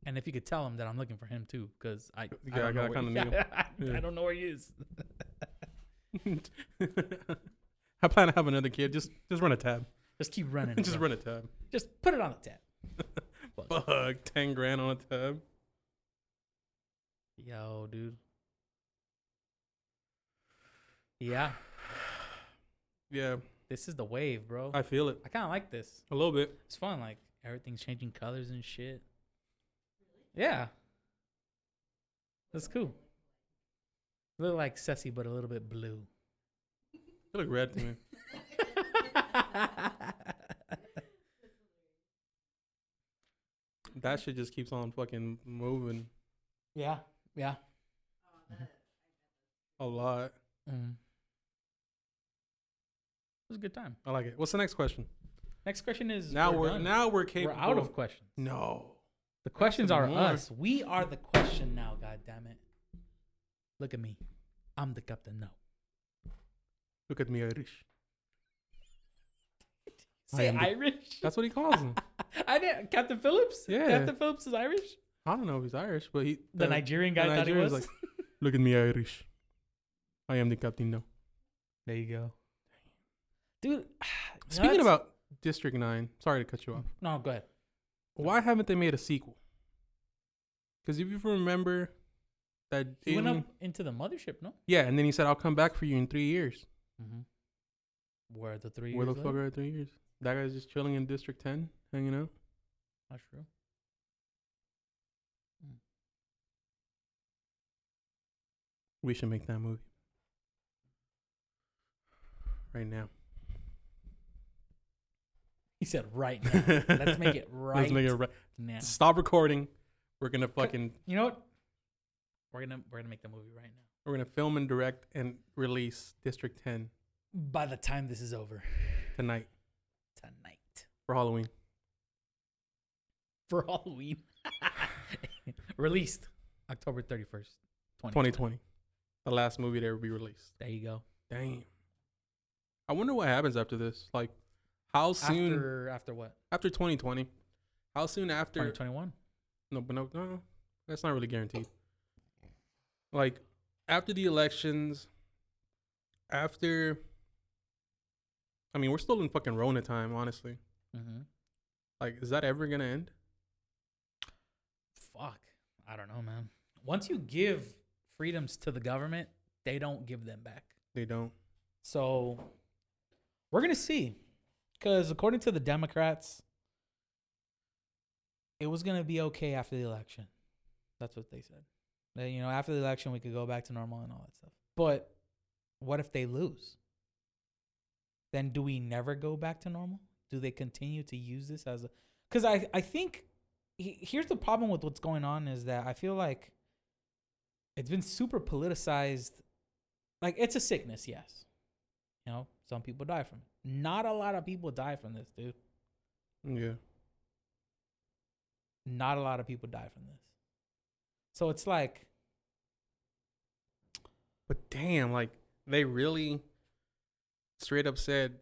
S2: and if you could tell him that I'm looking for him too, because I,
S1: Yeah,
S2: I, don't
S1: I
S2: know where-
S1: kinda need
S2: I
S1: Yeah.
S2: don't know where he is.
S1: I plan to have another kid. Just just run a tab.
S2: Just keep running.
S1: just
S2: bro.
S1: run a tab.
S2: Just put it on the tab.
S1: Fuck, ten grand on a tab.
S2: Yo, dude. Yeah,
S1: Yeah,
S2: this is the wave, bro. I,
S1: I feel it
S2: kind of like this.
S1: a little bit.
S2: It's fun. Like everything's changing colors and shit. Yeah, that's cool. Look like Sessie, but a little bit blue.
S1: It look red to me. that shit just keeps on fucking moving
S2: yeah, yeah.
S1: a lot.
S2: Mm. It was a good time.
S1: I like it. What's the next question?
S2: Next question is
S1: Now we're,
S2: done.
S1: now we're
S2: we're
S1: capable.
S2: out of questions.
S1: no.
S2: The questions
S1: some
S2: are
S1: more.
S2: us. We are the question now, god damn it. Look at me. I'm the captain now.
S1: Look at me, Irish. I
S2: Say
S1: am the-
S2: Irish?
S1: That's what he calls him.
S2: I didn't Captain Phillips?
S1: Yeah.
S2: Captain Phillips is Irish?
S1: I don't know if he's Irish, but he
S2: The Nigerian guy thought he
S1: Nigerian's
S2: was.
S1: like, Look at me, Irish. I am the captain now.
S2: there you go, dude.
S1: Speaking
S2: that's-
S1: about District Nine, sorry to cut you off.
S2: no, go ahead.
S1: Why haven't they made a sequel? Because if you remember that
S2: He went up
S1: alien-
S2: into the mothership, no?
S1: yeah, and then he said, "I'll come back for you in three years."
S2: Mm-hmm. Where the three?
S1: Mm-hmm. Where the
S2: years
S1: fuck
S2: later?
S1: are three years? That guy's just chilling in District Ten, hanging out.
S2: That's true.
S1: We should make that movie right now.
S2: He said, "Right now, let's make it right
S1: Let's make it right.
S2: now."
S1: Stop recording. We're gonna fucking
S2: You know what? We're gonna we're gonna make the movie right now.
S1: we're gonna film and direct and release District Ten
S2: By the time this is over
S1: tonight
S2: tonight
S1: for Halloween.
S2: for Halloween, released October thirty first,
S1: 2020. The last movie that ever be released.
S2: There you go.
S1: Damn. I wonder what happens after this. Like, how soon after,
S2: After after what?
S1: 2020? How soon
S2: Twenty
S1: after?
S2: twenty one.
S1: No, but no, no, no. that's not really guaranteed. Like, after the elections, after. I mean, we're still in fucking Rona time, honestly.
S2: Mm-hmm.
S1: Like, is that ever gonna end?
S2: Fuck, I don't know, man. Once you give freedoms to the government, they don't give them back.
S1: They don't.
S2: So we're gonna see, because according to the Democrats, it was gonna be okay after the election. That's what they said. That, you know, after the election, we could go back to normal and all that stuff. But what if they lose? Then do we never go back to normal? Do they continue to use this as a? Because I I think he, here's the problem with what's going on is that I feel like it's been super politicized. Like it's a sickness, yes. You know, some people die from it. Not a lot of people die from this, dude.
S1: Yeah.
S2: Not a lot of people die from this. So it's like,
S1: But damn, like they really straight up said,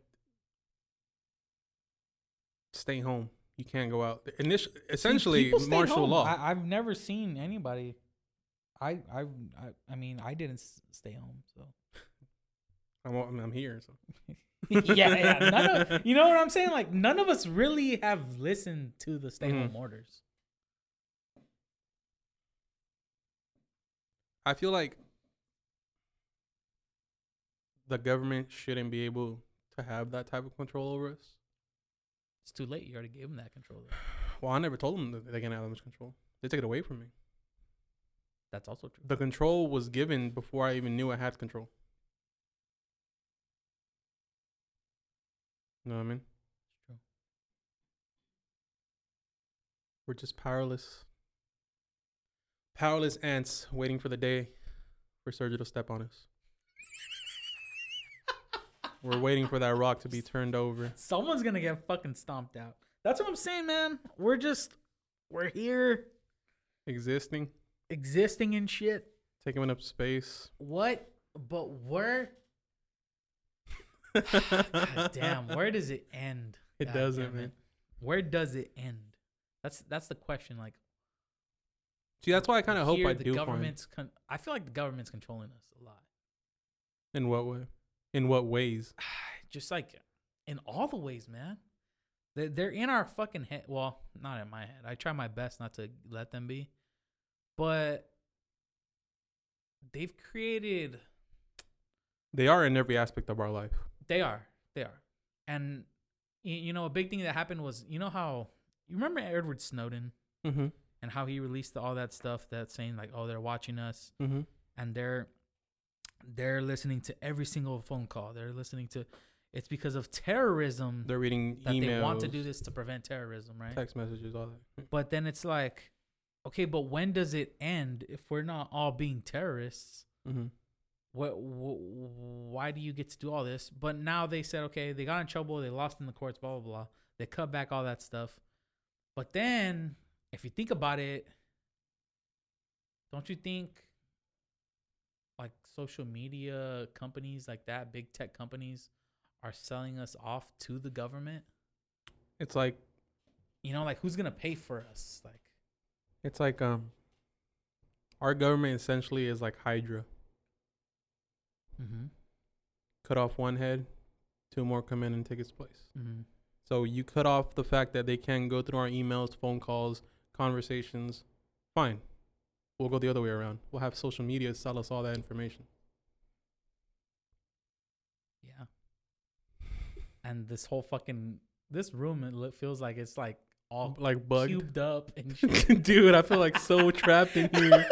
S1: "Stay home. You can't go out." Initially, essentially,
S2: people stay
S1: martial
S2: home.
S1: law.
S2: I, I've never seen anybody. I, I, I, I mean, I didn't s- stay home, so.
S1: I'm, I'm, I'm here. So.
S2: yeah, yeah. None of, you know what I'm saying? Like, none of us really have listened to the stay home
S1: Mhm.
S2: orders.
S1: I feel like the government shouldn't be able to have that type of control over us.
S2: It's too late. You already gave them that control.
S1: Well, I never told them that they can have that much control. They took it away from me.
S2: That's also true.
S1: The control was given before I even knew I had control. You know what I mean?
S2: True.
S1: We're just powerless. Powerless ants waiting for the day for Sergio to step on us. We're waiting for that rock to be turned over.
S2: Someone's gonna get fucking stomped out. That's what I'm saying, man. We're just, we're here
S1: Existing,
S2: existing and shit.
S1: taking up space.
S2: What? But where? God damn. Where does it end?
S1: It
S2: God
S1: doesn't,
S2: damn
S1: man.
S2: it. Where does it end? That's that's the question. Like,
S1: See, that's why I kind of hope
S2: here
S1: I
S2: the
S1: do find.
S2: government's. Con- I feel like the government's controlling us a lot.
S1: In what way? In what ways?
S2: Just like in all the ways, man. They're, they're in our fucking head. Well, not in my head. I try my best not to let them be, but they've created.
S1: They are in every aspect of our life.
S2: They are. They are. And y- you know, a big thing that happened was you know how you remember Edward Snowden
S1: Mm-hmm.
S2: and how he released all that stuff that's saying like, oh, they're watching us
S1: Mm-hmm.
S2: and they're they're listening to every single phone call. They're listening to. It's because of terrorism
S1: They're reading
S2: that
S1: emails,
S2: they want to do this to prevent terrorism, right?
S1: text messages, all that.
S2: But then it's like, okay, but when does it end if we're not all being terrorists?
S1: Mm-hmm.
S2: what wh- why do you get to do all this but now they said okay they got in trouble they lost in the courts blah blah blah they cut back all that stuff but then if you think about it don't you think like social media companies like that big tech companies are selling us off to the government
S1: It's like
S2: you know like who's gonna pay for us like
S1: It's like um, our government essentially is like Hydra.
S2: Mm-hmm.
S1: Cut off one head, two more come in and take its place.
S2: Mm-hmm.
S1: So you cut off the fact that they can go through our emails, phone calls, conversations. Fine. We'll go the other way around. We'll have social media sell us all that information.
S2: Yeah. And this whole fucking this room it look, feels like it's like all
S1: Like bugged.
S2: cubed up and shit.
S1: Dude, I feel like so trapped in here.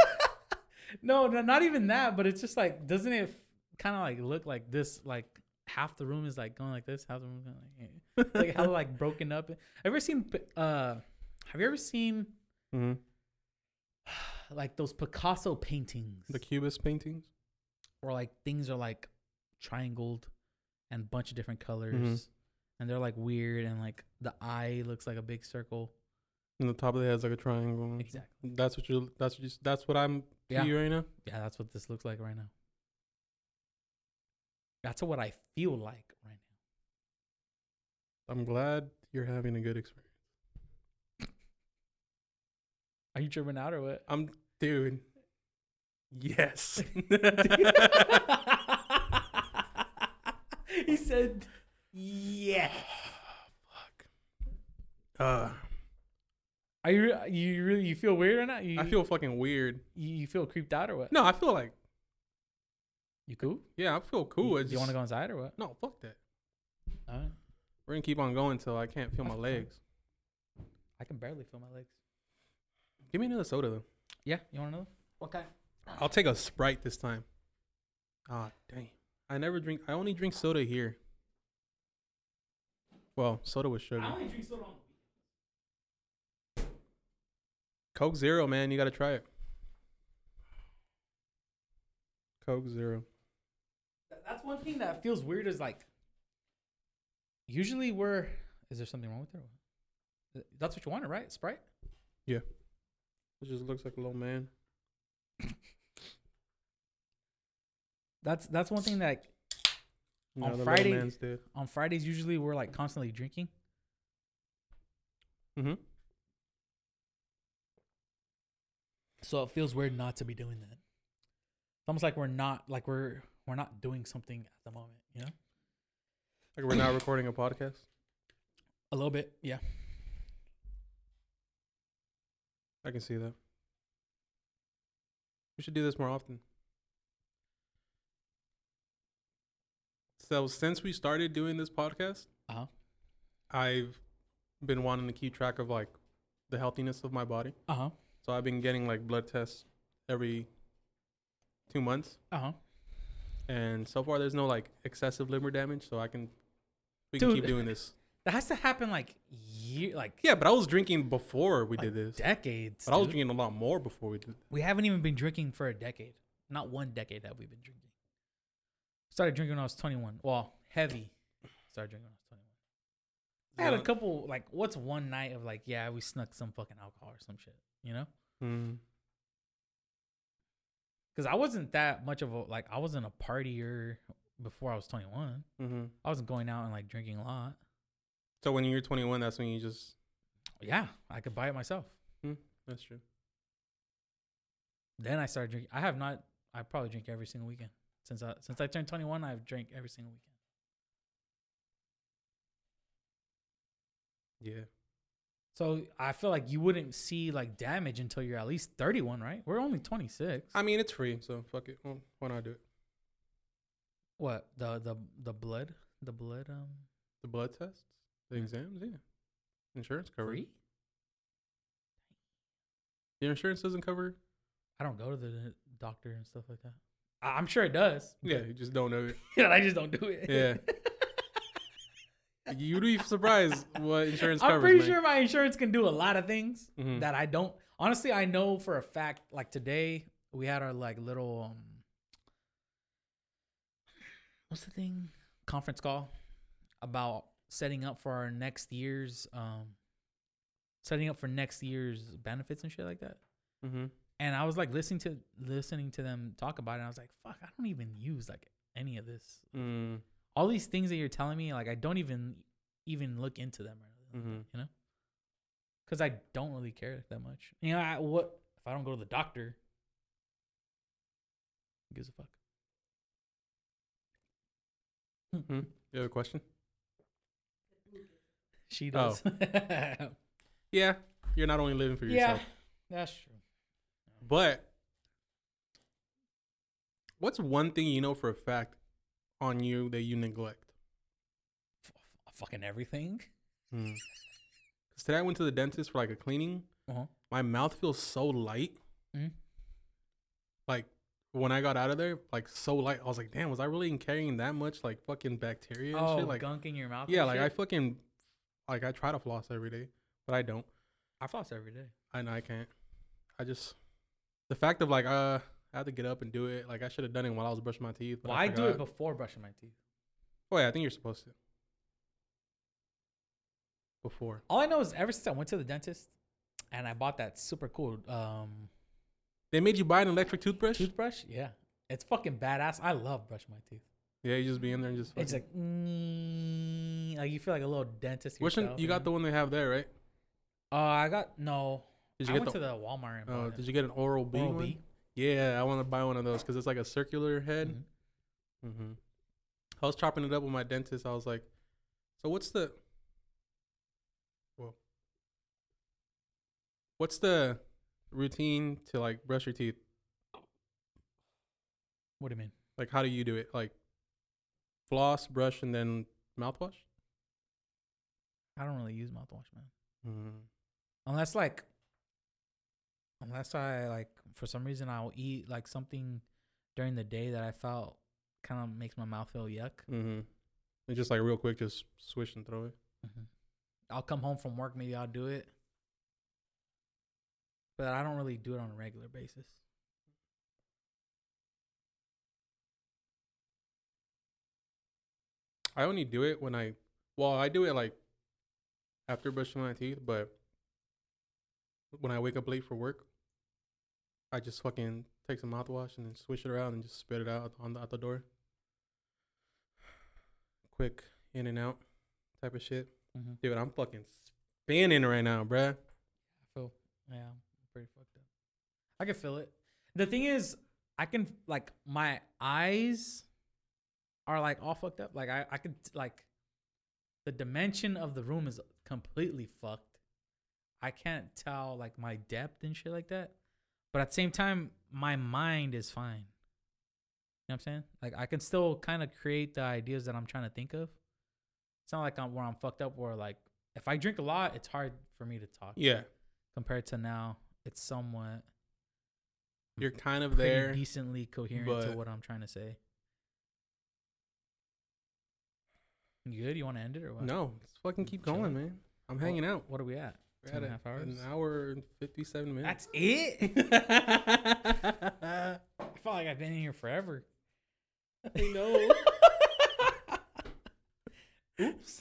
S2: no, no, not even that. But it's just like doesn't it kind of like look like this? Like half the room is like going like this, half the room going like, eh. like how like broken up. Ever seen? pi- uh Have you ever seen
S1: hmm
S2: like those Picasso paintings?
S1: The Cubist paintings.
S2: or like things are like triangled and bunch of different colors
S1: Mm-hmm.
S2: and they're like weird and like the eye looks like a big circle
S1: And the top of the head is like a triangle.
S2: exactly
S1: That's what you. That's what you. That's what I'm to
S2: Yeah.
S1: you right now.
S2: yeah that's what this looks like right now that's what i feel like right now
S1: I'm glad you're having a good experience.
S2: are you tripping out or what
S1: I'm, dude. Yes.
S2: he said yeah
S1: Fuck. Uh,
S2: are you you really you feel weird right now you
S1: I feel fucking weird.
S2: you, you feel creeped out or what
S1: No, I feel like
S2: you cool
S1: yeah, I feel cool.
S2: you,
S1: I
S2: you want
S1: just-
S2: to go inside or what
S1: No, fuck that.
S2: All right.
S1: We're gonna keep on going till I can't feel my
S2: That's fine.
S1: legs.
S2: i can barely feel my legs
S1: Give me another soda though.
S2: Yeah, you want another? What kind?
S1: I'll take a Sprite this time. Ah, damn. I never drink. I only drink soda here. Well, soda with sugar.
S2: only drink soda.
S1: Coke Zero, man. You got to try it. Coke Zero.
S2: That's one thing that feels weird is like. Usually we're. Is there something wrong with it? Th- That's what you wanted, right? Sprite.
S1: It just looks like a little man.
S2: That's that's one thing that like,
S1: No,
S2: On
S1: the little
S2: Friday-
S1: man's dead.
S2: on Fridays usually we're like constantly drinking.
S1: Mm-hmm.
S2: So it feels weird not to be doing that. It's almost like we're not like we're we're not doing something at the moment. You know,
S1: Like we're now recording a podcast.
S2: a little bit. Yeah.
S1: I can see that. We should do this more often. So since we started doing this podcast,
S2: Uh-huh.
S1: I've been wanting to keep track of like the healthiness of my body.
S2: Uh huh.
S1: So I've been getting like blood tests every two months,
S2: Uh huh.
S1: and so far there's no like excessive liver damage, so I can we can
S2: Dude.
S1: keep doing this.
S2: That has to happen like year, like
S1: Yeah, but I was drinking before we did this.
S2: decades.
S1: But I was
S2: dude.
S1: drinking a lot more before we did.
S2: We haven't even been drinking for a decade. Not one decade have we been drinking. Started drinking when I was 21. Well, heavy. Started drinking when I was 21. I had a
S1: Yeah.
S2: couple, like, what's one night of, like, yeah, we snuck some fucking alcohol or some shit, you know?
S1: Mm.
S2: Because I wasn't that much of a, like, I wasn't a partier before I was 21.
S1: Mm-hmm.
S2: I wasn't going out and, like, drinking a lot.
S1: So when you're 21, that's when you just
S2: Yeah, I could buy it myself.
S1: that's true.
S2: Then I started drinking. I have not, I probably drink every single weekend. Since I, since I turned 21, I've drank every single weekend.
S1: Yeah.
S2: So I feel like you wouldn't see like damage until you're at least 31, right? We're only 26.
S1: I mean, it's free, so fuck it. Well, why not do it?
S2: what the the the blood the blood um
S1: The blood tests, the
S2: Yeah.
S1: exams, yeah. Insurance covered.
S2: free?
S1: Your insurance doesn't cover.
S2: I don't go to the doctor and stuff like that. I, I'm sure it does.
S1: Yeah, you just don't know it.
S2: but I just don't do it.
S1: Yeah. You'd be surprised what insurance
S2: I'm
S1: covers.
S2: pretty
S1: man.
S2: sure my insurance can do a lot of things
S1: Mhm.
S2: that I don't. Honestly, I know for a fact. Like today, we had our like little um, what's the thing conference call about setting up for our next year's um setting up for next year's benefits and shit like that.
S1: Mhm.
S2: And I was like listening to listening to them talk about it. And I was like, fuck, I don't even use like any of this.
S1: Mm,
S2: All these things that you're telling me, like I don't even even look into them. Or
S1: mhm.
S2: you know because I don't really care that much. You know, I, what if I don't go to the doctor? Who gives a fuck?
S1: Hmm? You have a question?
S2: She
S1: Oh.
S2: does.
S1: Yeah, you're not only living for
S2: yeah,
S1: yourself,
S2: that's true.
S1: but what's one thing you know for a fact on you that you neglect?
S2: F- f- fucking everything. Hmm.
S1: Because today I went to the dentist for like a cleaning.
S2: Uh-huh.
S1: My mouth feels so light.
S2: Mhm.
S1: Like when I got out of there, like so light. I was like, damn, was I really carrying that much like fucking bacteria and
S2: Oh,
S1: shit? Like,
S2: gunk in your mouth.
S1: yeah,
S2: and
S1: like I
S2: shit?
S1: fucking, like I try to floss every day, but I don't.
S2: I floss every day.
S1: I know I can't. I just the fact of like uh I have to get up and do it. Like I should have done it while I was brushing my teeth. but
S2: Well, I do it
S1: forgot.
S2: before brushing my teeth.
S1: Oh yeah, I think you're supposed to. Before.
S2: All I know is ever since I went to the dentist and I bought that super cool um,
S1: They made you buy an electric toothbrush?
S2: toothbrush, yeah, it's fucking badass. I love brushing my teeth.
S1: yeah, you just be in there and just
S2: It's
S1: fucking-
S2: like, "Mm," like you feel like a little dentist.
S1: Which one
S2: yourself,
S1: you got the
S2: know?
S1: one they have there, right?
S2: Uh, I got no.
S1: Did you
S2: I
S1: get
S2: went
S1: the,
S2: to the Walmart and
S1: oh,
S2: bought
S1: did you get an Oral B
S2: Oral
S1: one?
S2: B.
S1: Yeah, I want to buy one of those because it's like a circular head.
S2: Mhm.
S1: Mm-hmm. I was chopping it up with my dentist. I was like, "So what's the, well, what's the routine to like brush your teeth?
S2: What do you mean?
S1: Like, how do you do it? Like, floss, brush, and then mouthwash?
S2: I don't really use mouthwash, man.
S1: Mm-hmm.
S2: unless like unless i like for some reason i'll eat like something during the day that i felt kind of makes my mouth feel yuck
S1: mm-hmm. And just like real quick, just swish and throw it.
S2: i'll come home from work maybe i'll do it but i don't really do it on a regular basis
S1: I only do it when I well, I do it like after brushing my teeth, but when I wake up late for work, I just fucking take some mouthwash and then swish it around and just spit it out on the out the door. Quick in and out type of shit.
S2: mm-hmm.
S1: Dude, I'm fucking spinning right now, bruh.
S2: I feel yeah, I'm pretty fucked up. I can feel it. The thing is, I can like my eyes are like all fucked up. Like I I could like the dimension of the room is completely fucked. I can't tell like my depth and shit like that. But at the same time, my mind is fine. You know what I'm saying? Like I can still kind of create the ideas that I'm trying to think of. It's not like I'm where I'm fucked up where like if I drink a lot, it's hard for me to talk
S1: Yeah.
S2: compared to now, it's somewhat
S1: You're kind of
S2: pretty
S1: there.
S2: decently coherent to
S1: but-
S2: what I'm trying to say. You good? You want to end it or what?
S1: No, let's fucking keep going,
S2: Chilling.
S1: man. I'm hanging out.
S2: What are we at?
S1: We're
S2: two and
S1: at
S2: a half
S1: An
S2: hours?
S1: hour and fifty seven minutes.
S2: That's it. I feel like I've been in here forever.
S1: I know. Oops.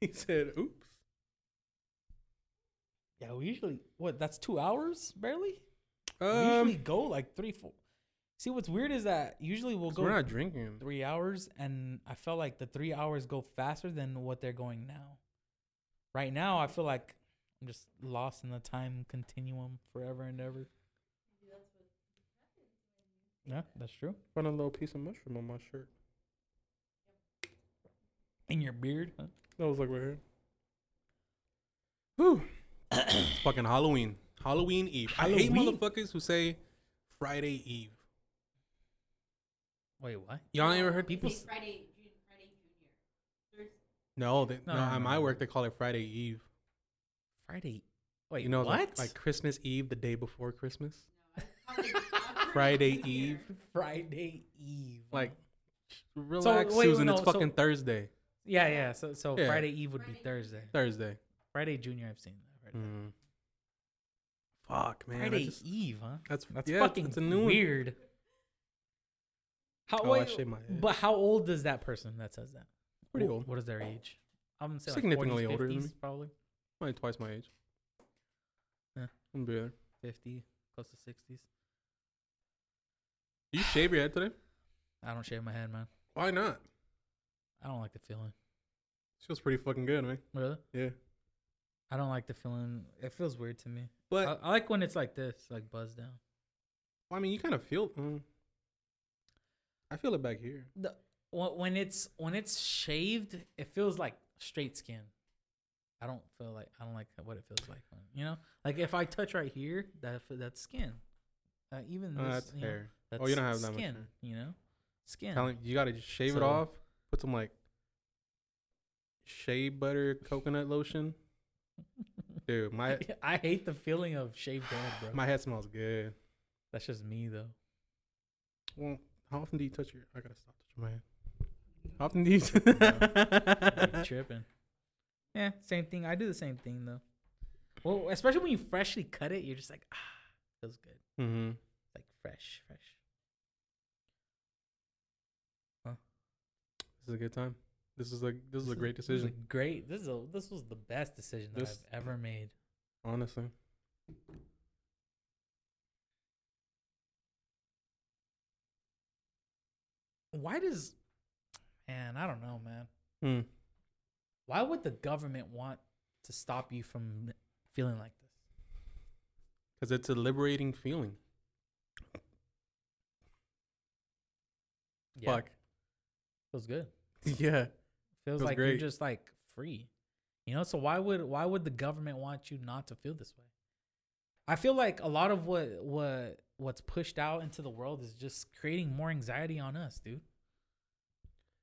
S1: he said, oops.
S2: Yeah, we usually what? That's two hours barely. we usually
S1: Um,
S2: go like three, four. See, what's weird is that usually we'll go
S1: we're not drinking.
S2: three hours, and I felt like the three hours go faster than what they're going now. Right now, I feel like I'm just lost in the time continuum forever and ever. Yeah, that's true.
S1: Found a little piece of mushroom on my shirt.
S2: In your beard, huh?
S1: That was like right here. Whew. fucking Halloween. Halloween Eve. I hate
S2: Halloween?
S1: motherfuckers who say Friday Eve.
S2: Wait, what?
S1: Y'all ain't ever heard
S2: People
S1: people?
S2: s-
S4: Hey, Friday, June, Friday, Junior. There's
S1: No, they,
S2: No,
S1: no,
S2: no,
S1: at
S2: no,
S1: my
S2: no.
S1: work they call it Friday Eve.
S2: Friday. Wait,
S1: you know,
S2: what?
S1: Like, like Christmas Eve, the day before Christmas.
S4: probably- I'm
S1: Friday
S4: pretty
S1: Eve.
S4: sure.
S2: Friday Eve. huh?
S1: Like, relax,
S2: wait,
S1: Susan.
S2: no,
S1: it's
S2: so-
S1: fucking Thursday.
S2: yeah, yeah. So, so
S1: Yeah.
S2: Friday Eve would be
S4: Friday.
S2: Thursday.
S1: Thursday.
S2: Friday Junior, I've seen that. Friday,
S1: Mm. Fuck, man. I
S2: Friday
S1: just-
S2: Eve, huh?
S1: That's
S2: That's
S1: yeah,
S2: fucking
S1: It's a new one.
S2: weird. How
S1: Oh, I
S2: wait,
S1: shaved my head.
S2: but how old is that person that says that?
S1: Pretty
S2: Wh-
S1: old.
S2: What is their age? I'm gonna say
S1: Significantly
S2: like 40s,
S1: older than
S2: 50s,
S1: me.
S2: probably
S1: Probably twice my age.
S2: Yeah.
S1: I'm be there.
S2: fifty, close to sixties.
S1: Do you shave your head today?
S2: I don't shave my head, man.
S1: Why not?
S2: I don't like the feeling.
S1: She was pretty fucking good, man.
S2: Really?
S1: Yeah.
S2: I don't like the feeling. It feels weird to me.
S1: But
S2: I, I like when it's like this, like buzz down.
S1: I mean, you kind of feel. mm. I feel it back here.
S2: The, wh- when it's when it's shaved, it feels like straight skin. I don't feel like I don't like what it feels like. When, you know, like if I touch right here, that that's skin. Uh, even
S1: Uh,
S2: this,
S1: that's
S2: you know,
S1: hair.
S2: that's
S1: Oh, you don't have that much
S2: skin.
S1: hair.
S2: You know, skin.
S1: Telling you gotta just shave it
S2: So-
S1: off. Put some like shea butter coconut lotion. Dude, my
S2: I hate the feeling of shaved head, bro.
S1: my head smells good.
S2: that's just me though.
S1: Well, how often do you touch your? I gotta stop touching my head. How often do you?
S2: Like, tripping. Yeah, same thing. I do the same thing though. Well, especially when you freshly cut it, you're just like, ah, feels good.
S1: mm-hmm.
S2: Like fresh, fresh.
S1: This is a good time. This is a this is a great
S5: This is
S1: decision.
S5: great. This is a, this was the best decision that
S1: This-
S5: I've ever made.
S1: Honestly.
S2: Why does, man? I don't know, man.
S1: Hmm.
S2: Why would the government want to stop you from feeling like this?
S1: Because it's a liberating feeling.
S5: Yeah.
S1: Fuck.
S2: Feels good.
S1: Yeah.
S2: Feels,
S1: Feels
S2: like you're
S1: great.
S2: just like free. You know, so why would why would the government want you not to feel this way? I feel like a lot of what what what's pushed out into the world is just creating more anxiety on us, dude.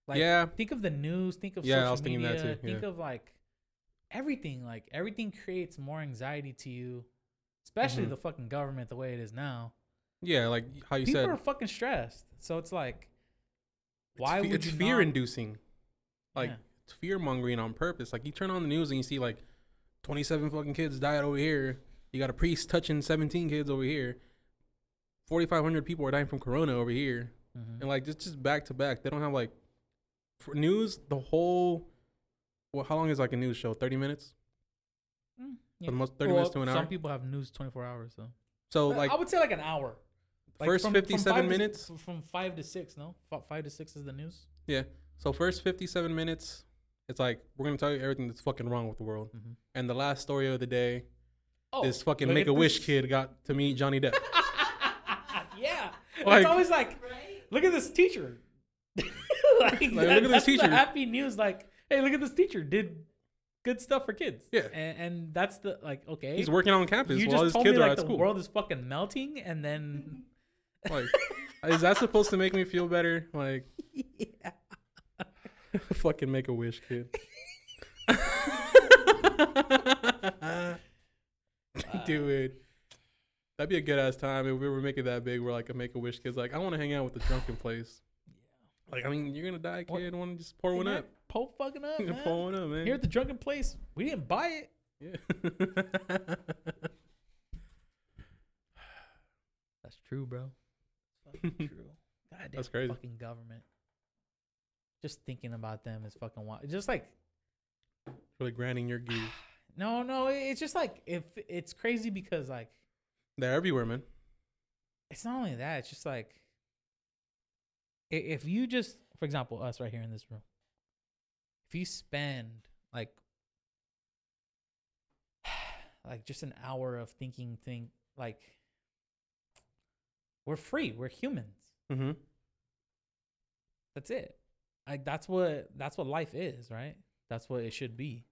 S2: Like
S1: yeah.
S2: think of the news, think of
S1: Yeah, I
S2: social
S1: was thinking that
S2: media,
S1: too,
S2: think
S1: yeah.
S2: of like everything, like everything creates more anxiety to you, especially
S1: Mhm.
S2: the fucking government the way it is now.
S1: Yeah. Like how you
S2: People
S1: said.
S2: are fucking stressed. So it's like
S1: it's
S2: why
S1: fe-
S2: would
S1: it's
S2: you
S1: fear
S2: not-
S1: inducing. Like
S2: Yeah.
S1: it's fear mongering on purpose. Like you turn on the news and you see like twenty seven fucking kids died over here. You got a priest touching seventeen kids over here. Forty five hundred people are dying from corona over here.
S2: Mhm.
S1: and like it's just back to back. They don't have like for news the whole. Well, how long is like a news show? Thirty minutes for
S2: Mm, yeah.
S1: the most. Thirty
S2: Well,
S1: minutes to an
S2: some
S1: hour.
S2: people have news 24 hours, though.
S1: so
S2: Uh, I-
S1: like
S2: I would say like an hour. Like,
S1: first
S2: from- from
S1: fifty-seven
S2: five to-
S1: minutes.
S2: f- from five to six, no? Fi- Five to six is the news?
S1: so first fifty-seven minutes, it's like we're gonna tell you everything that's fucking wrong with the world.
S2: Mhm.
S1: And the last story of the day,
S2: Oh,
S1: this fucking
S2: look at
S1: Make a Wish
S2: this.
S1: kid got to meet Johnny Depp.
S2: yeah.
S1: Like-
S2: it's always like,
S4: Right?
S2: look at this teacher. like,
S1: look at this
S2: that's the
S1: teacher.
S2: happy news. Like, hey, look at this teacher. Did good stuff for kids.
S1: Yeah.
S2: And, and that's the, like, okay.
S1: He's working on campus
S2: you
S1: while
S2: just
S1: his
S2: told
S1: kids
S2: me
S1: are at
S2: like the
S1: school.
S2: world is fucking melting, and then
S1: Like, is that supposed to make me feel better? Like, fucking Make a Wish kid. Dude, that'd be a good ass time if we were making that big. We're like a Make a Wish kid's like, I want to hang out with the drunken place. Like, I mean, you're gonna die,
S2: What-
S1: kid. Want to just pour one
S2: Yeah,
S1: up?
S2: Pope fucking up. man.
S1: pour one up, man.
S2: Here at the drunken place, we didn't buy it.
S1: yeah.
S2: That's true, bro. Fucking true. Goddamn
S1: That's crazy.
S2: fucking government. Just thinking about them is fucking wild. Just like
S1: really grinding your gears.
S2: no, no. it- It's just like if it's crazy because like
S1: They're everywhere, man.
S2: it's not only that. It's just like i- if you just, for example, us right here in this room, if you spend like like just an hour of thinking, think like we're free. We're humans.
S1: Mm-hmm.
S2: that's it. Like that's what that's what life is, right? That's what it should be.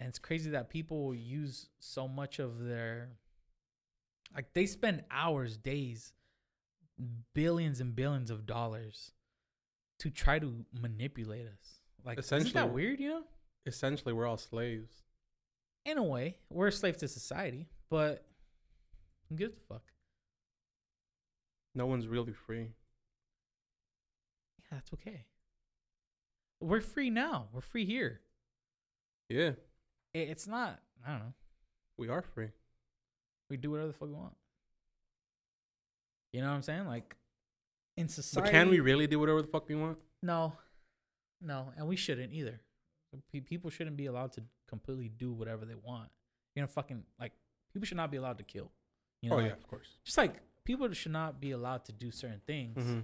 S2: And it's crazy that people use so much of their like they spend hours, days, billions and billions of dollars to try to manipulate us. Like isn't
S1: Essentially.
S2: that weird, you know?
S1: Essentially, we're all slaves.
S2: In a way, we're a slave to society, but who gives a fuck?
S1: No one's really free.
S2: Yeah, that's okay. We're free now. We're free here.
S1: Yeah,
S2: I- It's not. I don't know.
S1: we are free.
S2: We do whatever the fuck we want. You know what I'm saying? Like in
S1: So
S2: society,
S1: can we really do whatever the fuck we want?
S2: no, no, and we shouldn't either. Pe- People shouldn't be allowed to completely do whatever they want. You know, fucking like people should not be allowed to kill. You know,
S1: oh
S2: like,
S1: yeah, of course.
S2: just like people should not be allowed to do certain things.
S1: hmm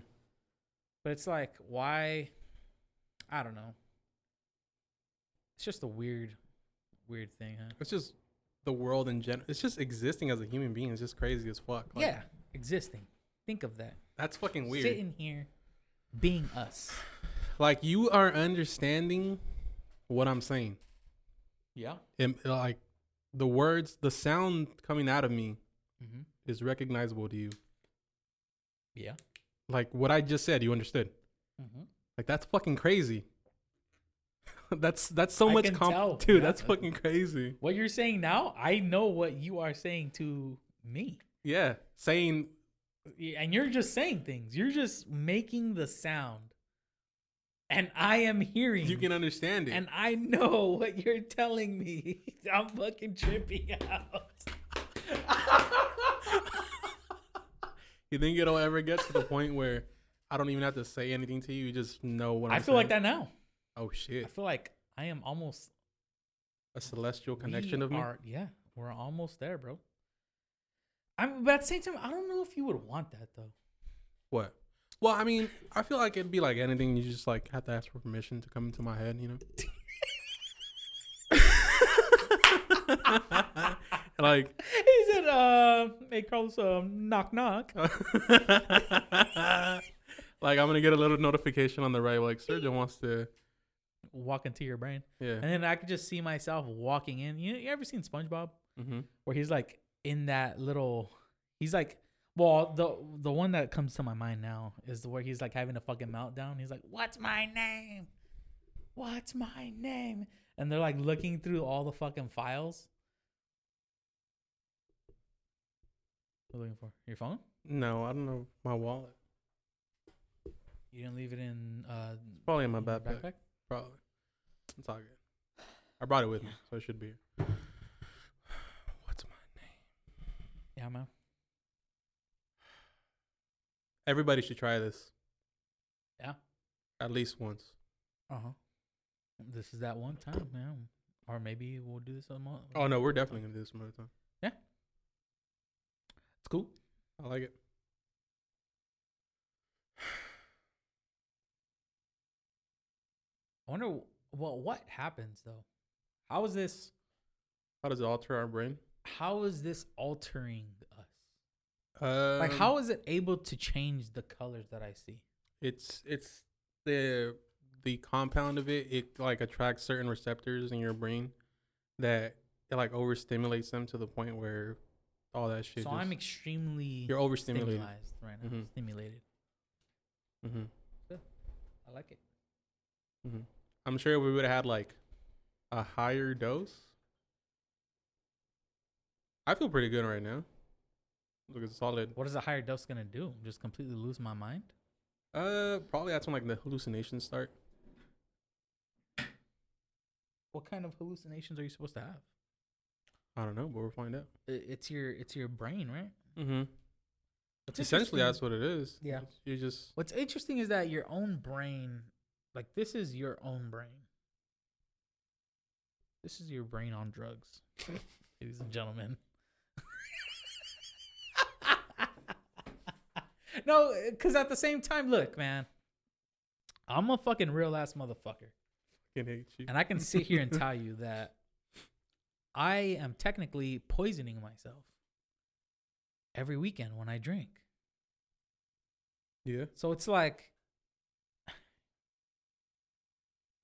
S2: But it's like why? I don't know. It's just a weird, weird thing, huh?
S1: It's just the world in general. It's just existing as a human being is just crazy as fuck. Like,
S2: yeah, existing. Think of that.
S1: that's fucking weird.
S2: Sitting here, being us.
S1: Like you are understanding what I'm saying.
S2: Yeah.
S1: Am- like the words, the sound coming out of me
S2: Mm-hmm.
S1: is recognizable to you.
S2: Yeah.
S1: Like what I just said, you understood.
S2: Mm-hmm.
S1: Like that's fucking crazy. that's that's so
S2: I
S1: much
S2: can tell.
S1: comp, dude.
S2: Yeah.
S1: That's fucking crazy.
S2: What you're saying now, I know what you are saying to me.
S1: Yeah, saying
S2: Y- And you're just saying things. You're just making the sound. And I am hearing.
S1: you can understand it.
S2: and I know what you're telling me. I'm fucking tripping out.
S1: you think it'll ever get to the point where I don't even have to say anything to you? You just know what I'm
S2: I feel like
S1: saying?
S2: that now.
S1: Oh
S2: I
S1: shit!
S2: feel like I am almost
S1: A celestial connection
S2: we
S1: of me.
S2: are- yeah, we're almost there, bro. I'm, but at the same time, I don't know if you would want that though.
S1: What? Well, I mean, I feel like it'd be like anything. You just like have to ask for permission to come into my head, you know. like,
S2: He said, uh, "Hey Carlos, um, knock knock."
S1: like I'm gonna get a little notification on the right, like Sergio wants to,
S2: Walk into your brain, and
S1: yeah.
S2: then I could just see myself walking in. You you ever seen SpongeBob
S1: Mm-hmm.
S2: where he's like in that little? He's like, well, the the one that comes to my mind now is the where he's like having a fucking meltdown. He's like, "What's my name? What's my name?" And they're like looking through all the fucking files. What are you looking for? Your phone?
S1: No, I don't know my wallet.
S2: You didn't leave it in uh
S1: Probably in my
S2: in your
S1: backpack. Probably. It's all good. I brought it with me, so it should be. here. What's my name?
S2: Yeah, man.
S1: Everybody should try this.
S2: Yeah.
S1: At least once.
S2: Uh huh. This is that one time, man. Or maybe we'll do this on.
S1: Oh no, we're definitely gonna do this another time.
S2: it's cool.
S1: I like it.
S2: I wonder. wh- Well, what happens though? How is this?
S1: How does it alter our brain?
S2: How is this altering us?
S1: Um,
S2: Like, how is it able to change the colors that I see?
S1: it's it's the the compound of it. It like attracts certain receptors in your brain that it like overstimulates them to the point where all that shit.
S2: so I'm
S1: just-
S2: extremely
S1: you're overstimulated.
S2: stimulized right now.
S1: Mhm.
S2: Stimulated.
S1: Mm-hmm.
S2: I like it.
S1: Mm-hmm. I'm sure we would have had like a higher dose. I feel pretty good right now. Look, it's solid.
S2: What is a higher dose gonna do? Just completely lose my mind?
S1: Uh, probably that's when like the hallucinations start.
S2: What kind of hallucinations are you supposed to have?
S1: I don't know, but we'll find out.
S2: I- It's your it's your brain, right?
S1: Mm-hmm.
S2: What's
S1: Essentially,
S2: interesting-
S1: that's what it is.
S2: Yeah.
S1: You just
S2: What's interesting is that your own brain, like this is your own brain. This is your brain on drugs, ladies and gentlemen. no, because at the same time, look, man, I'm a fucking real ass motherfucker.
S1: can hate you.
S2: And I can sit here and tell you that I am technically poisoning myself every weekend when I drink.
S1: yeah.
S2: So it's like I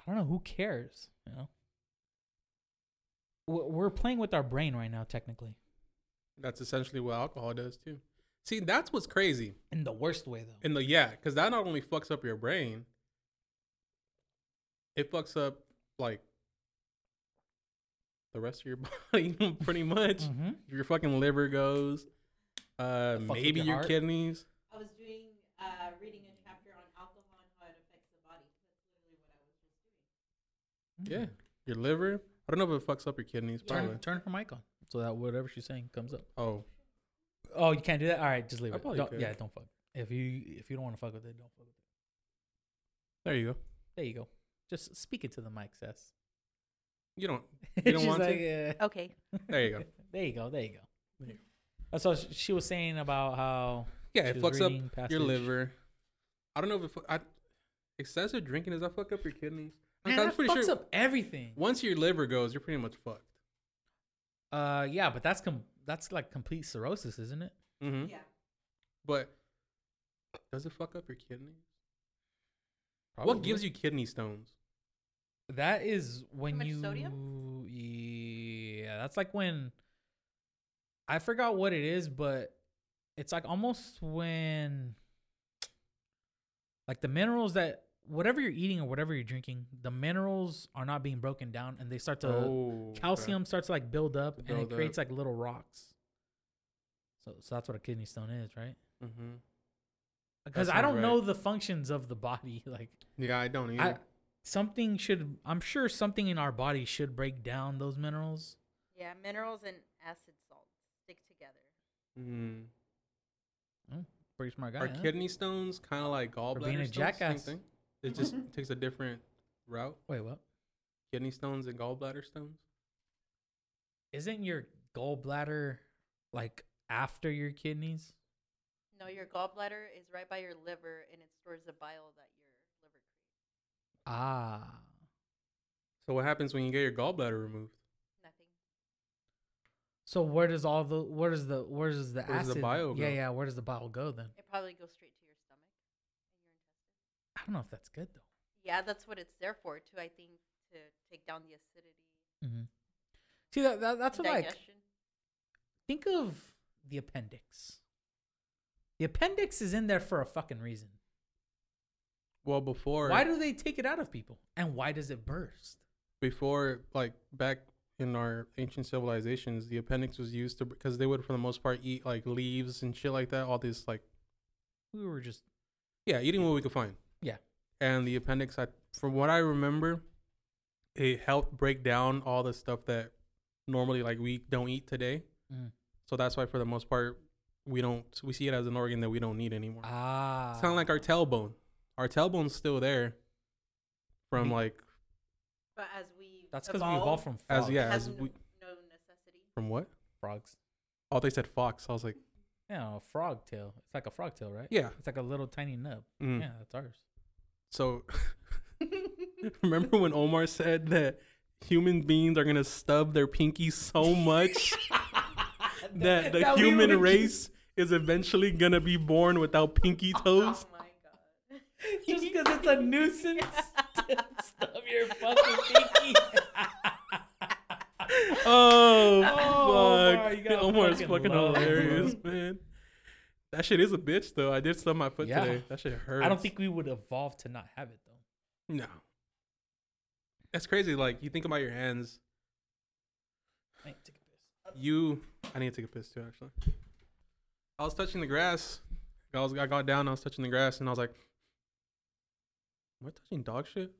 S2: don't know who cares, you know. We're we're playing with our brain right now, technically,
S1: That's essentially what alcohol does too. See, that's what's crazy.
S2: in the worst way though.
S1: In the yeah, because that not only fucks up your brain, it fucks up like the rest of your body pretty much.
S2: Mhm.
S1: Your fucking liver goes, uh,
S2: Fuck with
S1: maybe
S2: your
S1: your
S2: heart.
S1: kidneys.
S4: I was doing, uh, reading a chapter on alcohol and how it affects the body. That's literally what I was just doing.
S1: Yeah, your liver. I don't know if it fucks up your kidneys.
S4: Yeah.
S1: Probably.
S2: Mm-hmm. Turn, turn her mic on so that whatever she's saying comes up.
S1: Oh,
S2: Oh, you can't do that. All right, just leave
S1: I
S2: it.
S1: probably
S2: Don't-
S1: could.
S2: yeah, don't fuck. If you if you don't want to fuck with it, don't fuck with it.
S1: there you go.
S2: There you go. Just speak it to the mic, Sess.
S1: You don't. You don't
S2: She's
S1: want
S2: like,
S1: to.
S2: "Yeah."
S4: Okay.
S1: There you go.
S2: There you go. There you go.
S1: There you
S2: That's what sh- she was saying about how
S1: Yeah,
S2: She
S1: it
S2: was
S1: fucks up
S2: reading passage.
S1: your liver. I don't know if it, fu- I, excessive drinking does that fuck up your kidneys. Like,
S2: man,
S1: I'm
S2: that fucks up everything.
S1: once your liver goes, you're pretty much fucked.
S2: Uh, yeah, but that's com- that's like complete cirrhosis, isn't it?
S1: Mm-hmm.
S4: Yeah.
S1: But does it fuck up your kidneys? What gives you kidney stones?
S2: that is when
S4: much
S2: you
S4: sodium?
S2: yeah, that's like when I forgot what it is, but it's like almost when like the minerals that whatever you're eating or whatever you're drinking, the minerals are not being broken down and they start to
S1: oh, okay.
S2: calcium starts to like build up
S1: To
S2: and
S1: build
S2: it creates like little rocks. So so that's what a kidney stone is, right?
S1: Mhm.
S2: Because
S1: That
S2: I
S1: sounds
S2: don't know the functions of the body. Like
S1: Yeah, I don't either.
S2: I, something should I'm sure something in our body should break down those minerals.
S4: Yeah, minerals and acid salts stick together.
S2: Mm-hmm.
S1: Mm.
S2: Pretty smart guy.
S1: Are
S2: huh?
S1: kidney stones kind of like gallbladder
S2: being a
S1: stones?
S2: jackass.
S1: Same thing. It just takes a different route.
S2: Wait, what?
S1: Kidney stones and gallbladder stones.
S2: Isn't your gallbladder like after your kidneys?
S4: No, your gallbladder is right by your liver and it stores the bile that your liver creates.
S2: Ah.
S1: So what happens when you get your gallbladder removed?
S4: Nothing.
S2: So where does all the where does the where does the
S1: Where does
S2: acid
S1: the bile
S2: Yeah,
S1: go?
S2: yeah, where does the bile go then?
S4: It probably goes straight to your stomach and your intestines.
S2: I don't know if that's good though.
S4: Yeah, that's what it's there for too, I think, to take down the acidity.
S2: Mm-hmm. See that, that that's what like
S4: digestion.
S2: think of the appendix. The appendix is in there for a fucking reason.
S1: Well, before
S2: Why do they take it out of people? And why does it burst?
S1: before like back in our ancient civilizations, the appendix was used to because they would for the most part eat like leaves and shit like that. All this like
S2: We were just
S1: yeah, eating what we could find.
S2: Yeah.
S1: And the appendix, I from what I remember, it helped break down all the stuff that normally like we don't eat today.
S2: Mm.
S1: So that's why for the most part we don't we see it as an organ that we don't need anymore.
S2: ah
S1: Sound like our tailbone. Our tailbone's still there from
S2: Be-
S1: like
S4: But as we
S2: That's because we evolved from frogs.
S1: As- yeah.
S4: it has
S1: as
S4: no,
S1: we-
S4: no necessity.
S1: from what?
S2: frogs.
S1: Oh, they said fox. I was like,
S2: Yeah, a frog tail. It's like a frog tail, right?
S1: yeah.
S2: It's like a little tiny nub.
S1: Mm.
S2: Yeah, that's ours.
S1: So remember when Omar said that human beings are gonna stub their pinkies so much that the
S2: That we
S1: human
S2: would
S1: race is eventually gonna be born without pinky toes?
S4: Oh my god.
S2: Just because it's a nuisance. Stop your fucking pinky.
S1: Oh,
S2: Oh, Omar, you
S1: fuck!
S2: gotta
S1: Omar's
S2: fucking
S1: fucking
S2: love him,
S1: hilarious, man. That shit is a bitch though. I did stub my foot
S2: Yeah.
S1: today. That shit hurts.
S2: I don't think we would evolve to not have it though.
S1: no. That's crazy. Like you think about your hands.
S2: Man, take a piss.
S1: You, I need to take a piss too. Actually, I was touching the grass. I was, I got down. I was touching the grass, and I was like, "Am I touching dog shit?"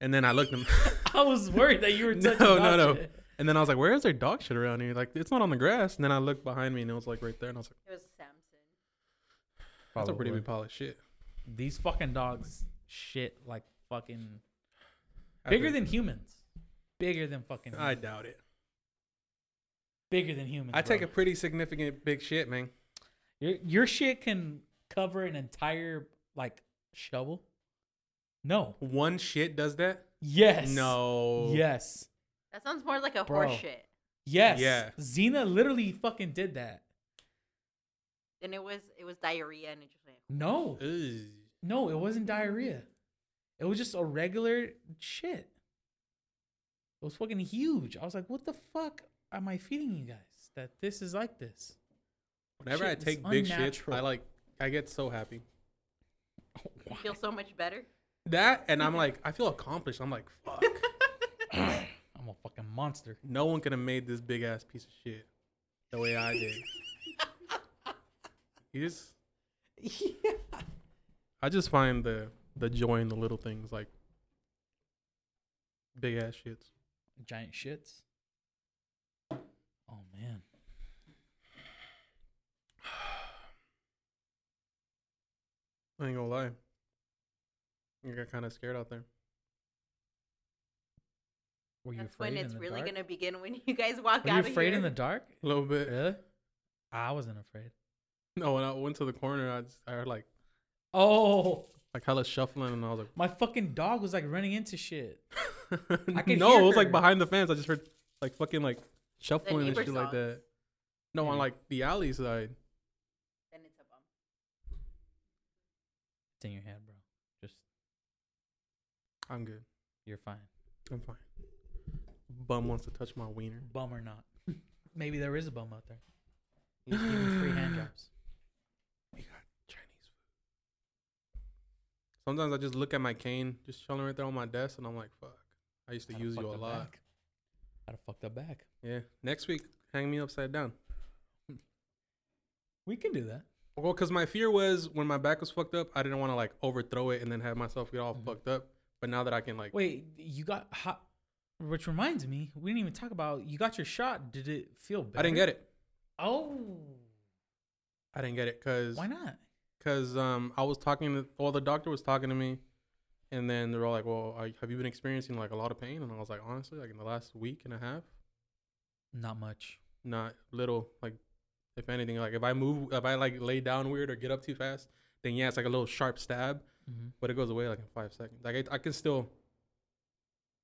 S1: And then I looked him,
S2: I was worried that you were
S1: No,
S2: touching no,
S1: no, no.
S2: no,
S1: and then I was like, "Where is there dog shit around here?" Like, it's not on the grass. And then I looked behind me, and it was like right there. And I was like,
S4: It was Samson.
S1: "That's a pretty
S2: Probably.
S1: big pile of shit."
S2: These fucking dogs shit like fucking
S1: I
S2: bigger
S1: think-
S2: than humans. Bigger than fucking
S1: I
S2: humans.
S1: doubt it.
S2: bigger than humans.
S1: I take
S2: bro.
S1: a pretty significant big shit, man.
S2: Your your shit can cover an entire like shovel. No.
S1: One shit does that?
S2: Yes.
S1: No.
S2: Yes.
S4: That sounds more like a
S2: Bro.
S4: horse shit.
S2: Yes.
S1: Yeah.
S2: Xena literally fucking did that.
S4: And it was it was diarrhea and it just went
S2: No.
S1: Ugh.
S2: No, it wasn't diarrhea. It was just a regular shit. It was fucking huge. I was like, what the fuck am I feeding you guys that this is like this?
S1: Whenever
S2: Shit
S1: I
S2: was
S1: take big shit,
S2: unnatural.
S1: I like, I get so happy.
S4: you feel so much better.
S1: That and I'm like, I feel accomplished. I'm like, fuck.
S2: I'm a fucking monster.
S1: No one could have made this big ass piece of shit the way I did. you just, I just find the the joy in the little things, like big ass shits.
S2: Giant shits. Oh man.
S1: I ain't gonna lie. I got kind of scared out there.
S2: Were you
S4: That's
S2: afraid
S4: when
S2: in
S4: it's
S2: the
S4: really
S2: dark?
S4: gonna begin when you guys walk
S2: Were
S4: out
S2: you
S4: of
S2: afraid
S4: here.
S2: in the dark?
S1: A little bit.
S2: Really? I wasn't afraid.
S1: No, when I went to the corner, I just, I heard like
S2: Oh,
S1: like hella shuffling, and I was
S2: my fucking dog was like running into shit.
S1: like,
S2: I could
S1: no, it
S2: hear
S1: was like
S2: her.
S1: behind the fence. I just heard like fucking like shuffling and
S4: neighbor
S1: shit like
S4: songs.
S1: that. No, on like the alley side.
S4: Then it's a bum.
S2: It's in your head, bro. Just
S1: I'm good.
S2: you're fine.
S1: I'm fine. Bum wants to touch my wiener.
S2: Bum or not. Maybe there is a bum out there. He's giving free hand jobs.
S1: We got Chinese food. Sometimes I just look at my cane, just chilling right there on my desk, and I'm like, "Fuck." I used to
S2: Kinda
S1: use you a
S2: fucked up
S1: lot.
S2: Back. I'd have fucked up back.
S1: Yeah. Next week, hang me upside down.
S2: We can do that.
S1: Well, because my fear was when my back was fucked up, I didn't want to like overthrow it and then have myself get all
S2: Mhm.
S1: fucked up. But now that I can like,
S2: Wait, you got hot. Which reminds me, we didn't even talk about. You got your shot. Did it feel better?
S1: I didn't get it.
S2: Oh,
S1: I didn't get it because
S2: why not?
S1: because um I was talking to well the doctor was talking to me, and then they were all like, "Well, are, have you been experiencing like a lot of pain?" And I was like, "Honestly, like in the last week and a half,
S2: Not much.
S1: not little. Like if anything, like if I move, if I like lay down weird or get up too fast, then yeah, it's like a little sharp stab,
S2: Mm-hmm.
S1: but it goes away like in five seconds. Like I, I can still,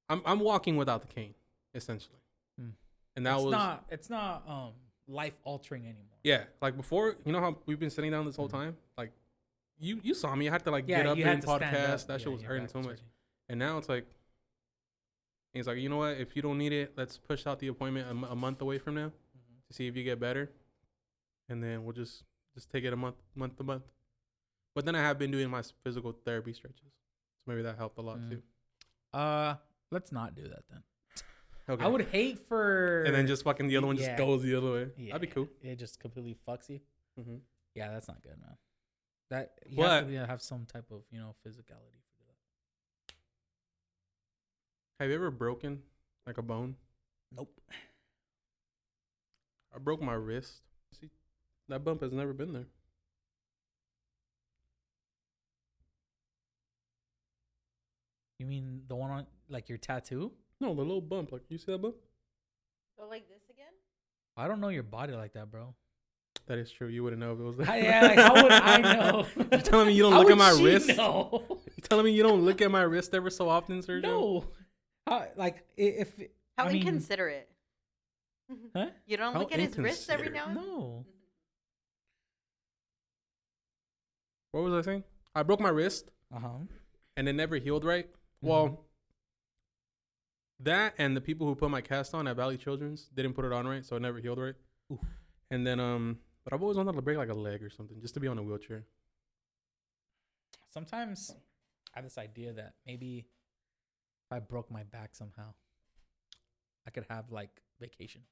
S1: I'm I'm walking without the cane essentially,
S2: Hmm.
S1: and that
S2: it's
S1: was
S2: not. It's not um life altering anymore.
S1: yeah. Like before, you know how we've been sitting down this
S2: Hmm.
S1: whole time, like. You, you saw me. I had to like get up and
S2: stand up.
S1: podcast. That shit
S2: Yeah,
S1: was
S2: your
S1: hurting
S2: back
S1: so
S2: was
S1: much. And now it's like, he's like, you know what? If you don't need it, let's push out the appointment a m- a month away from now
S2: Mm-hmm.
S1: to see if you get better, and then we'll just just take it a month month to month. But then I have been doing my s- physical therapy stretches, so maybe that helped a lot
S2: Mm.
S1: too.
S2: Uh, let's not do that then.
S1: Okay.
S2: I would hate for
S1: and then just fucking the other one
S2: Yeah.
S1: just goes the other way.
S2: Yeah, Mm-hmm.
S1: That'd be cool.
S2: It just completely fucks you.
S1: hmm
S2: Yeah, that's not good, man. That you have
S1: But-
S2: to be- have some type of you know physicality for that.
S1: Have you ever broken like a bone?
S2: Nope.
S1: I broke my wrist. See, that bump has never been there.
S2: You mean the one on like your tattoo?
S1: No, the little bump. Like you see that bump?
S4: So like this again?
S2: I don't know your body like that, bro.
S1: That is true. You wouldn't know if it was there.
S2: I, yeah, like, how would I know?
S1: you telling me you don't
S2: How
S1: look at
S2: would
S1: my
S2: she
S1: wrist?
S2: know?
S1: You telling me you don't look at my wrist ever so often, Sergio?
S2: No. How, like i- if
S4: How
S2: I mean-
S4: inconsiderate.
S2: huh?
S4: You don't
S1: How
S4: look at his wrists every
S1: inconsiderate.
S4: now and then?
S2: No.
S1: What was I saying? I broke my wrist
S2: Uh huh.
S1: and it never healed right.
S2: Mm-hmm.
S1: Well, that and the people who put my cast on at Valley Children's didn't put it on right, so it never healed right.
S2: Oof.
S1: And then um, but I've always wanted to break like a leg or something just to be on a wheelchair.
S2: Sometimes I have this idea that maybe if I broke my back somehow, I could have like vacation,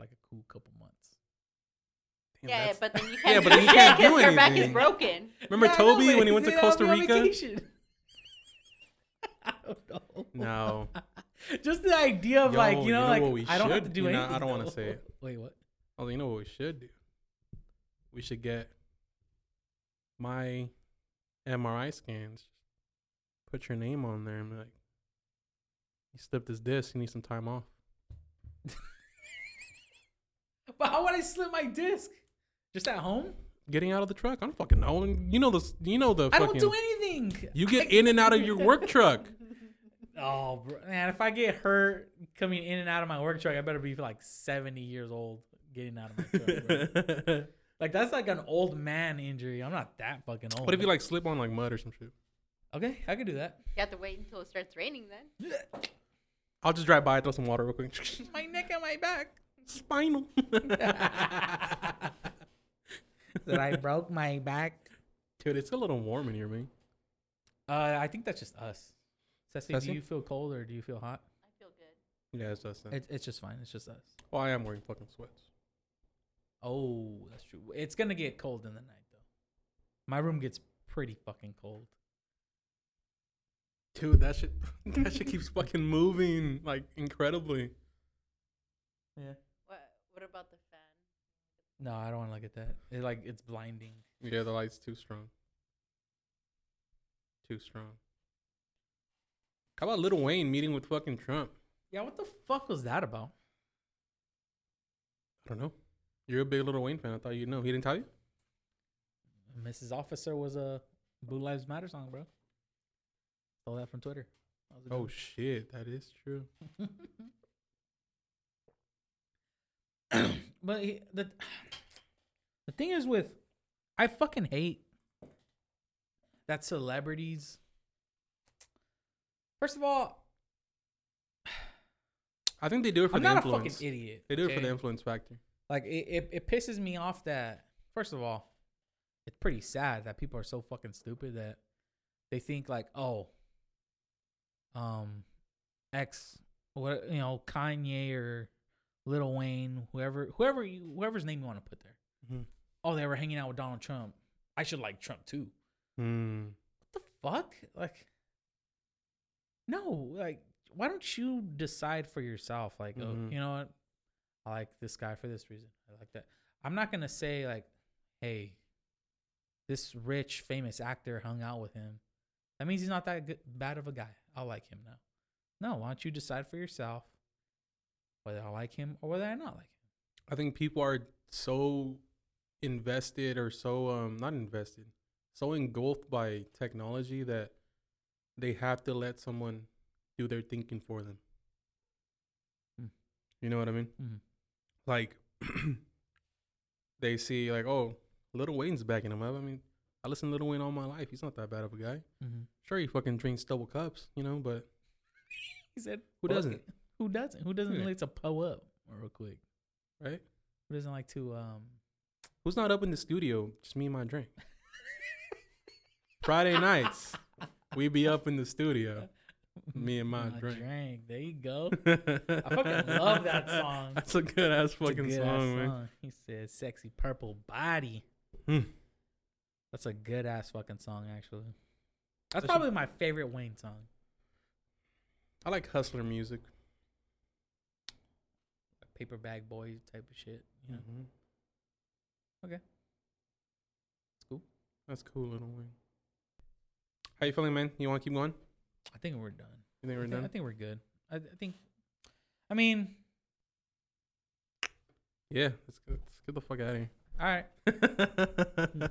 S2: like a cool couple months.
S1: Damn,
S4: Yeah,
S1: that's-
S4: but then you can't
S1: Yeah,
S4: do
S1: but then you
S4: shit
S1: can't
S4: 'cause
S1: do
S4: your back is
S1: anything.
S4: broken.
S1: remember
S2: Yeah, I know,
S1: Toby
S2: but
S1: when he went to
S2: then I'll be
S1: Costa
S2: on
S1: Rica?
S2: vacation. I don't know.
S1: No,
S2: Just the idea of
S1: Yo,
S2: like
S1: you
S2: you
S1: know
S2: know, like
S1: what we
S2: I don't have to
S1: should-
S2: do
S1: you know, I
S2: anything.
S1: don't wanna
S2: though.
S1: say it.
S2: Wait, what?
S1: I was like, you know what we should do? We should get my MRI scans. Put your name on there and be like, you slipped his disc. You need some time off.
S2: But how would I slip my disc? Just at home?
S1: Getting out of the truck. I don't fucking know. And You know the. You know the.
S2: I
S1: fucking,
S2: don't do anything.
S1: You get in and out of your work truck.
S2: Oh, bro. man! If I get hurt coming in and out of my work truck, I better be like seventy years old getting out of my truck. Bro.
S1: what
S2: like that's like an old man injury. I'm not that fucking old.
S1: if you like slip on like mud or some shit?
S2: Okay, I could do that.
S4: You have to wait until it starts raining then.
S1: I'll just drive by, throw some water real quick.
S2: My neck and my back.
S1: Spinal.
S2: that I broke my back.
S1: Dude, it's a little warm in here, man.
S2: Uh, I think that's just us. Ceci,
S1: Ceci?
S2: do you feel cold or do you feel hot?
S4: I feel good.
S1: Yeah, it's just. uh,
S2: It, it's just fine. It's just us.
S1: Well, I am wearing fucking sweats.
S2: Oh, that's true. It's gonna get cold in the night though. My room gets pretty fucking cold.
S1: Dude, that shit that shit keeps fucking moving like incredibly.
S2: Yeah.
S4: What what about the fan?
S2: No, I don't want to look at that. It like it's blinding.
S1: Yeah, the light's too strong. Too strong. How about Little Wayne meeting with fucking Trump?
S2: Yeah, what the fuck was that about?
S1: I don't know. You're a big Little Wayne fan. I thought you'd know. He didn't tell you?
S2: Mrs. Officer was a Blue Lives Matter song, bro. Stole that from Twitter. Oh. That was a good
S1: Oh
S2: one.
S1: shit, that is true.
S2: but he, the the thing is with I fucking hate that celebrities. First of all,
S1: I think they do it for
S2: I'm
S1: the
S2: not
S1: influence.
S2: a fucking idiot.
S1: They do it for
S2: okay?
S1: the influence factor.
S2: Like it, it, it pisses me off that first of all, it's pretty sad that people are so fucking stupid that they think like, oh, um, X, what you know, Kanye or Lil Wayne, whoever, whoever you, whoever's name you want to put there.
S1: Mhm.
S2: Oh, they were hanging out with Donald Trump. I should like Trump too.
S1: Mm.
S2: What the fuck? Like, no, like, why don't you decide for yourself? Like, oh,
S1: Mhm.
S2: you know what? I like this guy for this reason. I like that. I'm not gonna say like, hey, this rich famous actor hung out with him. That means he's not that good, bad of a guy. I'll like him now. No, why don't you decide for yourself whether I like him or whether I not like him?
S1: I think people are so invested or so um not invested, so engulfed by technology that they have to let someone do their thinking for them.
S2: Mm.
S1: You know what I mean?
S2: Mhm.
S1: Like they see like, oh, Little Wayne's backing him up. I mean, I listened to Little Wayne all my life. He's not that bad of a guy.
S2: Mm-hmm.
S1: Sure, he fucking drinks double cups, you know, but
S2: He said,
S1: Who
S2: "Fuck
S1: doesn't?
S2: it." Who doesn't? Who doesn't
S1: Yeah.
S2: like to po up real quick?
S1: right?
S2: Who doesn't like to um?"
S1: Who's not up in the studio? Just me and my drink. Friday nights, we be up in the studio. Me and my drink.
S2: There you go.
S1: I
S2: fucking love that song.
S1: That's a good ass
S2: It's a
S1: fucking
S2: good-ass
S1: song, man.
S2: song. He said, "Sexy purple body."
S1: Hmm.
S2: That's a good ass fucking song, actually. That's
S1: That's a-
S2: probably my favorite Wayne song.
S1: I like hustler music.
S2: Like Paper Bag Boy type of shit. You know, Okay.
S1: That's
S2: cool.
S1: That's cool, little Wayne. How you feeling, man? You want to keep going?
S2: I think we're done.
S1: You Mm-hmm. think we're
S2: I, think, I
S1: done?
S2: think we're good. I, I think. I mean,
S1: Yeah, let's get, let's get the fuck out of here.
S2: all right.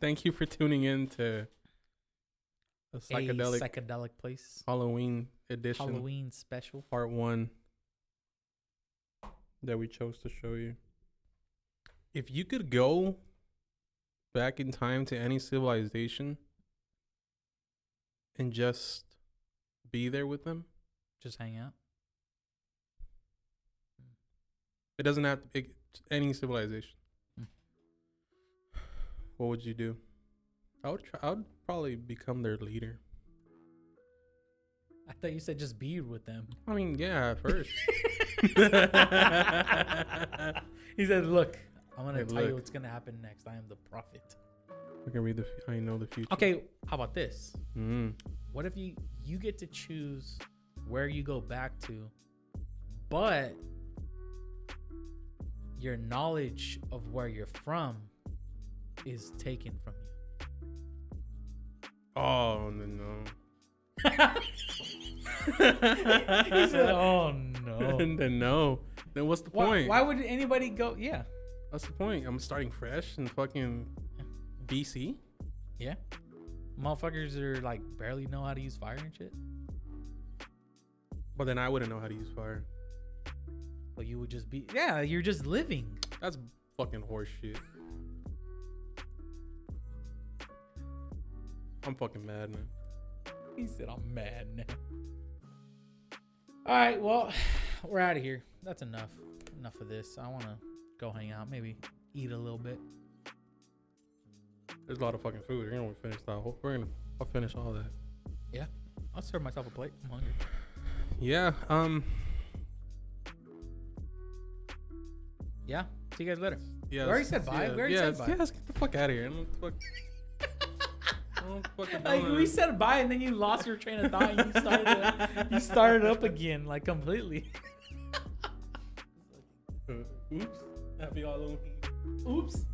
S1: Thank you for tuning in to a
S2: A
S1: psychedelic
S2: psychedelic place.
S1: Halloween edition,
S2: Halloween special.
S1: part one that we chose to show you. If you could go back in time to any civilization and just be there with them,
S2: Just hang out.
S1: it doesn't have to be any civilization.
S2: Mm.
S1: What would you do? I would. Try, I would probably become their leader.
S2: I thought you said just be with them.
S1: I mean, yeah, at first.
S2: he said, "Look, I'm gonna
S1: Hey,
S2: tell you
S1: look.
S2: what's gonna happen next. I am the prophet."
S1: I can read the. fu- I know the future.
S2: Okay, how about this?
S1: Mm.
S2: What if you you get to choose where you go back to, but your knowledge of where you're from is taken from you.
S1: Oh no, no.
S2: He said, "Oh no."
S1: then no. Then what's the
S2: Why,
S1: point?
S2: why would anybody go? Yeah,
S1: What's the point? I'm starting fresh in fucking BC.
S2: yeah. Motherfuckers are like barely know how to use fire and shit.
S1: But then I wouldn't know how to use fire.
S2: But you would just be yeah, you're just living.
S1: That's fucking horseshit. I'm fucking mad, man.
S2: He said, I'm mad now. All right, well, we're out of here. That's enough. Enough of this. I want to go hang out, maybe eat a little bit.
S1: There's a lot of fucking food. We're gonna finish that. Whole, we're gonna. I'll finish all that.
S2: Yeah. I'll serve myself a plate. I'm hungry.
S1: Yeah. Um.
S2: Yeah. See you guys later.
S1: Yeah.
S2: We already
S1: it's-
S2: said
S1: it's-
S2: bye.
S1: Yeah,
S2: We already
S1: yeah,
S2: said
S1: it's-
S2: bye.
S1: Yeah. Let's get the fuck out of here. I'm fuck. I don't fucking know,
S2: Like
S1: man.
S2: we said bye, and then you lost your train of thought. And you started, to- you started up again, like completely.
S1: Oops. Happy Halloween.
S2: Oops.